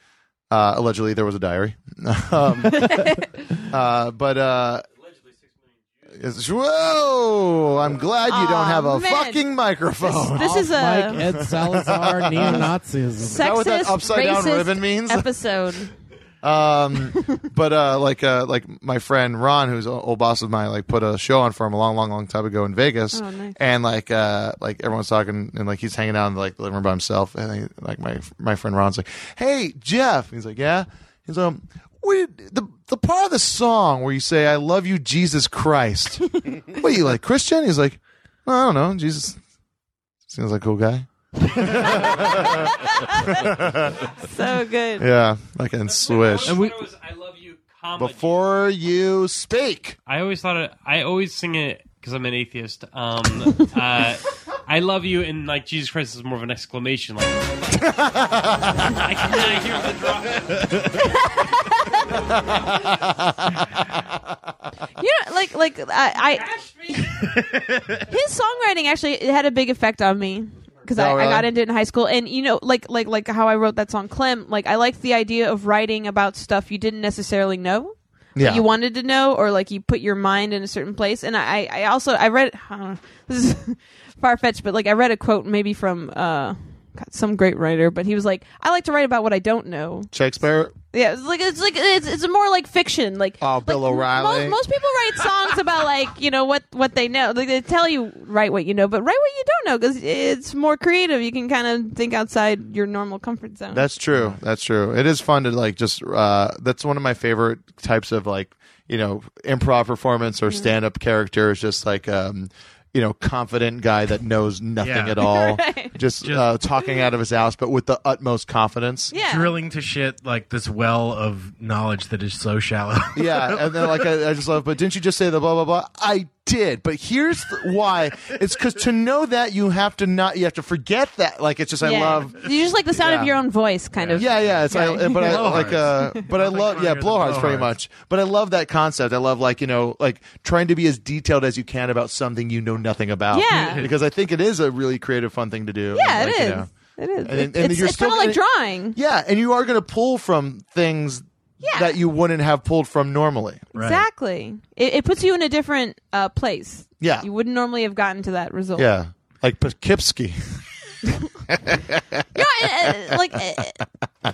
Speaker 7: Uh, allegedly there was a diary. um, uh, but uh, it's- whoa! I'm glad you don't have a
Speaker 4: man.
Speaker 7: fucking microphone.
Speaker 4: This- this is Off a- mic, Ed Salazar,
Speaker 3: neo-Nazism.
Speaker 7: Is that what that
Speaker 4: Sexist,
Speaker 7: upside down
Speaker 4: racist
Speaker 7: ribbon means?
Speaker 4: episode.
Speaker 7: Um, but uh, like uh, like my friend Ron, who's an old boss of mine, like put a show on for him a long, long, long time ago in Vegas,
Speaker 4: Oh, nice.
Speaker 7: and like uh, like everyone's talking, and like he's hanging out in like the living room by himself, and he, like my my friend Ron's like, "Hey Jeff," he's like, "Yeah," he's like, "What the the part of the song where you say I love you Jesus Christ? what you like Christian?" He's like, "Well, "I don't know, Jesus." Seems like a cool guy.
Speaker 4: so good.
Speaker 7: Yeah, like in Swish.
Speaker 8: And we- I love you. Comedy.
Speaker 7: Before you speak.
Speaker 8: I always thought it, I always sing it because I'm an atheist. Um, uh, I love you, and like Jesus Christ is more of an exclamation. Like I cannot hear the drop.
Speaker 4: You know, like like I, I his songwriting actually it had a big effect on me because I,
Speaker 1: Oh,
Speaker 4: I
Speaker 1: really?
Speaker 4: got into it in high school, and you know, like like like how I wrote that song, Clem. Like I liked the idea of writing about stuff you didn't necessarily know. that
Speaker 7: Yeah.
Speaker 4: you wanted to know, or like you put your mind in a certain place. And I, I also I read I don't know, this is far fetched, but like I read a quote maybe from uh, God, some great writer, but he was like, "I like to write about what I don't know."
Speaker 7: Shakespeare.
Speaker 4: Yeah, it's like it's like it's it's more like fiction. Like
Speaker 7: Oh, Bill O'Reilly.
Speaker 4: most, most people write songs about like you know what what they know. Like they tell you write what you know, but write what you don't know because it's more creative. You can kind of think outside your normal comfort zone.
Speaker 7: That's true. That's true. It is fun to like just. Uh, that's one of my favorite types of like you know improv performance or stand up character is just like um, you know confident guy that knows nothing
Speaker 3: Yeah.
Speaker 7: at all,
Speaker 3: Right.
Speaker 7: just, uh, talking out of his ass, but with the utmost confidence.
Speaker 3: Drilling to shit like this well of knowledge that is so shallow.
Speaker 7: Yeah, and then like I, I just love. But didn't you just say the blah blah blah? I did, but here's th- why. It's because to know that you have to not you have to forget that. Like it's just I
Speaker 4: Yeah.
Speaker 7: love.
Speaker 4: You just like the sound of
Speaker 7: Yeah.
Speaker 4: your own voice, kind of.
Speaker 7: Yeah, yeah. It's I, but I like uh,
Speaker 4: Blowhards.
Speaker 7: but I love yeah blowhards pretty much. But I love that concept. I love like you know like trying to be as detailed as you can about something you know nothing about.
Speaker 4: Yeah.
Speaker 7: because I think it is a really creative, fun thing to do.
Speaker 4: Yeah,
Speaker 7: Like,
Speaker 4: it
Speaker 7: you
Speaker 4: is.
Speaker 7: know.
Speaker 4: It is.
Speaker 7: And- and
Speaker 4: it's
Speaker 7: you're
Speaker 4: it's kind
Speaker 7: still
Speaker 4: of like
Speaker 7: gonna-
Speaker 4: drawing.
Speaker 7: Yeah, and you are going to pull from things that you wouldn't have pulled from normally.
Speaker 4: Exactly. It, it puts you in a different uh, place.
Speaker 7: Yeah.
Speaker 4: You wouldn't normally have gotten to that result.
Speaker 7: Yeah, like Poughkeepsie.
Speaker 4: Yeah, uh, uh, like uh,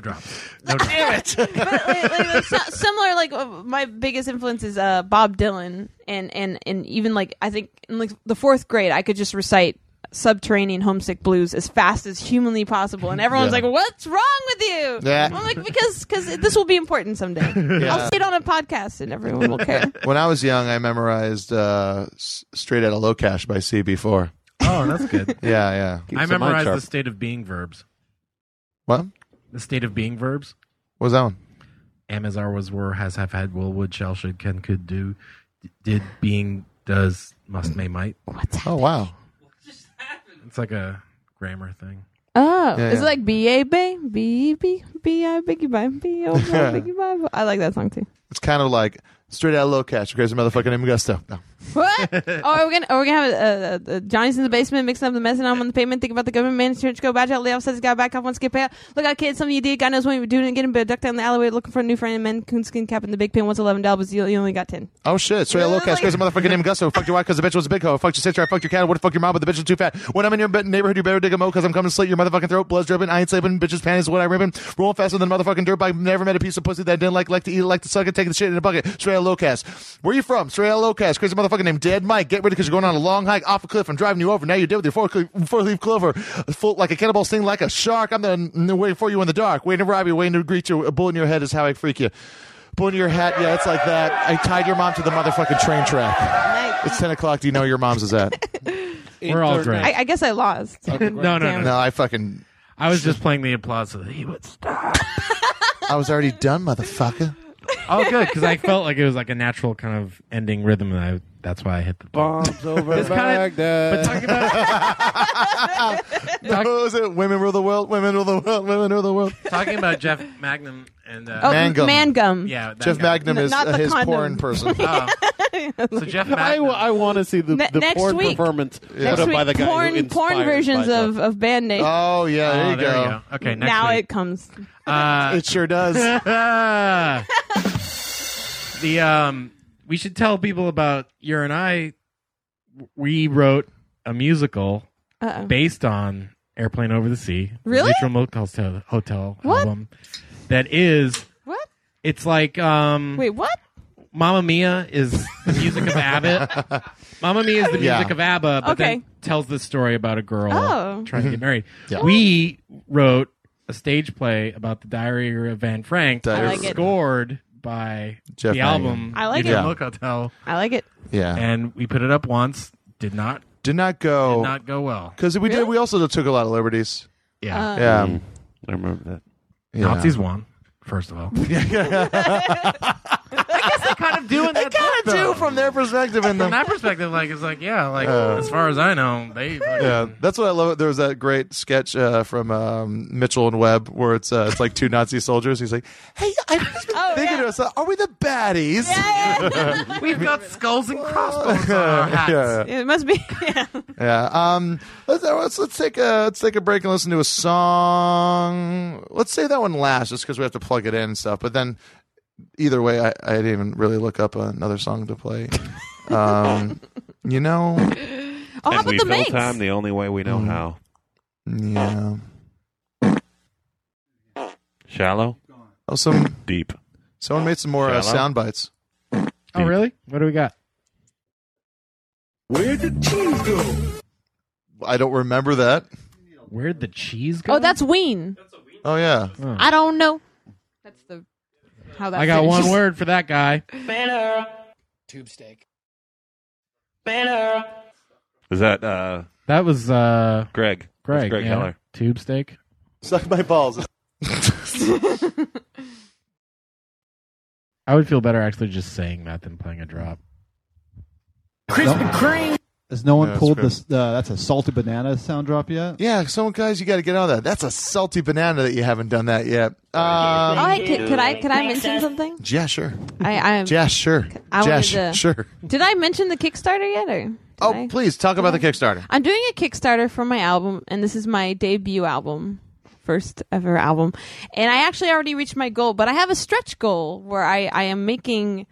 Speaker 3: drops.
Speaker 4: Damn it! but like, like, like, so- similar, like uh, my biggest influence is uh, Bob Dylan, and and and even like I think in like the fourth grade, I could just recite "Subterranean Homesick Blues" as fast as humanly possible, and everyone's
Speaker 18: Yeah.
Speaker 4: like, "What's wrong with you?"
Speaker 7: Yeah.
Speaker 4: I'm like, "Because because this will be important someday.
Speaker 7: Yeah.
Speaker 4: I'll say it on a podcast, and everyone will care."
Speaker 7: when I was young, I memorized uh, S- "Straight Outta Low Cash" by CB4.
Speaker 3: Oh, that's good.
Speaker 7: Yeah, yeah.
Speaker 3: I memorized the state of being verbs.
Speaker 7: What?
Speaker 3: The state of being verbs.
Speaker 7: What was that one?
Speaker 3: Am as are was were has have had will would shall should can could do d- did being does must may might.
Speaker 4: What's
Speaker 7: Oh wow.
Speaker 3: It's like a grammar thing.
Speaker 4: Oh,
Speaker 3: Yeah,
Speaker 4: is it
Speaker 3: yeah.
Speaker 4: like B A B B E B B I Biggie Bye B O Biggie Bye? I like that song too.
Speaker 7: It's kind of like "Straight Outta Low Cash." Crazy motherfucker named Gusto. No.
Speaker 4: What? oh, are we gonna are we gonna have uh, uh, Johnny's in the basement mixing up the mess and I'm on the pavement. Think about the government man. Church go badge out. Lay off says guy back off. Once get paid. Look out, kid. Something you did. God knows when you were doing it. Getting but duck down the alleyway looking for a new friend. Men coonskin cap and the big pin. Once eleven dollars. You, you only got ten.
Speaker 7: Oh shit! Straight Outta Low Cash. Crazy motherfucker named Gusto. Fuck your wife because the bitch was a big hoe. Fuck your sister. I fucked your cat. I would fuck your mom, but the bitch was too fat. When I'm in your be- neighborhood, you better dig a mo because I'm coming to slit your motherfucking throat. Blood's dripping. I ain't sleeping. Bitches panties is what I ripping. Rolling faster than motherfucking dirt bike. Never met a piece of pussy that I didn't like. Like to eat. it, Like to suck it. Take the shit in a bucket. Straight Outta Low Cash. Where you from? Straight Outta Low Cash. Crazy motherfucker named Dead Mike. Get ready because you're going on a long hike off a cliff. I'm driving you over. Now you're dead with your four cl- four leaf clover. Float like a cannibal. Sting like a shark. I'm there n- waiting for you in the dark. Waiting to rob you. Waiting to greet you. A bullet in your head is how I freak you. Put in your hat. Yeah, it's like that. I tied your mom to the motherfucking train track. It's 10 o'clock. Do you know where your mom's is at?
Speaker 3: We're all drunk.
Speaker 4: I, I guess I lost.
Speaker 3: no, no, no,
Speaker 4: Damn.
Speaker 7: No, I fucking.
Speaker 3: I was just playing the applause so that he would stop.
Speaker 7: I was already done, motherfucker.
Speaker 3: Oh, good, because I felt like it was like a natural kind of ending rhythm, and I, that's why I hit the
Speaker 2: bombs over
Speaker 3: It's kinda-
Speaker 2: Baghdad.
Speaker 7: What was it? Women rule the world. Women rule the world. Women rule the world.
Speaker 3: Talking about Jeff Magnum and uh,
Speaker 7: Oh, Mangum.
Speaker 4: Mangum.
Speaker 3: Yeah, that
Speaker 7: Jeff
Speaker 3: guy.
Speaker 7: Magnum
Speaker 4: N-
Speaker 7: is
Speaker 4: not
Speaker 7: uh,
Speaker 4: the
Speaker 7: his
Speaker 4: condom.
Speaker 7: porn person.
Speaker 3: Oh. so Jeff
Speaker 2: I,
Speaker 3: Magnum.
Speaker 2: want to see the,
Speaker 4: Ne-
Speaker 2: the
Speaker 4: next
Speaker 2: porn
Speaker 4: week.
Speaker 2: performance
Speaker 4: Next
Speaker 2: put up
Speaker 4: week,
Speaker 2: by the guy who
Speaker 4: porn
Speaker 2: inspired
Speaker 4: porn
Speaker 2: by
Speaker 4: versions
Speaker 2: the-
Speaker 4: of of band names.
Speaker 7: Oh yeah, there,
Speaker 3: Oh,
Speaker 7: you,
Speaker 3: there
Speaker 7: go.
Speaker 3: you go. Okay, next
Speaker 4: now
Speaker 3: week.
Speaker 4: it comes.
Speaker 3: Uh,
Speaker 7: It sure does.
Speaker 3: the um, we should tell people about your and I. We wrote a musical
Speaker 4: Uh-oh.
Speaker 3: based on Airplane Over the Sea, the
Speaker 4: Really?
Speaker 3: Neutral Milk Hotel, Hotel
Speaker 4: What?
Speaker 3: album. That is
Speaker 4: What?
Speaker 3: It's like um,
Speaker 4: Wait, what?
Speaker 3: Mamma Mia is the music of ABBA. Mamma Mia is the
Speaker 7: Yeah.
Speaker 3: music of ABBA, but
Speaker 4: Okay.
Speaker 3: then tells the story about a girl
Speaker 4: Oh.
Speaker 3: trying to get married.
Speaker 7: Yeah.
Speaker 3: We wrote a stage play about the Diary of Van Frank,
Speaker 7: I
Speaker 3: that
Speaker 4: like
Speaker 3: was
Speaker 4: it.
Speaker 3: scored by
Speaker 7: Jeff
Speaker 3: the
Speaker 7: Mangan.
Speaker 3: album.
Speaker 4: I like
Speaker 3: Neutral
Speaker 4: it.
Speaker 3: Milk Hotel,
Speaker 4: I like it.
Speaker 7: Yeah.
Speaker 3: and we put it up once. Did not
Speaker 7: Did not go.
Speaker 3: did not go well.
Speaker 7: Because we did. We also took a lot of liberties.
Speaker 3: Yeah,
Speaker 4: Uh,
Speaker 7: Yeah.
Speaker 5: Um,
Speaker 2: I remember
Speaker 4: Oh,
Speaker 2: that.
Speaker 7: Yeah.
Speaker 3: Nazis won. First of all, kind of doing
Speaker 7: They kind of do from their perspective in
Speaker 3: from
Speaker 7: them.
Speaker 3: that perspective, like it's like yeah, like
Speaker 7: Uh,
Speaker 3: as far as I know, they
Speaker 7: Yeah, that's what I love. There was that great sketch uh, from um, Mitchell and Webb where it's uh, it's like two Nazi soldiers. He's like, "Hey, I was thinking to myself, are we the baddies?"
Speaker 3: We've got skulls and crossbones on our hats.
Speaker 7: yeah,
Speaker 4: It must be. Yeah. Oh,
Speaker 7: yeah. Um, let's, let's let's take a let's take a break and listen to a song. Let's say that one last, just because we have to plug it in and stuff. But then either way, I, I didn't even really look up another song to play. Um, you know,
Speaker 4: Oh, how
Speaker 5: As
Speaker 4: about
Speaker 5: we
Speaker 4: the
Speaker 5: fill
Speaker 4: Minx?
Speaker 5: time the only way we know how.
Speaker 7: yeah.
Speaker 5: Shallow,
Speaker 7: Oh, some
Speaker 5: deep.
Speaker 7: Someone made some more uh,
Speaker 5: Shallow?
Speaker 7: sound bites.
Speaker 3: Oh, really? What do we got?
Speaker 7: Where'd the cheese go? I don't remember that.
Speaker 2: Where'd the cheese
Speaker 4: Oh, that's Ween.
Speaker 7: Oh yeah.
Speaker 4: I don't know. That's the how that. Oh,
Speaker 2: I got
Speaker 4: finishes.
Speaker 2: one word for that guy.
Speaker 17: Banner. Tube steak. Banner.
Speaker 5: Is that uh,
Speaker 2: That was uh
Speaker 5: Greg?
Speaker 2: Greg,
Speaker 5: That's Greg
Speaker 2: yeah.
Speaker 5: Keller.
Speaker 2: Tube steak.
Speaker 7: Suck my balls.
Speaker 2: I would feel better actually just saying that than playing a drop.
Speaker 6: Krispy Kreme. Has no one
Speaker 7: Yeah, that's
Speaker 6: pulled
Speaker 7: good.
Speaker 6: this? Uh, that's a salted banana sound drop yet.
Speaker 7: Yeah, someone guys, you got to get on that. That's a salty banana that you haven't done that yet. Um,
Speaker 4: oh, hey, could, could I could I mention something?
Speaker 7: yeah, sure.
Speaker 4: I I am.
Speaker 7: Yeah, sure.
Speaker 4: I
Speaker 7: yeah,
Speaker 4: wanted
Speaker 7: sh-
Speaker 4: to-
Speaker 7: sure.
Speaker 4: Did I mention the Kickstarter yet? Or did
Speaker 7: Oh,
Speaker 4: I?
Speaker 7: please talk about the Kickstarter.
Speaker 4: I'm doing a Kickstarter for my album, and this is my debut album, first ever album. And I actually already reached my goal, but I have a stretch goal where I, I am making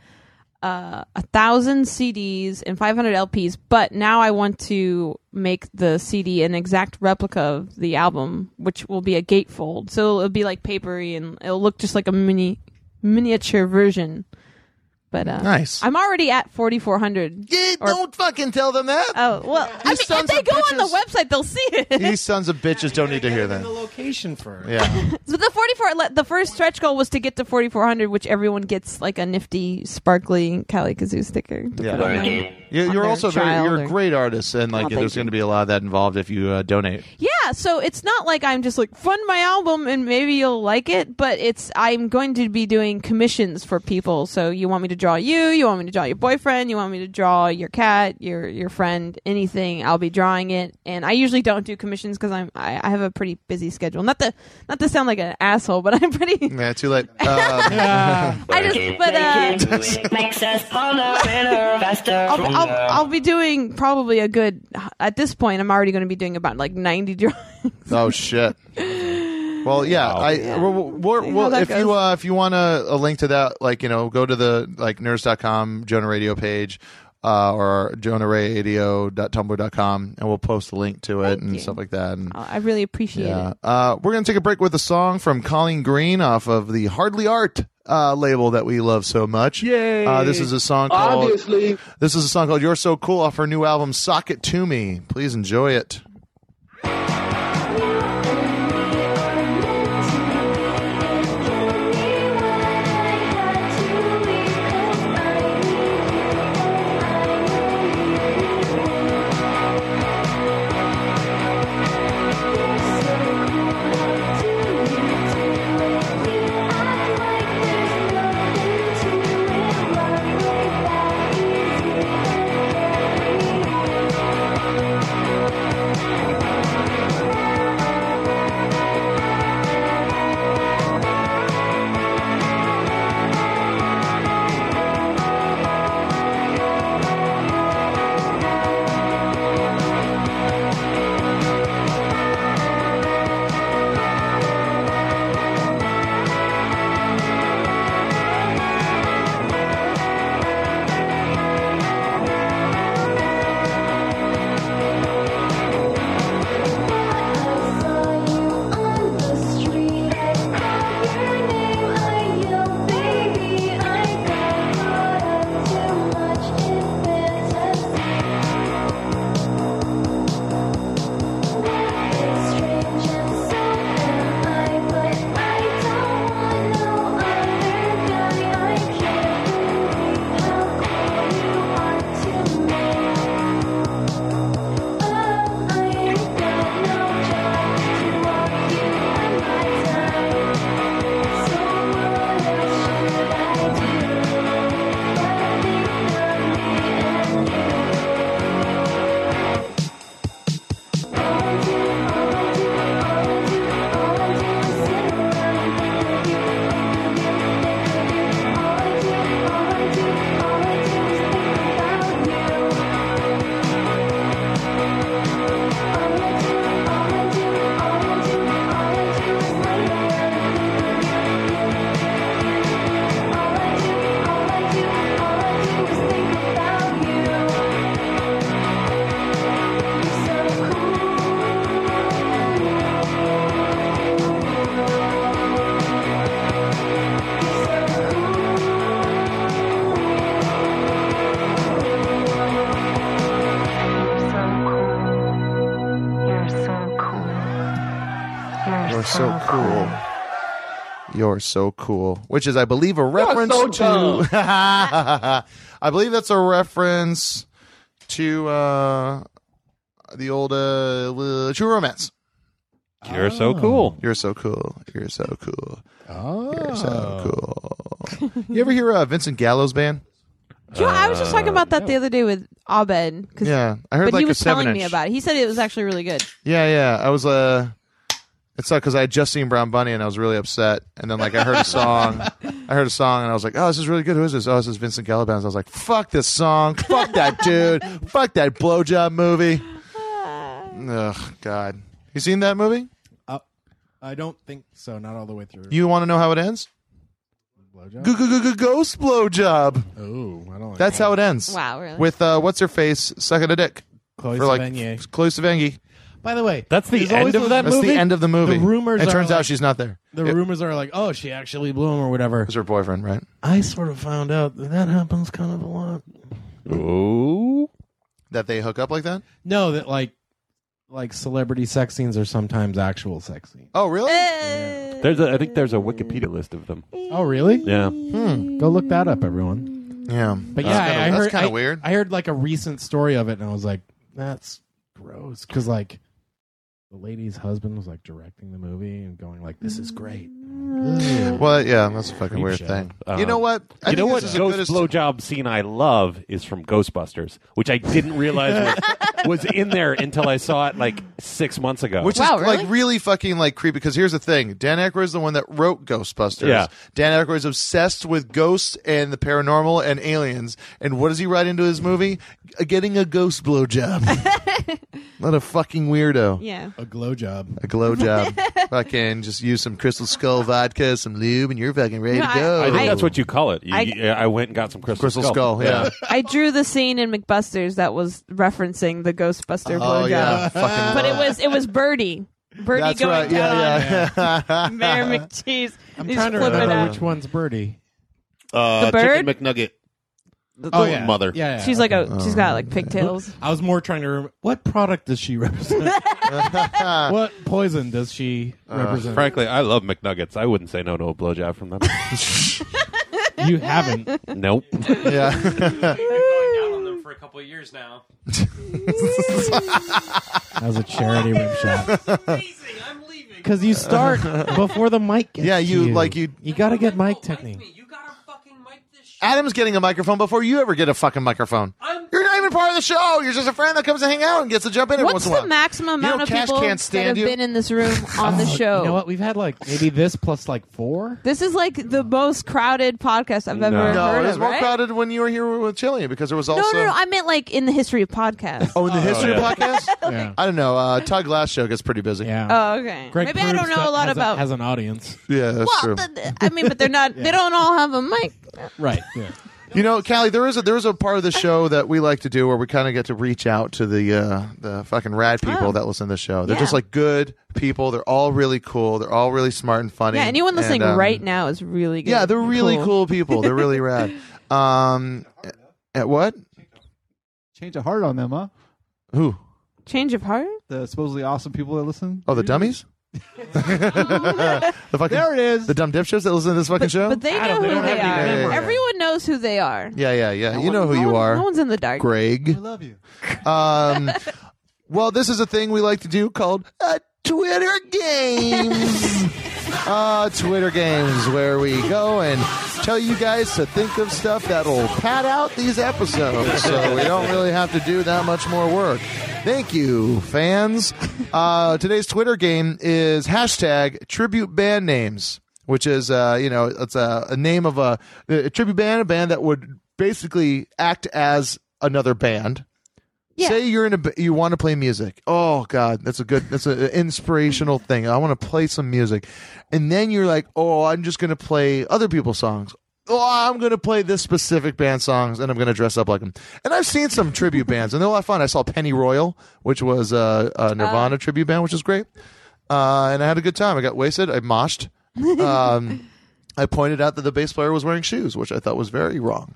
Speaker 4: uh, a thousand CDs and 500 LPs, but now I want to make the CD an exact replica of the album, which will be a gatefold. So it'll be like papery and it'll look just like a mini miniature version. But uh,
Speaker 7: Nice.
Speaker 4: I'm already at 4,400.
Speaker 7: Yeah, don't fucking tell them that.
Speaker 4: Oh well, I mean, if they go on the website, they'll see it.
Speaker 7: These sons of bitches don't need to hear that.
Speaker 2: location for
Speaker 7: Yeah.
Speaker 4: So the 44, le- the first stretch goal was to get to 4400, which everyone gets like a nifty, sparkly Cali Kazoo sticker. to
Speaker 7: Yeah.
Speaker 4: put on their-
Speaker 7: You,
Speaker 4: on
Speaker 7: you're
Speaker 4: their
Speaker 7: also very,
Speaker 4: child
Speaker 7: you're
Speaker 4: or-
Speaker 7: a great artist, and like
Speaker 4: Oh,
Speaker 7: there's
Speaker 4: thank
Speaker 7: going to be a lot of that involved if you uh, donate.
Speaker 4: Yeah, so it's not like I'm just like fund my album and maybe you'll like it, but it's I'm going to be doing commissions for people. So you want me to draw you, you want me to draw your boyfriend, you want me to draw your cat, your your friend, anything. I'll be drawing it, and I usually don't do commissions because I'm I, I have a pretty busy schedule. Not to not to sound like an asshole, but I'm pretty.
Speaker 7: Yeah, too late. Um,
Speaker 4: I just but uh.
Speaker 17: Makes us harder, better, faster,
Speaker 4: I'll, I'll,
Speaker 17: stronger.
Speaker 4: I'll be doing probably a good at this point i'm already going to be doing about like 90 drawings
Speaker 7: oh shit. Well, yeah, I well, well,
Speaker 4: See
Speaker 7: well,
Speaker 4: how that
Speaker 7: if you
Speaker 4: goes.
Speaker 7: uh, if you want a, a link to that, like you know, go to the like nerds.com Jonah Radio page uh, or jonahradio.tumblr.com, and we'll post a link to it and stuff like that. And
Speaker 4: i really appreciate it
Speaker 7: yeah, uh, we're gonna take a break with a song from Colleen Green off of the Hardly Art uh, label that we love so much. Yay! Uh, this is a song called
Speaker 15: Obviously.
Speaker 7: This is a song called "You're So Cool" off her new album "Sock It to Me." Please enjoy it.
Speaker 1: Thank you
Speaker 7: so cool. You're so cool, which is, I believe, a reference
Speaker 1: so dumb.
Speaker 7: to. I believe that's a reference to uh, the old uh, li- True Romance.
Speaker 5: You're so cool.
Speaker 7: You're so cool. You're so cool. You're so cool. you ever hear uh, Vincent Gallo's band?
Speaker 4: Do you know, I was just talking about that the other day with Abed. 'cause-
Speaker 7: Uh, Yeah, I heard
Speaker 4: but
Speaker 7: like
Speaker 4: he
Speaker 7: a
Speaker 4: was telling
Speaker 7: seven
Speaker 4: me
Speaker 7: inch.
Speaker 4: about it. He said it was actually really good.
Speaker 7: Yeah, yeah. I was uh it's like because I had just seen Brown Bunny and I was really upset, and then like I heard a song, I heard a song and I was like, oh, this is really good. Who is this? Oh, this is Vincent Gallibanz. I was like, fuck this song, fuck that dude, fuck that blowjob movie. Ugh, God. You seen that movie?
Speaker 3: I don't think so. Not all the way through.
Speaker 7: You want to know how it ends? Blowjob. Ghost blowjob.
Speaker 3: Oh, I don't. Like
Speaker 7: That's
Speaker 3: that.
Speaker 7: how it ends.
Speaker 3: Wow, really?
Speaker 7: With uh, what's her face sucking a dick
Speaker 3: Chloe
Speaker 7: for like
Speaker 3: Sevigny.
Speaker 7: Chloe Sevigny.
Speaker 3: By the way,
Speaker 5: That's the
Speaker 3: there's always
Speaker 5: end of
Speaker 3: those-
Speaker 5: that
Speaker 7: That's the end of the movie.
Speaker 3: The rumors.
Speaker 7: It
Speaker 3: are
Speaker 7: turns out
Speaker 3: like-
Speaker 7: she's not there.
Speaker 3: The
Speaker 7: It
Speaker 3: rumors are like, oh, she actually blew him or whatever.
Speaker 7: was her boyfriend, right?
Speaker 3: I sort of found out that that happens kind of a lot.
Speaker 5: Oh.
Speaker 7: That they hook up like that?
Speaker 3: No, that like, like celebrity sex scenes are sometimes actual sex scenes.
Speaker 7: Oh,
Speaker 4: Eh.
Speaker 7: really?
Speaker 4: Uh,
Speaker 5: There's a, I think there's a Wikipedia list of them.
Speaker 3: Oh, really?
Speaker 5: Yeah.
Speaker 7: Hmm.
Speaker 3: Go look that up, everyone.
Speaker 7: Yeah.
Speaker 3: But
Speaker 7: That's
Speaker 3: yeah,
Speaker 7: kinda-
Speaker 3: I, I
Speaker 7: that's
Speaker 3: heard
Speaker 7: kinda
Speaker 3: I-
Speaker 7: weird.
Speaker 3: I heard like a recent story of it, and I was like, that's gross, because like the lady's husband was like directing the movie and going like, this is great.
Speaker 4: Mm.
Speaker 7: Well, yeah, that's a fucking
Speaker 3: Creep
Speaker 7: weird
Speaker 3: show.
Speaker 7: thing.
Speaker 5: Uh,
Speaker 7: you know what? I
Speaker 5: you know
Speaker 7: think
Speaker 5: what?
Speaker 7: this is the
Speaker 5: Ghost
Speaker 7: goodest-
Speaker 5: blowjob scene I love is from Ghostbusters, which I didn't realize was, was in there until I saw it like six months ago.
Speaker 7: Which is like really fucking like creepy because here's the thing. Dan Aykroyd's the one that wrote Ghostbusters.
Speaker 5: Yeah.
Speaker 7: Dan Aykroyd's obsessed with ghosts and the paranormal and aliens. And what does he write into his movie? Uh, Getting a ghost blowjob. what a fucking weirdo.
Speaker 4: Yeah.
Speaker 3: A glow job.
Speaker 7: A glow job. fucking just use some crystal skull vodka, some lube, and you're fucking ready
Speaker 4: No,
Speaker 7: to
Speaker 4: I-
Speaker 7: go.
Speaker 5: I think that's what you call it. You-
Speaker 4: I-
Speaker 5: you- I, went and got some crystal,
Speaker 7: Crystal Skull, yeah.
Speaker 4: I drew the scene in McBusters that was referencing the Ghostbuster
Speaker 7: Oh,
Speaker 4: blowjob.
Speaker 7: yeah. Fucking
Speaker 4: but it
Speaker 7: love
Speaker 4: was it was Birdie. Birdie
Speaker 7: That's
Speaker 4: going
Speaker 7: right.
Speaker 4: down
Speaker 7: Yeah, yeah.
Speaker 4: on Mayor McCheese.
Speaker 3: I'm
Speaker 4: He's
Speaker 3: trying to
Speaker 4: flipping
Speaker 3: remember
Speaker 4: out.
Speaker 3: which one's Birdie.
Speaker 19: Uh,
Speaker 4: The bird?
Speaker 19: Chicken McNugget.
Speaker 3: oh yeah,
Speaker 5: Uh,
Speaker 19: mother.
Speaker 3: Yeah, yeah,
Speaker 4: She's like
Speaker 3: okay.
Speaker 4: a she's got
Speaker 7: Um,
Speaker 4: like pigtails.
Speaker 3: I was more trying to remember what product does she represent? what poison does she
Speaker 7: Uh,
Speaker 3: represent?
Speaker 5: Frankly, I love McNuggets. I wouldn't say no to a blowjob from them.
Speaker 3: you haven't.
Speaker 5: nope.
Speaker 7: Yeah.
Speaker 8: going down on them for a couple of years now.
Speaker 3: That was a charity rim shot.
Speaker 8: Amazing. I'm leaving.
Speaker 3: Because you start before the mic gets
Speaker 7: Yeah, you-
Speaker 3: to
Speaker 7: like, you-
Speaker 3: you got to get mic technique.
Speaker 7: Adam's getting a microphone before you ever get a fucking microphone. You're not even part of the show. You're just a friend that comes to hang out and gets to jump in every
Speaker 4: What's
Speaker 7: once in a while.
Speaker 4: the maximum
Speaker 7: You know
Speaker 4: amount of
Speaker 7: Cash Oh,
Speaker 4: people
Speaker 7: can't
Speaker 4: that
Speaker 7: stand
Speaker 4: have
Speaker 7: you?
Speaker 4: been in this room on the show?
Speaker 3: You know what? We've had like maybe this plus like four.
Speaker 4: This is like the most crowded podcast I've ever
Speaker 5: No.
Speaker 4: heard
Speaker 7: No, it was
Speaker 4: of,
Speaker 7: more
Speaker 4: right?
Speaker 7: crowded when you were here with Chili because there was also.
Speaker 4: No, no, no. I meant like in the history of podcasts.
Speaker 7: Oh, in the history
Speaker 5: yeah.
Speaker 7: of podcasts?
Speaker 3: Yeah.
Speaker 7: I don't know. Uh, Todd Glass show gets pretty busy.
Speaker 3: Yeah.
Speaker 4: oh, okay.
Speaker 3: Greg
Speaker 4: Oh. Maybe I
Speaker 3: Proops
Speaker 4: don't know a lot
Speaker 3: has
Speaker 4: about.
Speaker 3: has an audience.
Speaker 7: Yeah, that's true.
Speaker 4: well, the- I mean, but they're not. They don't all have a mic.
Speaker 3: Right. Yeah.
Speaker 7: you know, Callie, there is a there is a part of the show that we like to do where we kind of get to reach out to the uh, the fucking rad people that listen to the show. They're
Speaker 4: Oh. Yeah.
Speaker 7: just like good people. They're all really cool. They're all really smart and funny.
Speaker 4: Yeah, anyone listening
Speaker 7: And, um,
Speaker 4: right now is really good.
Speaker 7: Yeah, they're really cool, people. They're really rad. Um, at what?
Speaker 6: Change of heart on them, huh?
Speaker 7: Who?
Speaker 4: Change of heart.
Speaker 6: The supposedly awesome people that listen.
Speaker 7: Oh, the dummies. the fucking
Speaker 6: There it is.
Speaker 7: the dumb dipshits that listen to this fucking show.
Speaker 4: But they know who they
Speaker 7: any
Speaker 4: are.
Speaker 7: memory.
Speaker 4: Everyone knows who they are.
Speaker 7: yeah, yeah, yeah. you know who you are.
Speaker 4: No one's in the dark.
Speaker 7: Greg.
Speaker 6: love you.
Speaker 7: Um, well, this is a thing we like to do called uh, Twitter games. uh, Twitter games, where we go and tell you guys to think of stuff that'll pad out these episodes, so we don't really have to do that much more work. Thank you, fans. Uh, today's Twitter game is hashtag tribute band names, which is uh, you know it's a, a name of a, a tribute band, a band that would basically act as another band.
Speaker 4: Yeah.
Speaker 7: Say you're in a b- you want to play music. Oh God, that's a good that's an inspirational thing. I want to play some music, and then you're like, oh, I'm just gonna play other people's songs. Oh, I'm gonna play this specific band songs, and I'm gonna dress up like them. And I've seen some tribute bands, and they're a lot of fun. I saw Penny Royal, which was uh, a Nirvana tribute band, which is great. Uh, and I had a good time. I got wasted. I moshed. Um, I pointed out that the bass player was wearing shoes, which I thought was very wrong.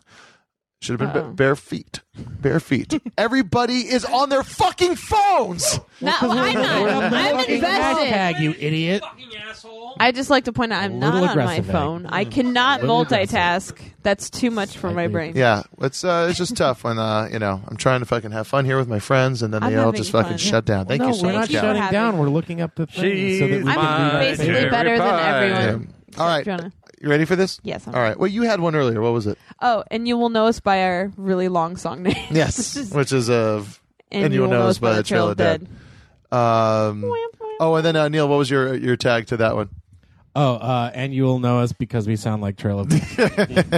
Speaker 7: Should have been ba- bare feet. Bare feet. Everybody is on their fucking phones.
Speaker 4: No, Oh, I'm not. I'm invested.
Speaker 2: you idiot.
Speaker 4: I just like to point out I'm
Speaker 7: little
Speaker 4: not on my
Speaker 7: aggressive, Eddie.
Speaker 4: phone. I cannot
Speaker 7: Little
Speaker 4: multitask. That's too much for my brain.
Speaker 7: Yeah, it's uh, it's just tough when uh, you know I'm trying to fucking have fun here with my friends, and then
Speaker 4: I'm
Speaker 7: they all
Speaker 4: having
Speaker 7: just fucking
Speaker 4: fun.
Speaker 7: shut down. Thank
Speaker 2: no,
Speaker 7: you so
Speaker 2: we're
Speaker 7: much.
Speaker 2: not
Speaker 7: guys.
Speaker 2: shutting down. We're looking up the thing so that we
Speaker 7: She's
Speaker 2: can
Speaker 7: my
Speaker 2: do
Speaker 4: basically better than everyone.
Speaker 7: All right,
Speaker 4: Jonah.
Speaker 7: you ready for this?
Speaker 4: Yes, I'm
Speaker 7: all right. Well, you had one earlier. What was it?
Speaker 4: Oh, and you will know us by our really long song name.
Speaker 7: Yes, which is of
Speaker 4: And
Speaker 7: and you
Speaker 4: You'll Know
Speaker 7: know
Speaker 4: Us
Speaker 7: by the trail of dead. Um, oh, and then uh, Neil, what was your your tag to that one?
Speaker 3: Oh, uh, and you will know us because we sound like Trail of.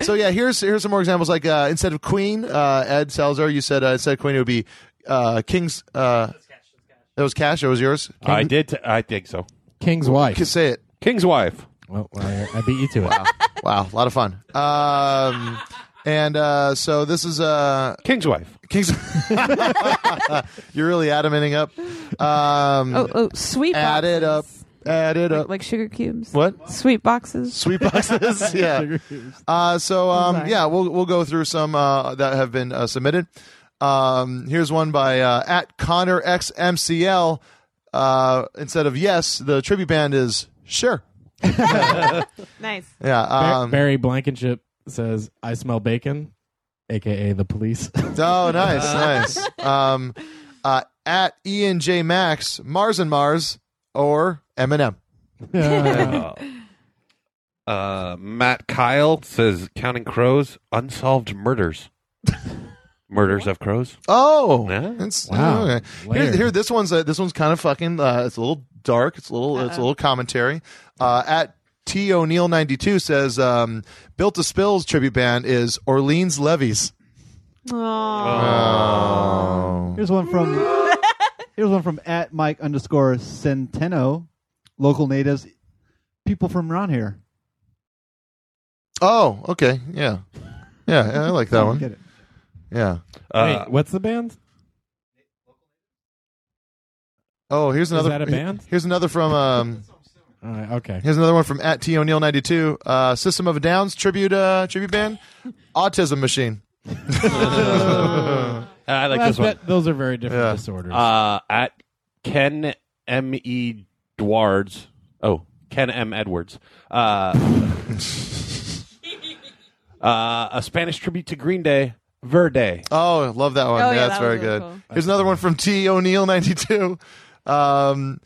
Speaker 7: so yeah, here's here's some more examples. Like uh, instead of Queen, uh, Ed Salazar, you said uh, instead of Queen it would be uh, King's. Uh, that was Cash. That was yours.
Speaker 5: I did. T- I think so.
Speaker 3: King's wife.
Speaker 7: Can say it.
Speaker 5: King's wife.
Speaker 3: Well, I, I beat you to it.
Speaker 7: Wow, wow, a lot of fun. Um, and uh, so this is uh,
Speaker 5: King's wife.
Speaker 7: King's. You're really adamenting up. Um,
Speaker 4: Oh, oh, sweet
Speaker 7: Add it up. Add it up.
Speaker 4: Like sugar cubes.
Speaker 7: What?
Speaker 4: Sweet boxes.
Speaker 7: Sweet boxes. yeah. Uh, so um,
Speaker 4: sorry.
Speaker 7: yeah, we'll we'll go through some uh, that have been uh, submitted. Um, here's one by uh, at Connor XMCL. Uh, instead of yes, the tribute band is sure.
Speaker 4: Nice.
Speaker 7: Yeah. Um,
Speaker 3: Barry Blankenship says, "I smell bacon," aka the police.
Speaker 7: Oh, nice, nice. Um, uh, at Ian J Max, Mars and Mars, or Eminem.
Speaker 5: Uh, uh, Matt Kyle says Counting Crows, Unsolved Murders. Murders of Crows.
Speaker 7: Oh,
Speaker 5: Yeah.
Speaker 7: It's-
Speaker 5: Wow.
Speaker 7: okay. Here,
Speaker 5: Layered.
Speaker 7: here, this one's uh, this one's kind of fucking. Uh, it's a little dark. It's a little. It's a little commentary. Uh, at T O'Neill ninety two says, um, "Built to Spills tribute band is Orleans Levies." Oh.
Speaker 6: Here's one from here's one from at Mike underscore Centeno, local natives, people from around here.
Speaker 7: Oh, okay, yeah, yeah, yeah, I like that one. Yeah.
Speaker 5: Uh,
Speaker 3: Wait, what's the band?
Speaker 7: Oh, here's another.
Speaker 3: that a band?
Speaker 7: Here's another from. Um,
Speaker 3: All right, okay.
Speaker 7: Here's another one from at T O'Neill ninety two. Uh, System of a Down's tribute uh, tribute band, Autism Machine.
Speaker 5: I like
Speaker 3: Well,
Speaker 5: this one.
Speaker 3: that- those are very different disorders.
Speaker 5: Uh, at Ken M E Dwards. Oh, Ken M Edwards. Uh, uh, a Spanish tribute to Green Day, Verde.
Speaker 7: Oh, love that one.
Speaker 5: Oh, yeah,
Speaker 7: That's
Speaker 5: that was
Speaker 7: very
Speaker 5: really
Speaker 7: good.
Speaker 5: cool.
Speaker 7: Here's another one from T O'Neill ninety two. Um,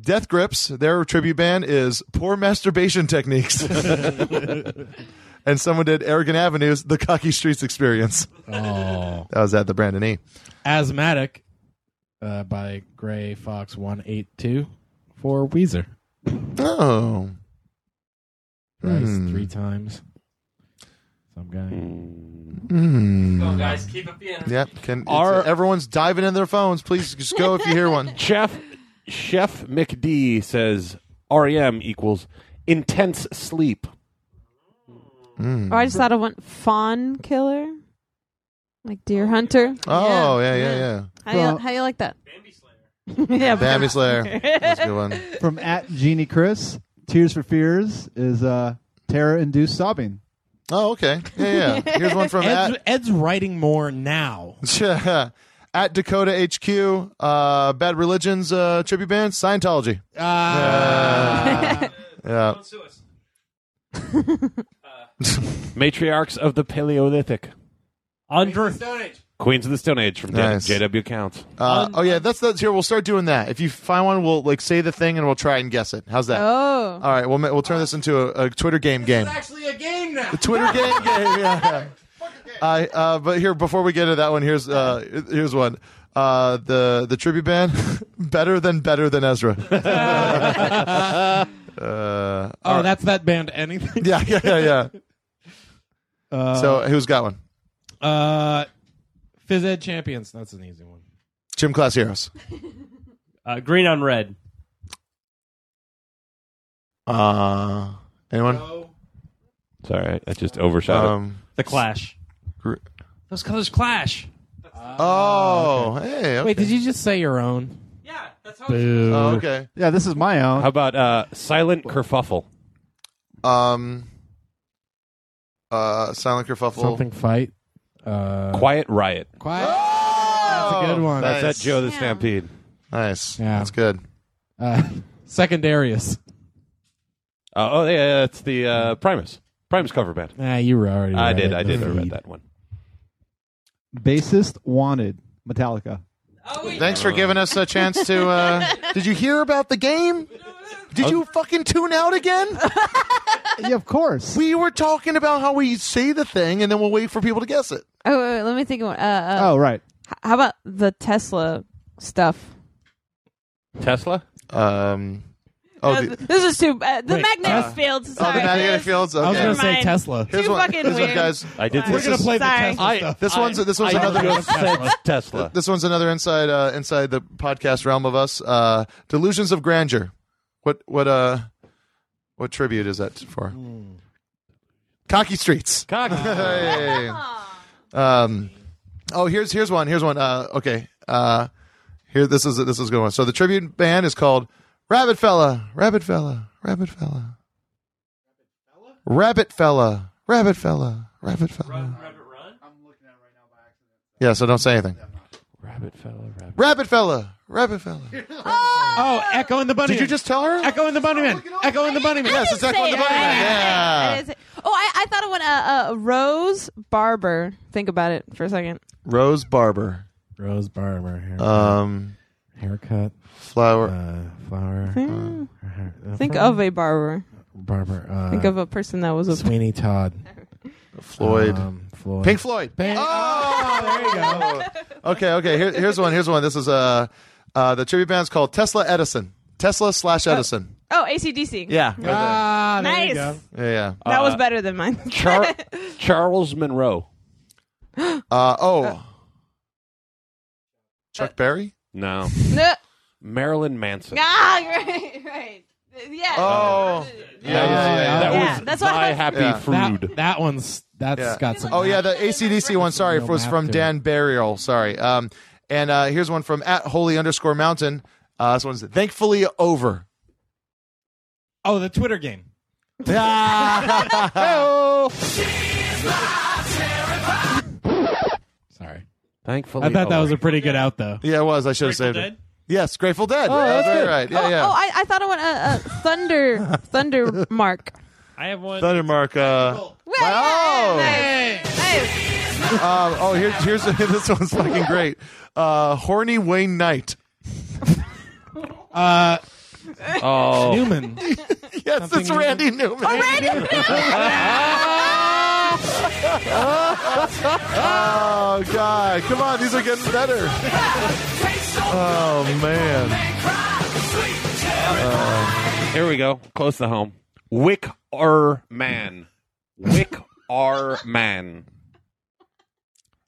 Speaker 7: Death Grips. Their tribute band is Poor Masturbation Techniques. and someone did Arrogant Avenues, The Cocky Streets Experience.
Speaker 3: Oh.
Speaker 7: That was at the Brandon E.
Speaker 3: Asthmatic uh, by Gray Fox 182 for Weezer.
Speaker 7: Oh.
Speaker 3: Thrice,
Speaker 7: Hmm.
Speaker 3: three times. Some guy.
Speaker 7: Hmm.
Speaker 3: Go,
Speaker 8: guys, keep up the energy.
Speaker 7: Yep. Can it's-
Speaker 5: Our-
Speaker 7: everyone's diving in their phones? Please just go if you hear one.
Speaker 5: Chef Chef McD says REM equals intense sleep.
Speaker 7: Mm-hmm.
Speaker 4: Or Oh, I just thought of one fawn killer. Like deer hunter.
Speaker 7: Oh yeah, yeah, yeah.
Speaker 4: How, do you, how do you like that? Bambi Slayer. yeah,
Speaker 7: Bambi Slayer. That's a good one.
Speaker 6: From at Jeannie Chris, Tears for Fears is uh, terror induced sobbing.
Speaker 7: Oh, okay. Yeah, yeah. Here's one from
Speaker 3: Ed's,
Speaker 7: at,
Speaker 3: Ed's writing more now.
Speaker 7: at Dakota HQ, uh, Bad Religions uh, tribute band, Scientology. Uh,
Speaker 3: Ah.
Speaker 7: yeah.
Speaker 5: Matriarchs of the Paleolithic.
Speaker 8: Andrew.
Speaker 5: Queens of the Stone Age from J-
Speaker 7: Nice.
Speaker 5: JW Counts.
Speaker 7: Uh, oh yeah, that's that's here. We'll start doing that. If you find one, we'll like say the thing and we'll try and guess it. How's that?
Speaker 4: Oh.
Speaker 7: All right, we'll ma- we'll turn this into a, a Twitter game game.
Speaker 3: actually a game now.
Speaker 7: The Twitter game game. Yeah. I uh, but here before we get to that one, here's uh, here's one. Uh, the the tribute band, better than better than Ezra. uh, oh,
Speaker 3: Oh, that's that band anything.
Speaker 7: yeah, yeah, yeah, yeah.
Speaker 3: Uh,
Speaker 7: so who's got one?
Speaker 3: uh Phys Ed Champions. That's an easy one.
Speaker 7: Gym class heroes.
Speaker 8: Uh, green on red.
Speaker 7: Uh, anyone?
Speaker 5: Sorry, I just overshot
Speaker 7: Um,
Speaker 8: The Clash.
Speaker 7: Gr-
Speaker 8: Those colors clash.
Speaker 7: Oh, hey.
Speaker 3: Wait, did you just say your own?
Speaker 8: Yeah, that's how.
Speaker 5: it. Boo.
Speaker 7: Oh, okay.
Speaker 6: Yeah, this is my own.
Speaker 5: How about uh, Silent Kerfuffle?
Speaker 7: Um. uh, Silent Kerfuffle.
Speaker 3: Something fight. Uh,
Speaker 5: Quiet Riot.
Speaker 3: Quiet.
Speaker 7: That's
Speaker 3: a good one.
Speaker 5: That's
Speaker 7: Oh, Nice.
Speaker 5: that Joe the Stampede.
Speaker 7: Nice.
Speaker 3: Yeah.
Speaker 7: That's good.
Speaker 3: Uh, Secondarius.
Speaker 5: Uh, oh yeah, that's the uh, Primus. Primus cover band.
Speaker 3: Ah, you were already.
Speaker 5: I
Speaker 3: read
Speaker 5: did.
Speaker 3: it.
Speaker 5: I did. I
Speaker 3: Doesn't
Speaker 5: read
Speaker 3: need-
Speaker 5: that one.
Speaker 6: Bassist wanted Metallica.
Speaker 7: Thanks for giving us a chance to. Uh, did you hear about the game? Did you fucking tune out again?
Speaker 6: yeah, of course.
Speaker 7: We were talking about how we say the thing and then we'll wait for people to guess it.
Speaker 4: Oh, wait, wait, let me think of one. Uh, uh,
Speaker 6: Oh, right.
Speaker 4: h- How about the Tesla stuff?
Speaker 5: Tesla.
Speaker 7: Um. Oh, the,
Speaker 4: Uh, this is too bad. The
Speaker 3: Wait,
Speaker 4: magnetic
Speaker 3: uh,
Speaker 4: fields.
Speaker 7: oh,
Speaker 4: Sorry.
Speaker 7: the magnetic
Speaker 4: This-
Speaker 7: fields. Okay.
Speaker 3: I was going
Speaker 4: Never
Speaker 3: to say
Speaker 4: mind.
Speaker 3: Tesla.
Speaker 7: Here's
Speaker 4: Too
Speaker 7: one,
Speaker 4: fucking
Speaker 7: here's one,
Speaker 4: weird.
Speaker 7: guys.
Speaker 5: I did.
Speaker 3: We're
Speaker 5: say-
Speaker 3: going to play
Speaker 4: Sorry.
Speaker 3: the Tesla
Speaker 5: I-
Speaker 3: stuff.
Speaker 7: This one's this one's
Speaker 5: I
Speaker 7: another
Speaker 5: just said Tesla.
Speaker 7: this one's another inside uh, inside the podcast realm of us. Uh, Delusions of grandeur. What what uh what tribute is that for? Cocky streets. Hey. Um. Oh, here's here's one. Here's one. Uh. Okay. Uh. Here. This is this is a good one. So the tribute band is called Rabbit Fella. Rabbit Fella. Rabbit Fella. Rabbit Fella. Rabbit Fella. Rabbit Fella. Yeah. So don't say anything.
Speaker 5: Rabbit fella. Rabbit.
Speaker 7: Rabbit Fella. Rabbit Fella.
Speaker 3: Oh, Echo and the Bunny.
Speaker 7: Did you just tell her?
Speaker 3: Echo and the Bunnyman. Echo and the Bunnyman.
Speaker 4: I
Speaker 7: Yes, it's
Speaker 4: didn't
Speaker 7: Echo
Speaker 4: say
Speaker 7: and the
Speaker 4: it.
Speaker 7: Bunnyman.
Speaker 4: I didn't say it.
Speaker 7: Yeah.
Speaker 4: I didn't say- Oh, I, I thought of one. Uh, uh, Rose Barber. Think about it for a second.
Speaker 7: Rose Barber.
Speaker 3: Rose Barber. Haircut.
Speaker 7: Um.
Speaker 3: haircut
Speaker 7: Flower.
Speaker 3: uh, flower.
Speaker 4: Hmm.
Speaker 3: uh, hair- uh,
Speaker 4: Think of a barber.
Speaker 3: Barber. Uh,
Speaker 4: Think of a person that was a.
Speaker 3: Sweeney Todd.
Speaker 7: Floyd.
Speaker 3: Um, Floyd.
Speaker 7: Pink Floyd.
Speaker 3: Pink-
Speaker 7: Oh, there you go. okay, okay. Here, here's one. Here's one. This is uh, uh, the tribute band's called Tesla Edison. Tesla slash Edison.
Speaker 4: Oh, ACDC.
Speaker 5: Yeah.
Speaker 7: Yeah,
Speaker 3: Ah, there
Speaker 4: Nice.
Speaker 3: you go.
Speaker 7: yeah.
Speaker 4: That was
Speaker 5: Uh,
Speaker 4: better than mine.
Speaker 5: Char- Charles Monroe.
Speaker 7: Uh, oh, Chuck Berry.
Speaker 5: No.
Speaker 4: no.
Speaker 5: Marilyn Manson.
Speaker 4: Ah, right, right. Yeah.
Speaker 7: Oh, yeah, yeah, yeah. yeah.
Speaker 5: That
Speaker 4: Yeah,
Speaker 5: was
Speaker 4: that's what I
Speaker 5: my
Speaker 4: was-
Speaker 5: happy
Speaker 7: Yeah.
Speaker 5: food.
Speaker 3: That, that one's that's
Speaker 7: Yeah.
Speaker 3: got some.
Speaker 7: Oh yeah, the ACDC one. Sorry,
Speaker 3: No
Speaker 7: was
Speaker 3: map
Speaker 7: from
Speaker 3: to it.
Speaker 7: Dan Burial. Sorry. Um, and uh, here's one from at Holy underscore Mountain. Uh, this one's thankfully over.
Speaker 3: Oh, the Twitter game.
Speaker 7: Ah.
Speaker 3: Sorry,
Speaker 5: Thankfully,
Speaker 3: I thought that
Speaker 5: oh.
Speaker 3: was a pretty good out though.
Speaker 7: Yeah, it was. I should have
Speaker 8: Grateful
Speaker 7: saved it.
Speaker 8: Dead?
Speaker 7: Yes, Grateful Dead. Oh,
Speaker 5: that's
Speaker 7: very
Speaker 5: good.
Speaker 7: right. Yeah,
Speaker 4: oh,
Speaker 7: yeah.
Speaker 4: oh, I, I thought I went uh, uh, Thunder Thunder Mark.
Speaker 8: I have one.
Speaker 7: Thundermark. Uh,
Speaker 4: Well,
Speaker 7: Wow.
Speaker 4: yeah, nice, nice.
Speaker 7: um, oh, here, here's this one's fucking great. Uh, horny Wayne Knight.
Speaker 3: Uh,
Speaker 5: Oh,
Speaker 3: Newman.
Speaker 7: Yes, it's Randy Newman. Oh, Randy Newman. oh God! Come on, these are getting better. Oh man!
Speaker 5: here we go. Close to home. Wick R man. Wick R man.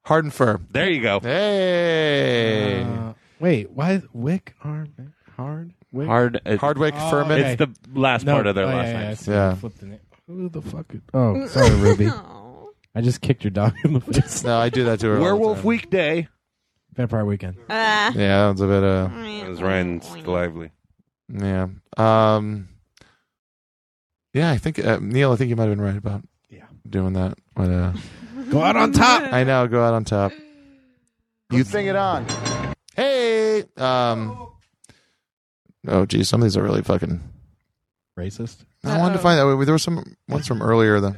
Speaker 7: Hard and firm.
Speaker 5: There you go.
Speaker 7: Hey.
Speaker 3: Uh, wait, why Wick Arm Hard Wick?
Speaker 5: Hard. uh,
Speaker 7: Hardwick
Speaker 3: Oh,
Speaker 7: Furman.
Speaker 3: okay.
Speaker 5: It's the last
Speaker 3: No,
Speaker 5: part of their
Speaker 3: oh, yeah,
Speaker 5: last
Speaker 3: yeah,
Speaker 5: name.
Speaker 3: I see.
Speaker 7: Yeah.
Speaker 3: I flipped the name. Who the fuck? Is, oh, sorry, Ruby.
Speaker 4: Oh.
Speaker 3: I just kicked your dog in the face.
Speaker 7: No, I do that to her. all the
Speaker 5: Werewolf
Speaker 7: time.
Speaker 5: Weekday.
Speaker 3: Vampire Weekend.
Speaker 4: Uh, mm,
Speaker 7: Yeah, that was a bit. Uh,
Speaker 5: That was Ryan Lively.
Speaker 7: yeah. Um. Yeah, I think uh, Neil. I think you might have been right about
Speaker 3: Yeah.
Speaker 7: doing that. But, uh,
Speaker 3: Go out on top.
Speaker 7: I know. Go out on top. You sing it on. Hey. Um. Oh, geez, some of these are really fucking.
Speaker 3: Racist.
Speaker 7: I wanted to
Speaker 4: Uh-oh.
Speaker 7: find that. There were some ones from earlier though.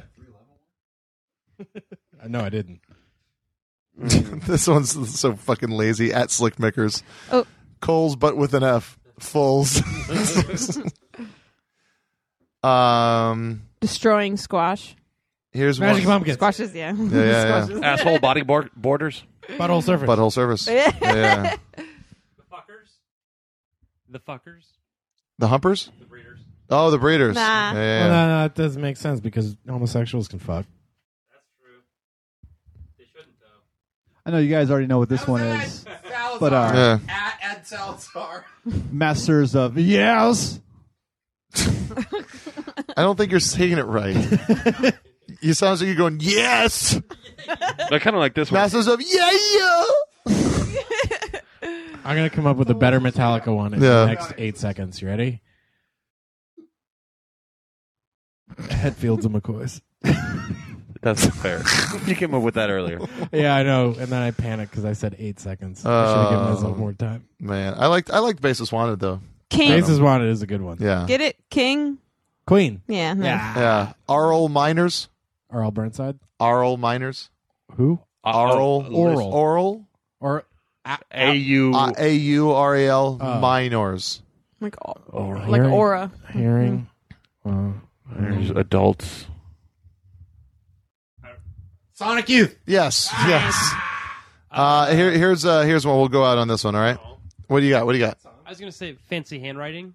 Speaker 3: Uh, No, I didn't.
Speaker 7: this one's so fucking lazy. At Slick Mickers.
Speaker 4: Oh.
Speaker 7: Coles, but with an F. Fulls. um.
Speaker 4: Destroying squash.
Speaker 7: Here's
Speaker 3: Magic
Speaker 7: one.
Speaker 3: Pumpkins.
Speaker 4: Squashes, yeah.
Speaker 7: Yeah, yeah, yeah.
Speaker 5: Asshole body bor- borders.
Speaker 3: Butthole surface.
Speaker 7: Butthole service.
Speaker 4: Yeah.
Speaker 7: yeah.
Speaker 8: The fuckers. The fuckers.
Speaker 7: The Humpers?
Speaker 8: The breeders.
Speaker 7: Oh, the Breeders.
Speaker 4: Nah.
Speaker 7: Yeah.
Speaker 3: Well, no, no, it doesn't make sense because homosexuals can fuck.
Speaker 8: That's true. They shouldn't though.
Speaker 6: I know you guys already know what this one is, but uh,
Speaker 7: yeah.
Speaker 2: At Ed Salazar.
Speaker 6: Masters of Yes.
Speaker 7: I don't think you're saying it right. you sounds like you're going, yes!
Speaker 5: I kind of like this one.
Speaker 7: Masters of yeah, yeah!
Speaker 3: I'm gonna come up with a better Metallica one in
Speaker 7: Yeah.
Speaker 3: the next eight seconds. You ready? Hetfields and McCoys.
Speaker 5: That's fair. you came up with that earlier.
Speaker 3: yeah, I know. And then I panicked because I said eight seconds. I should have given myself
Speaker 7: Um,
Speaker 3: more time.
Speaker 7: Man, I liked I liked Basis Wanted though.
Speaker 4: King.
Speaker 3: Bases Wanted is a good one.
Speaker 7: Yeah.
Speaker 4: Get it, King?
Speaker 3: Queen.
Speaker 4: Yeah. nice.
Speaker 7: Yeah. Arl Miners.
Speaker 3: Arl Burnside.
Speaker 7: Arl Miners.
Speaker 3: Who?
Speaker 2: Uh, oh,
Speaker 7: Arl.
Speaker 3: Oral.
Speaker 7: Oral. Uh,
Speaker 3: Or
Speaker 5: A U
Speaker 7: A U R A L
Speaker 3: Oh.
Speaker 7: Minors.
Speaker 4: Like, like aura.
Speaker 3: Hearing.
Speaker 7: Mm-hmm.
Speaker 3: Uh,
Speaker 5: There's adults.
Speaker 3: Sonic Youth.
Speaker 7: Yes.
Speaker 2: Ah.
Speaker 7: Yes. Uh, here, here's uh, here's one. We'll go out on this one. All right.
Speaker 2: Oh.
Speaker 7: What do you got? What do you got?
Speaker 8: I was gonna say fancy handwriting.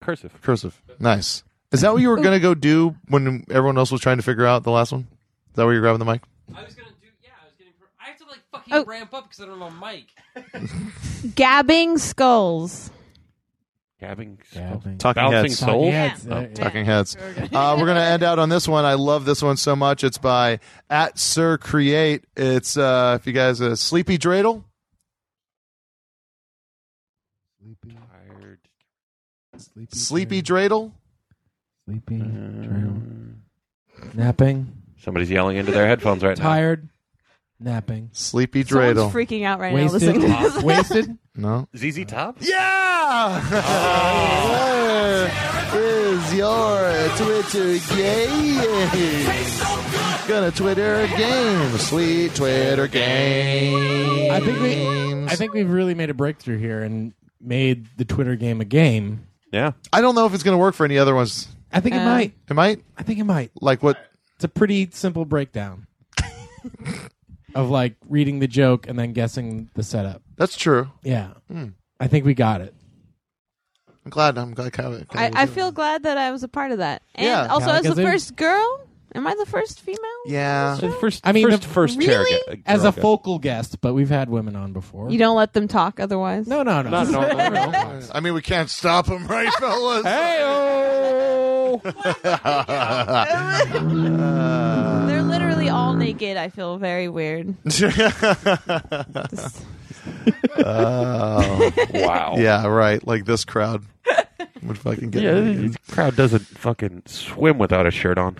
Speaker 5: Cursive.
Speaker 7: Cursive. Nice. Is that what you were gonna go do when everyone else was trying to figure out the last one? Is that where you're grabbing the mic?
Speaker 8: I have to like fucking ramp up because I don't have a mic.
Speaker 4: Gabbing skulls.
Speaker 5: Gabbing.
Speaker 7: Talking
Speaker 5: Bouncing
Speaker 7: heads.
Speaker 5: Souls? Talking Heads,
Speaker 7: Oh,
Speaker 5: yeah, yeah.
Speaker 7: Talking heads. Uh, we're gonna end out on this one. I love this one so much. It's by at Sir Create. It's uh, if you guys uh, Sleepy Dreidel.
Speaker 5: Tired.
Speaker 7: Sleepy, Dreidel.
Speaker 3: Sleepy.
Speaker 7: Mm.
Speaker 3: Napping.
Speaker 5: Somebody's yelling into their headphones right now.
Speaker 3: Tired. Napping.
Speaker 7: Sleepy
Speaker 4: Someone's
Speaker 7: Dreidel.
Speaker 4: freaking out right
Speaker 3: Wasted.
Speaker 4: now listening to this.
Speaker 3: Wasted.
Speaker 7: No.
Speaker 5: ZZ Top?
Speaker 7: Yeah! Is your Twitter game? Gonna Twitter game, sweet Twitter game.
Speaker 3: I think we. I think we've really made a breakthrough here and made the Twitter game a game.
Speaker 5: Yeah.
Speaker 7: I don't know if it's gonna work for any other ones.
Speaker 3: I think
Speaker 4: Uh,
Speaker 3: it might.
Speaker 7: It might.
Speaker 3: I think it might.
Speaker 7: Like what?
Speaker 3: It's a pretty simple breakdown of like reading the joke and then guessing the setup.
Speaker 7: That's true.
Speaker 3: Yeah.
Speaker 7: Hmm.
Speaker 3: I think we got it.
Speaker 7: I'm glad. I'm glad. Kevin-
Speaker 4: I, I feel glad that I was a part of that. And
Speaker 7: Yeah.
Speaker 4: also,
Speaker 3: Yeah,
Speaker 4: as the
Speaker 3: 'cause it-
Speaker 4: first girl, am I the first female?
Speaker 7: Yeah.
Speaker 5: First,
Speaker 3: I mean,
Speaker 5: first,
Speaker 3: the-
Speaker 5: first chair.
Speaker 4: Really?
Speaker 5: gu-
Speaker 3: As
Speaker 5: girl
Speaker 3: a
Speaker 5: guy.
Speaker 3: focal guest, but we've had women on before.
Speaker 4: You don't let them talk otherwise.
Speaker 3: no, no, no.
Speaker 5: Not normal.
Speaker 7: I mean, we can't stop him, right, fellas?
Speaker 4: They're literally all naked. I feel very weird.
Speaker 7: Oh.
Speaker 5: Wow.
Speaker 7: yeah, right. Like this crowd would fucking get.
Speaker 5: Yeah,
Speaker 7: me.
Speaker 5: the crowd doesn't fucking swim without a shirt on.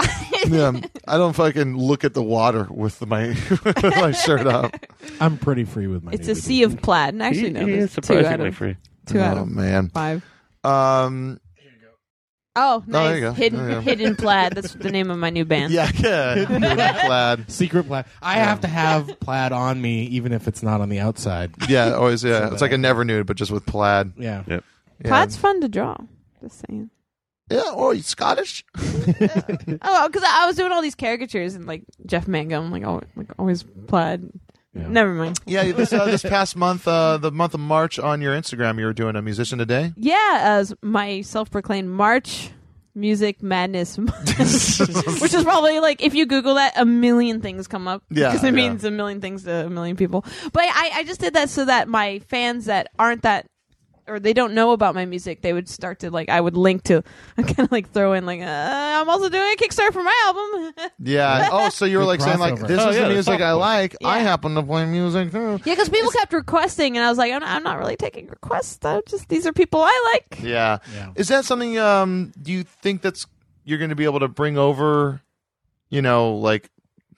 Speaker 7: Yeah, I don't fucking look at the water with my with my shirt up.
Speaker 3: I'm pretty free with my.
Speaker 4: It's a sea of plaid. And actually, no,
Speaker 5: He- he
Speaker 4: there's
Speaker 5: is
Speaker 4: two out
Speaker 5: surprisingly
Speaker 4: of
Speaker 5: free.
Speaker 4: two out
Speaker 7: oh
Speaker 4: of
Speaker 7: man.
Speaker 4: five.
Speaker 7: Um.
Speaker 4: Oh,
Speaker 7: there
Speaker 4: nice
Speaker 7: you go.
Speaker 4: hidden
Speaker 7: There you go.
Speaker 4: hidden plaid. That's the name of my new band.
Speaker 7: Yeah. yeah. Plaid.
Speaker 3: secret plaid. I have to have plaid on me, even if it's not on the outside.
Speaker 7: Yeah. Always. Yeah. It's like a never nude, but just with plaid.
Speaker 3: Yeah.
Speaker 7: Yeah.
Speaker 4: Plaid's fun to draw. Just saying.
Speaker 7: Yeah. Oh, you Scottish?
Speaker 4: Oh, because I I was doing all these caricatures and like Jeff Mangum, I'm like oh, like always plaid. Never mind.
Speaker 7: Yeah. This uh, this past month, uh, the month of March, on your Instagram, you were doing a musician today.
Speaker 4: Yeah, as my self-proclaimed March Music Madness, Month, which is probably like if you Google that, a million things come up.
Speaker 7: Yeah,
Speaker 4: because it
Speaker 7: yeah.
Speaker 4: means a million things to a million people. But I, I just did that so that my fans that aren't that. Or they don't know about my music. They would start to like. I would link to. I kind of like throw in like. Uh, I'm also doing a Kickstarter for my album.
Speaker 7: Yeah. Oh, so you were
Speaker 3: Good
Speaker 7: like saying like
Speaker 3: crossover.
Speaker 7: this
Speaker 5: Oh,
Speaker 7: is
Speaker 5: yeah,
Speaker 7: the
Speaker 5: the
Speaker 7: music
Speaker 5: soft
Speaker 7: I
Speaker 5: one.
Speaker 7: like. I
Speaker 4: Yeah.
Speaker 7: happen to play music too.
Speaker 4: Yeah, because people kept requesting, and I was like, I'm not, I'm not really taking requests. Though. Just these are people I like.
Speaker 7: Yeah. Is that something um do you think that's you're going to be able to bring over you know like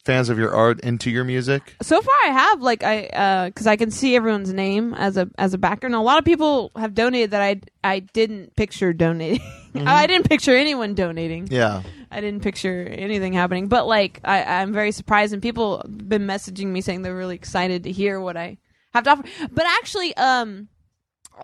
Speaker 7: fans of your art into your music?
Speaker 4: So far, I have like I because I can see everyone's name as a as a backer, and a lot of people have donated that I I didn't picture donating. I didn't picture anyone donating.
Speaker 7: Yeah.
Speaker 4: I didn't picture anything happening, but like I, I'm very surprised, and people have been messaging me saying they're really excited to hear what I have to offer. But actually, um,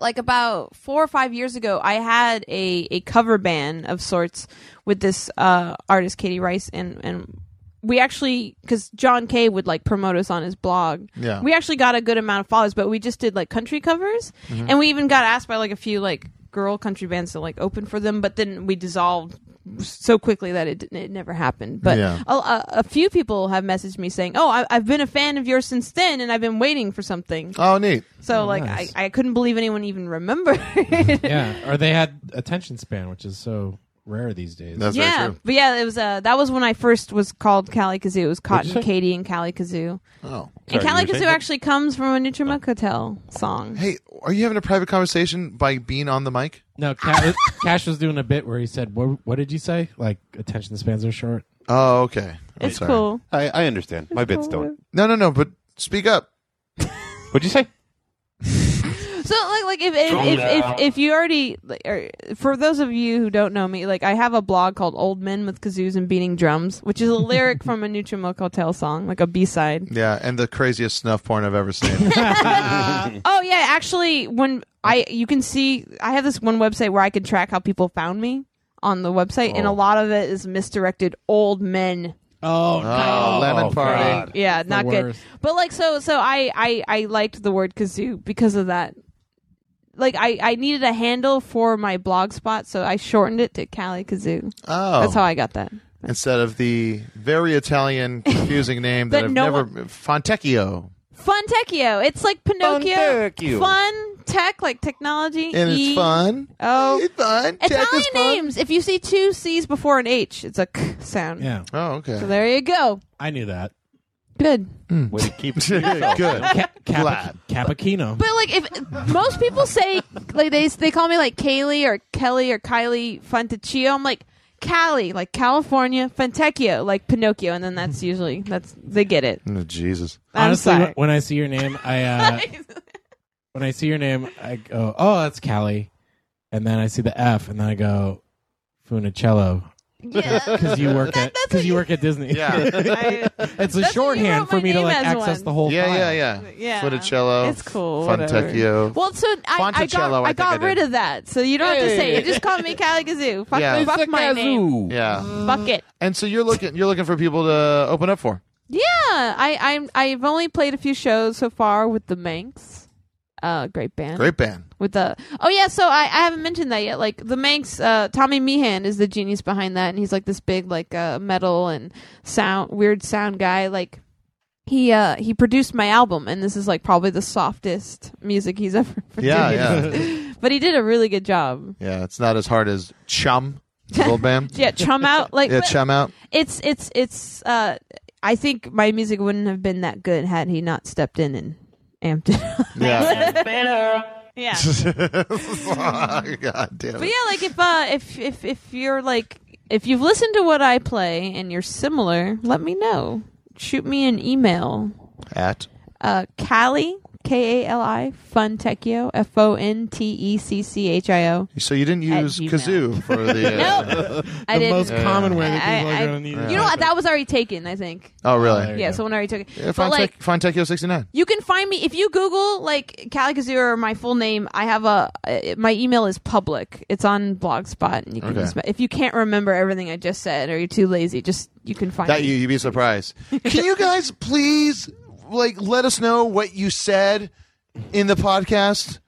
Speaker 4: like about four or five years ago, I had a a cover band of sorts with this uh, artist, Katie Rice, and and we actually because John Kay would like promote us on his blog.
Speaker 7: Yeah.
Speaker 4: we actually got a good amount of followers, but we just did like country covers,
Speaker 7: Mm-hmm.
Speaker 4: and we even got asked by like a few like girl country bands to like open for them, but then we dissolved so quickly that it didn't, it never happened. But
Speaker 7: Yeah.
Speaker 4: a, a, a few people have messaged me saying, "Oh, I, I've been a fan of yours since then, and I've been waiting for something."
Speaker 7: Oh, neat.
Speaker 4: So
Speaker 3: Oh,
Speaker 4: like
Speaker 3: nice.
Speaker 4: I, I couldn't believe anyone even remembered.
Speaker 3: Yeah. Or they had attention span, which is so rare these days.
Speaker 7: That's very
Speaker 4: yeah,
Speaker 7: true.
Speaker 4: but yeah, it was uh that was when I first was called Cali Kazoo. It was Cotton
Speaker 5: say?
Speaker 4: Katie and Cali Kazoo.
Speaker 7: Oh.
Speaker 4: And
Speaker 5: Sorry,
Speaker 4: Cali
Speaker 5: you were
Speaker 4: Kazoo
Speaker 5: saying?
Speaker 4: actually comes from a Nutrimuckatel song.
Speaker 7: Hey, are you having a private conversation by being on the mic?
Speaker 3: No, Ca- Cash was doing a bit where he said, "What, what did you say? Like attention spans are short."
Speaker 7: Oh, okay. I'm
Speaker 4: It's
Speaker 7: sorry.
Speaker 4: cool.
Speaker 5: I, I understand. My bits don't.
Speaker 7: No, no, no. But speak up.
Speaker 5: What'd you say?
Speaker 4: So like like if if, if, if, if you already like, or, for those of you who don't know me, like I have a blog called Old Men with Kazoos and Beating Drums, which is a lyric from a Nuchimoku Hotel song, like a B side.
Speaker 7: Yeah, and the craziest snuff porn I've ever seen.
Speaker 4: Oh yeah, actually, when I you can see I have this one website where I can track how people found me on the website, and a lot of it is misdirected old men.
Speaker 3: Oh,
Speaker 7: no. lemon party.
Speaker 4: Yeah,
Speaker 7: The
Speaker 4: not good.
Speaker 7: worst.
Speaker 4: But like so so I I I liked the word kazoo because of that. Like I I needed a handle for my blog spot, so I shortened it to Cali Kazoo.
Speaker 7: Oh.
Speaker 4: That's how I got that.
Speaker 7: Instead of the very Italian, confusing name that,
Speaker 4: That
Speaker 7: I've
Speaker 4: no
Speaker 7: never Fontecchio.
Speaker 4: Funtecchio. It's like Pinocchio.
Speaker 7: Funtecchio.
Speaker 4: Fun tech like technology.
Speaker 7: And it's
Speaker 4: E.
Speaker 7: fun.
Speaker 4: Oh,
Speaker 7: it's fun.
Speaker 4: Italian names. If you see two C's before an H, it's a k sound.
Speaker 3: Yeah.
Speaker 7: Oh, okay.
Speaker 4: So there you go.
Speaker 3: I knew that.
Speaker 4: Good.
Speaker 5: Way to keep
Speaker 7: Good.
Speaker 3: Ca-
Speaker 7: Glad.
Speaker 3: Cappuccino.
Speaker 4: But like, if most people say like they they call me like Kaylee or Kelly or Kylie Fontecchio, I'm like Cali, like California, Fontecchio, like Pinocchio, and then that's usually that's they get it.
Speaker 7: Oh, Jesus.
Speaker 4: I'm
Speaker 3: Honestly,
Speaker 4: sorry.
Speaker 3: wh- when I see your name, I uh, when I see your name, I go, "Oh, that's Callie," and then I see the F, and then I go, "Funicello," because you work at because you work at Disney.
Speaker 7: Yeah.
Speaker 3: it's a shorthand for me to
Speaker 4: name
Speaker 3: like
Speaker 4: as
Speaker 3: access
Speaker 4: one.
Speaker 3: the whole.
Speaker 7: Yeah,
Speaker 3: file.
Speaker 7: yeah, yeah.
Speaker 4: Yeah.
Speaker 7: Funicello.
Speaker 4: It's cool,
Speaker 7: Fontecchio.
Speaker 4: Well, so I, I got
Speaker 7: Fonticello, I
Speaker 4: I,
Speaker 7: think I
Speaker 4: got
Speaker 7: did.
Speaker 4: rid of that, so you don't have to say it. Just call me Cali Kazoo. Fuck,
Speaker 7: Yeah.
Speaker 4: fuck my name.
Speaker 7: Yeah.
Speaker 4: Fuck it.
Speaker 7: And so you're looking you're looking for people to open up for.
Speaker 4: Yeah, I I'm I've only played a few shows so far with the Manx. Uh, great band.
Speaker 7: Great band.
Speaker 4: with the oh yeah so i, I haven't mentioned that yet like the manx uh, tommy meehan is the genius behind that and he's like this big like uh, metal and sound weird sound guy like he uh he produced my album and this is like probably the softest music he's ever produced
Speaker 7: Yeah, yeah.
Speaker 4: but he did a really good job
Speaker 7: yeah, it's not as hard as Chum, the old band.
Speaker 4: yeah chum out like
Speaker 7: yeah,
Speaker 4: but
Speaker 7: Chum out.
Speaker 4: it's it's it's uh i think my music wouldn't have been that good had he not stepped in and amped it up
Speaker 17: Better.
Speaker 4: yeah
Speaker 7: God damn it.
Speaker 4: But yeah, like if uh, if if if you're like if you've listened to what I play and you're similar, let me know. Shoot me an email.
Speaker 7: At
Speaker 4: Uh, Cali K A L I Fontecchio F O N T E C C H I O.
Speaker 7: so you didn't use kazoo for the uh,
Speaker 4: Nope. I didn't. I- I- You know what?
Speaker 7: Yeah.
Speaker 4: That was already taken, I think.
Speaker 7: Oh really?
Speaker 4: yeah, someone already took it.
Speaker 7: Yeah,
Speaker 4: but like,
Speaker 7: Fontecchio sixty nine.
Speaker 4: you can find me if you Google like Calicazoo or my full name. I have a uh, my email is public. It's on Blogspot, and you can
Speaker 7: Okay.
Speaker 4: just, if you can't remember everything I just said or you're too lazy, just you can find
Speaker 7: That
Speaker 4: me.
Speaker 7: you you'd be surprised. Can you guys please like let us know what you said in the podcast?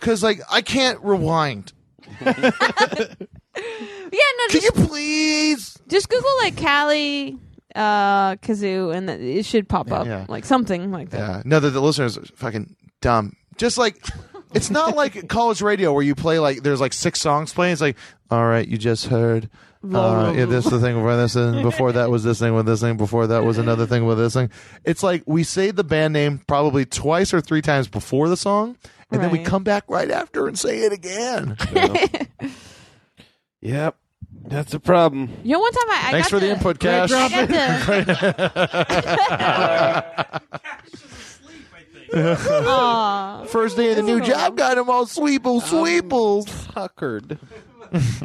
Speaker 7: Cause like I can't rewind.
Speaker 4: yeah, no.
Speaker 7: Can
Speaker 4: just,
Speaker 7: you please
Speaker 4: just Google like Cali uh, Kazoo, and th- it should pop up
Speaker 7: Yeah.
Speaker 4: like something like that.
Speaker 7: Yeah. No, the, the listeners are fucking dumb. Just like it's not like college radio where you play like there's like six songs playing. It's like, all right, you just heard. Uh, yeah, this is the thing before this, and before that was this thing with this thing. Before that was another thing with this thing. It's like we say the band name probably twice or three times before the song, and then we
Speaker 4: Right.
Speaker 7: come back right after and say it again.
Speaker 5: Yep. That's a problem.
Speaker 4: You know, one time I, I got
Speaker 7: Thanks for the
Speaker 4: to-
Speaker 7: input,
Speaker 4: I
Speaker 7: Cash.
Speaker 4: got to- Aw.
Speaker 7: First day of the new job got him all sweebles, sweebles.
Speaker 5: Tuckered.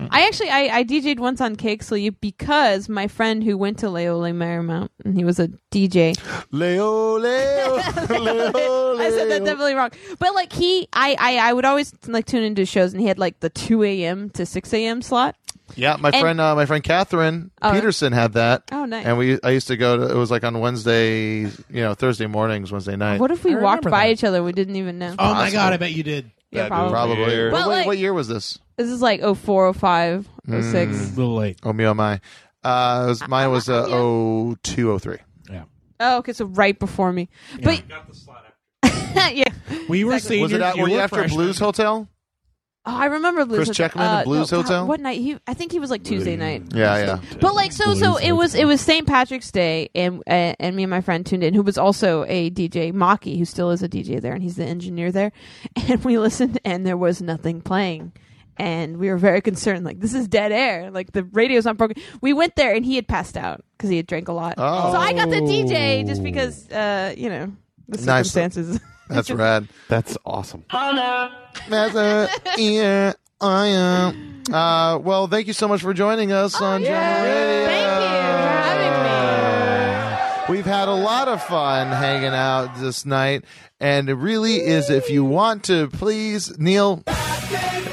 Speaker 4: I actually I, I DJ'd once on Cake Sleep because my friend who went to Laole Marymount and he was a DJ.
Speaker 7: Leo, Leo, Leo,
Speaker 4: I said that definitely wrong. But like he I, I I would always like tune into shows and he had like the two AM to six AM slot.
Speaker 7: Yeah, my
Speaker 4: And-
Speaker 7: friend, uh, my friend Catherine
Speaker 4: Oh.
Speaker 7: Peterson had that.
Speaker 4: Oh, nice.
Speaker 7: And we, I used to go to. It was like on Wednesday, you know, Thursday mornings, Wednesday night.
Speaker 4: What if we walked by each other we didn't even know?
Speaker 3: Oh my god, I bet you did.
Speaker 4: Oh, Yeah, probably.
Speaker 7: Probably.
Speaker 4: But,
Speaker 7: Wait,
Speaker 4: like-
Speaker 7: what year was this?
Speaker 4: This is like oh four, oh five, oh six.
Speaker 7: Mm.
Speaker 3: little late.
Speaker 7: Oh me, oh my. Uh, it was, mine was uh, oh two, oh three.
Speaker 4: Oh, okay, so right before me. But yeah.
Speaker 3: We were
Speaker 4: Exactly.
Speaker 3: seniors.
Speaker 7: Was it at,
Speaker 3: you
Speaker 7: were you
Speaker 3: were
Speaker 7: after
Speaker 3: freshmen.
Speaker 7: Blues Hotel?
Speaker 4: Oh, I remember Blues
Speaker 7: Chris
Speaker 4: Hotel.
Speaker 7: Checkman in
Speaker 4: Uh,
Speaker 7: Blues
Speaker 4: no, God,
Speaker 7: Hotel? Mm.
Speaker 4: What night? He, I think he was like Tuesday night.
Speaker 7: Yeah, yeah.
Speaker 4: But like so, so it was it was St. Patrick's Day, and uh, and me and my friend tuned in, who was also a DJ, Maki, who still is a DJ there, and he's the engineer there. And we listened, and there was nothing playing, and we were very concerned. Like this is dead air. Like the radio's not broken. We went there and he had passed out because he had drank a lot.
Speaker 7: Oh.
Speaker 4: So I got the DJ just because, uh, you know, the
Speaker 7: Nice.
Speaker 4: circumstances.
Speaker 7: That's rad.
Speaker 5: That's awesome.
Speaker 7: That's a yeah, I am. Uh, well, thank you so much for joining us on John Radio. Oh, Thank you for having me. We've had a lot of fun hanging out this night, and it really is. If you want to, please, Neil.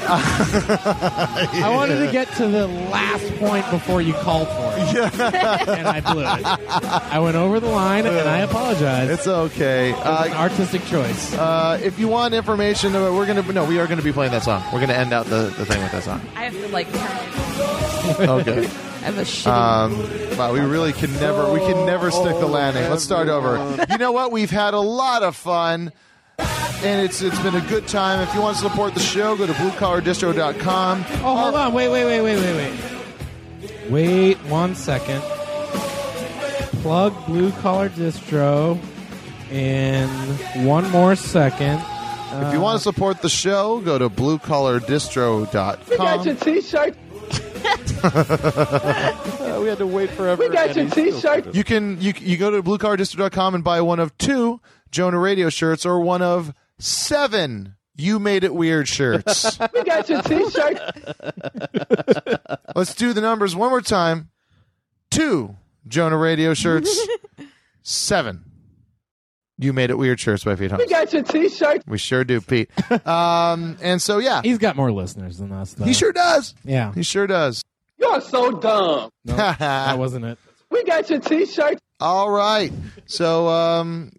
Speaker 3: I wanted to get to the last point before you called for it. and I blew it. I went over the line, and I apologize.
Speaker 7: It's okay. Uh,
Speaker 3: an artistic choice.
Speaker 7: Uh, if you want information, uh, we're gonna no, we are gonna be playing that song. We're gonna end out the, the thing with that song.
Speaker 4: I have to like.
Speaker 7: Okay.
Speaker 4: I have a shitty.
Speaker 7: Um, wow, we really can never we can never stick the landing. Let's start over. You know what? We've had a lot of fun. And it's it's been a good time. If you want to support the show, go to bluecollardistro.com.
Speaker 3: Oh, hold on. Wait, wait, wait, wait, wait, wait. Wait one second. Plug Blue Collar Distro in one more second.
Speaker 7: If you want to support the show, go to
Speaker 15: We got
Speaker 7: bluecollardistro.com.
Speaker 15: your t-shirt.
Speaker 7: Uh, we had to wait forever.
Speaker 15: We got your t-shirt.
Speaker 7: You can you you go to bluecollardistro.com and buy one of two Jonah Radio shirts or one of seven You Made It Weird shirts.
Speaker 15: We got your t-shirt.
Speaker 7: Let's do the numbers one more time. Two Jonah Radio shirts. seven. You made it weird shirts by Pete
Speaker 15: We
Speaker 7: Holmes.
Speaker 15: got your t-shirt.
Speaker 7: We sure do, Pete. Um, and so yeah,
Speaker 3: He's got more listeners than us, though.
Speaker 7: he sure does.
Speaker 3: Yeah.
Speaker 7: He sure does.
Speaker 15: You're so dumb.
Speaker 3: That wasn't it.
Speaker 15: We got your t-shirt.
Speaker 7: All right. So um,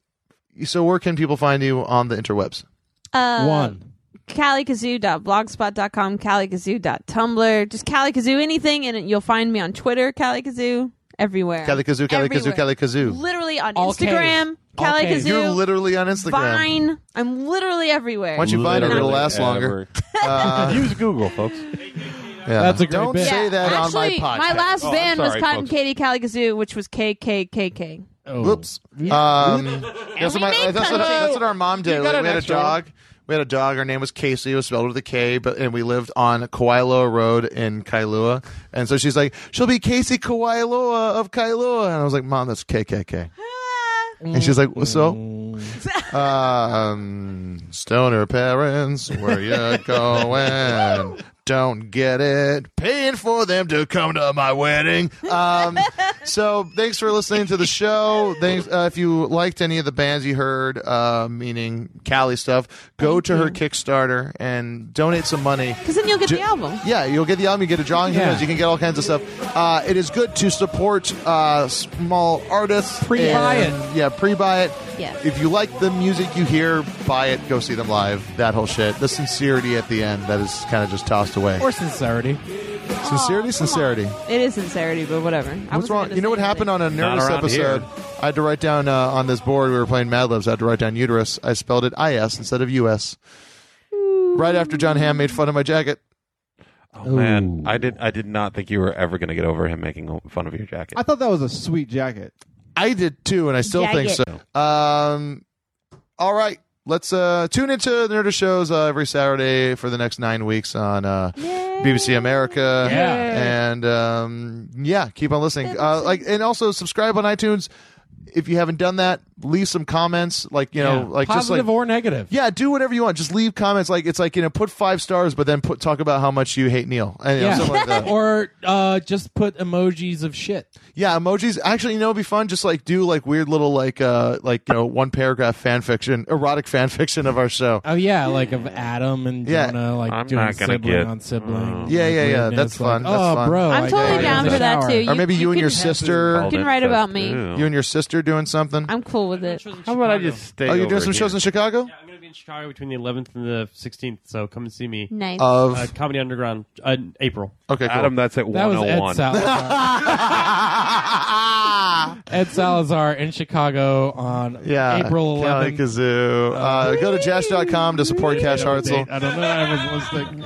Speaker 7: so where can people find you on the interwebs?
Speaker 4: Uh,
Speaker 3: One.
Speaker 4: CallieKazoo.blogspot.com, CallieKazoo.tumblr, just CallieKazoo, anything, and you'll find me on Twitter, CallieKazoo, everywhere.
Speaker 7: Kelly Kazoo, Kelly Kazoo,
Speaker 4: Everywhere.
Speaker 7: Kelly Kazoo.
Speaker 4: Literally on
Speaker 3: All
Speaker 4: Instagram,
Speaker 3: Ks. All Ks.
Speaker 7: You're
Speaker 4: CallieKazoo,
Speaker 7: literally on Instagram.
Speaker 4: Vine. I'm literally everywhere.
Speaker 7: Once you find it, it'll
Speaker 5: Literally
Speaker 7: last longer.
Speaker 5: ever.
Speaker 7: Uh,
Speaker 5: Use Google, folks.
Speaker 7: yeah.
Speaker 3: That's a great
Speaker 7: Don't
Speaker 3: bit.
Speaker 7: say
Speaker 4: Yeah,
Speaker 7: that
Speaker 4: Actually,
Speaker 7: on my podcast.
Speaker 4: my last
Speaker 5: Oh, I'm
Speaker 4: band was
Speaker 5: sorry,
Speaker 4: Cotton
Speaker 5: folks.
Speaker 4: Katie Calligazoo, which was KKKK.
Speaker 3: Oh.
Speaker 7: Whoops. Um, that's, what my,
Speaker 4: made
Speaker 7: that's, what,
Speaker 4: Kazoo.
Speaker 7: that's what our mom
Speaker 3: You
Speaker 7: did.
Speaker 3: got
Speaker 7: Like,
Speaker 3: an
Speaker 7: we had a
Speaker 3: extra
Speaker 7: dog. We had a dog. Her name was Casey. It was spelled with a K, but and we lived on Kailua Road in Kailua. And so she's like, she'll be Casey Kailua of Kailua. And I was like, Mom, that's KKK. And she's like,
Speaker 3: Mm.
Speaker 7: so? um, stoner parents, where you going? Don't get it. Paying for them to come to my wedding. Um, so thanks for listening to the show. Thanks uh, if you liked any of the bands you heard, uh, meaning Callie stuff. Go to her Kickstarter and donate some money.
Speaker 4: Because Mm-hmm. then you'll get
Speaker 7: Ju-
Speaker 4: the album.
Speaker 7: Yeah, you'll get the album, you get a drawing, who
Speaker 3: Yeah.
Speaker 7: knows, you can get all kinds of stuff. Uh, it is good to support uh, small artists.
Speaker 3: Pre-buy
Speaker 7: and-
Speaker 3: it.
Speaker 7: Yeah, pre-buy it.
Speaker 4: Yeah.
Speaker 7: If you like the music you hear, buy it. Go see them live. That whole shit. The sincerity at the end that is kind of just tossed away.
Speaker 3: Or sincerity.
Speaker 7: sincerity, sincerity.
Speaker 4: It is sincerity, but whatever. I
Speaker 7: What's
Speaker 4: wasn't
Speaker 7: wrong?
Speaker 4: gonna
Speaker 7: You know
Speaker 4: say
Speaker 7: what happened
Speaker 4: anything.
Speaker 7: on a
Speaker 5: Not
Speaker 7: Nerdist
Speaker 5: around
Speaker 7: episode? I had to write down uh, on this board. We were playing Mad Libs. I had to write down uterus. I spelled it I S instead of U S. Right after John Hamm made fun of my jacket.
Speaker 5: Oh, man, I did. I did not think you were ever going to get over him making fun of your jacket.
Speaker 6: I thought that was a sweet jacket.
Speaker 7: I did too, and I still think so. Um, all right, let's uh, tune into the Nerdist shows uh, every Saturday for the next nine weeks on uh, BBC America.
Speaker 3: Yeah.
Speaker 7: and um, yeah, keep on listening. Uh, like, and also subscribe on iTunes. If you haven't done that, leave some comments. Like you know,
Speaker 3: Yeah.
Speaker 7: like just
Speaker 3: Positive
Speaker 7: like
Speaker 3: or negative.
Speaker 7: Yeah, do whatever you want. Just leave comments. Like it's like you know, put five stars, but then put talk about how much you hate Neil. And, you know,
Speaker 3: Yeah.
Speaker 7: something like that.
Speaker 3: or uh, just put emojis of shit.
Speaker 7: yeah, emojis. Actually, you know, it'd be fun. Just like do like weird little like uh like you know one paragraph fan fiction, erotic fan fiction of our show.
Speaker 3: Oh yeah, like of Adam and
Speaker 7: Yeah.
Speaker 3: Jonah, like
Speaker 5: I'm
Speaker 3: doing
Speaker 5: not gonna
Speaker 3: sibling
Speaker 5: get- mm.
Speaker 3: on sibling.
Speaker 7: Yeah,
Speaker 3: like
Speaker 7: yeah, yeah.
Speaker 3: weirdness,
Speaker 7: That's
Speaker 3: like,
Speaker 7: fun. That's
Speaker 3: oh,
Speaker 7: fun.
Speaker 3: bro,
Speaker 4: I'm
Speaker 3: I
Speaker 4: totally
Speaker 3: got
Speaker 4: down
Speaker 3: in
Speaker 4: for
Speaker 3: the
Speaker 4: that
Speaker 3: shower.
Speaker 4: too. You,
Speaker 7: or maybe you, and
Speaker 4: can-
Speaker 7: your sister,
Speaker 4: can write about me.
Speaker 7: you and your sister doing something.
Speaker 4: I'm cool with it.
Speaker 5: How about I just stay?
Speaker 7: oh, you're
Speaker 5: over
Speaker 7: doing some
Speaker 5: here?
Speaker 7: shows in Chicago
Speaker 8: Yeah, I'm going to be in Chicago between the 11th and the 16th, so come and see me.
Speaker 5: Mm.
Speaker 4: Nice.
Speaker 7: of
Speaker 8: Uh, Comedy Underground, uh, in April.
Speaker 7: okay, cool.
Speaker 5: Adam, that's at
Speaker 3: That was Ed
Speaker 5: 101.
Speaker 3: Salazar.
Speaker 4: Ah!
Speaker 3: Ed Salazar in Chicago on
Speaker 7: Yeah,
Speaker 3: April 11th.
Speaker 7: Kazoo. Uh, go to jazz.com to support Cash Hartzell.
Speaker 3: I don't know. I was listening.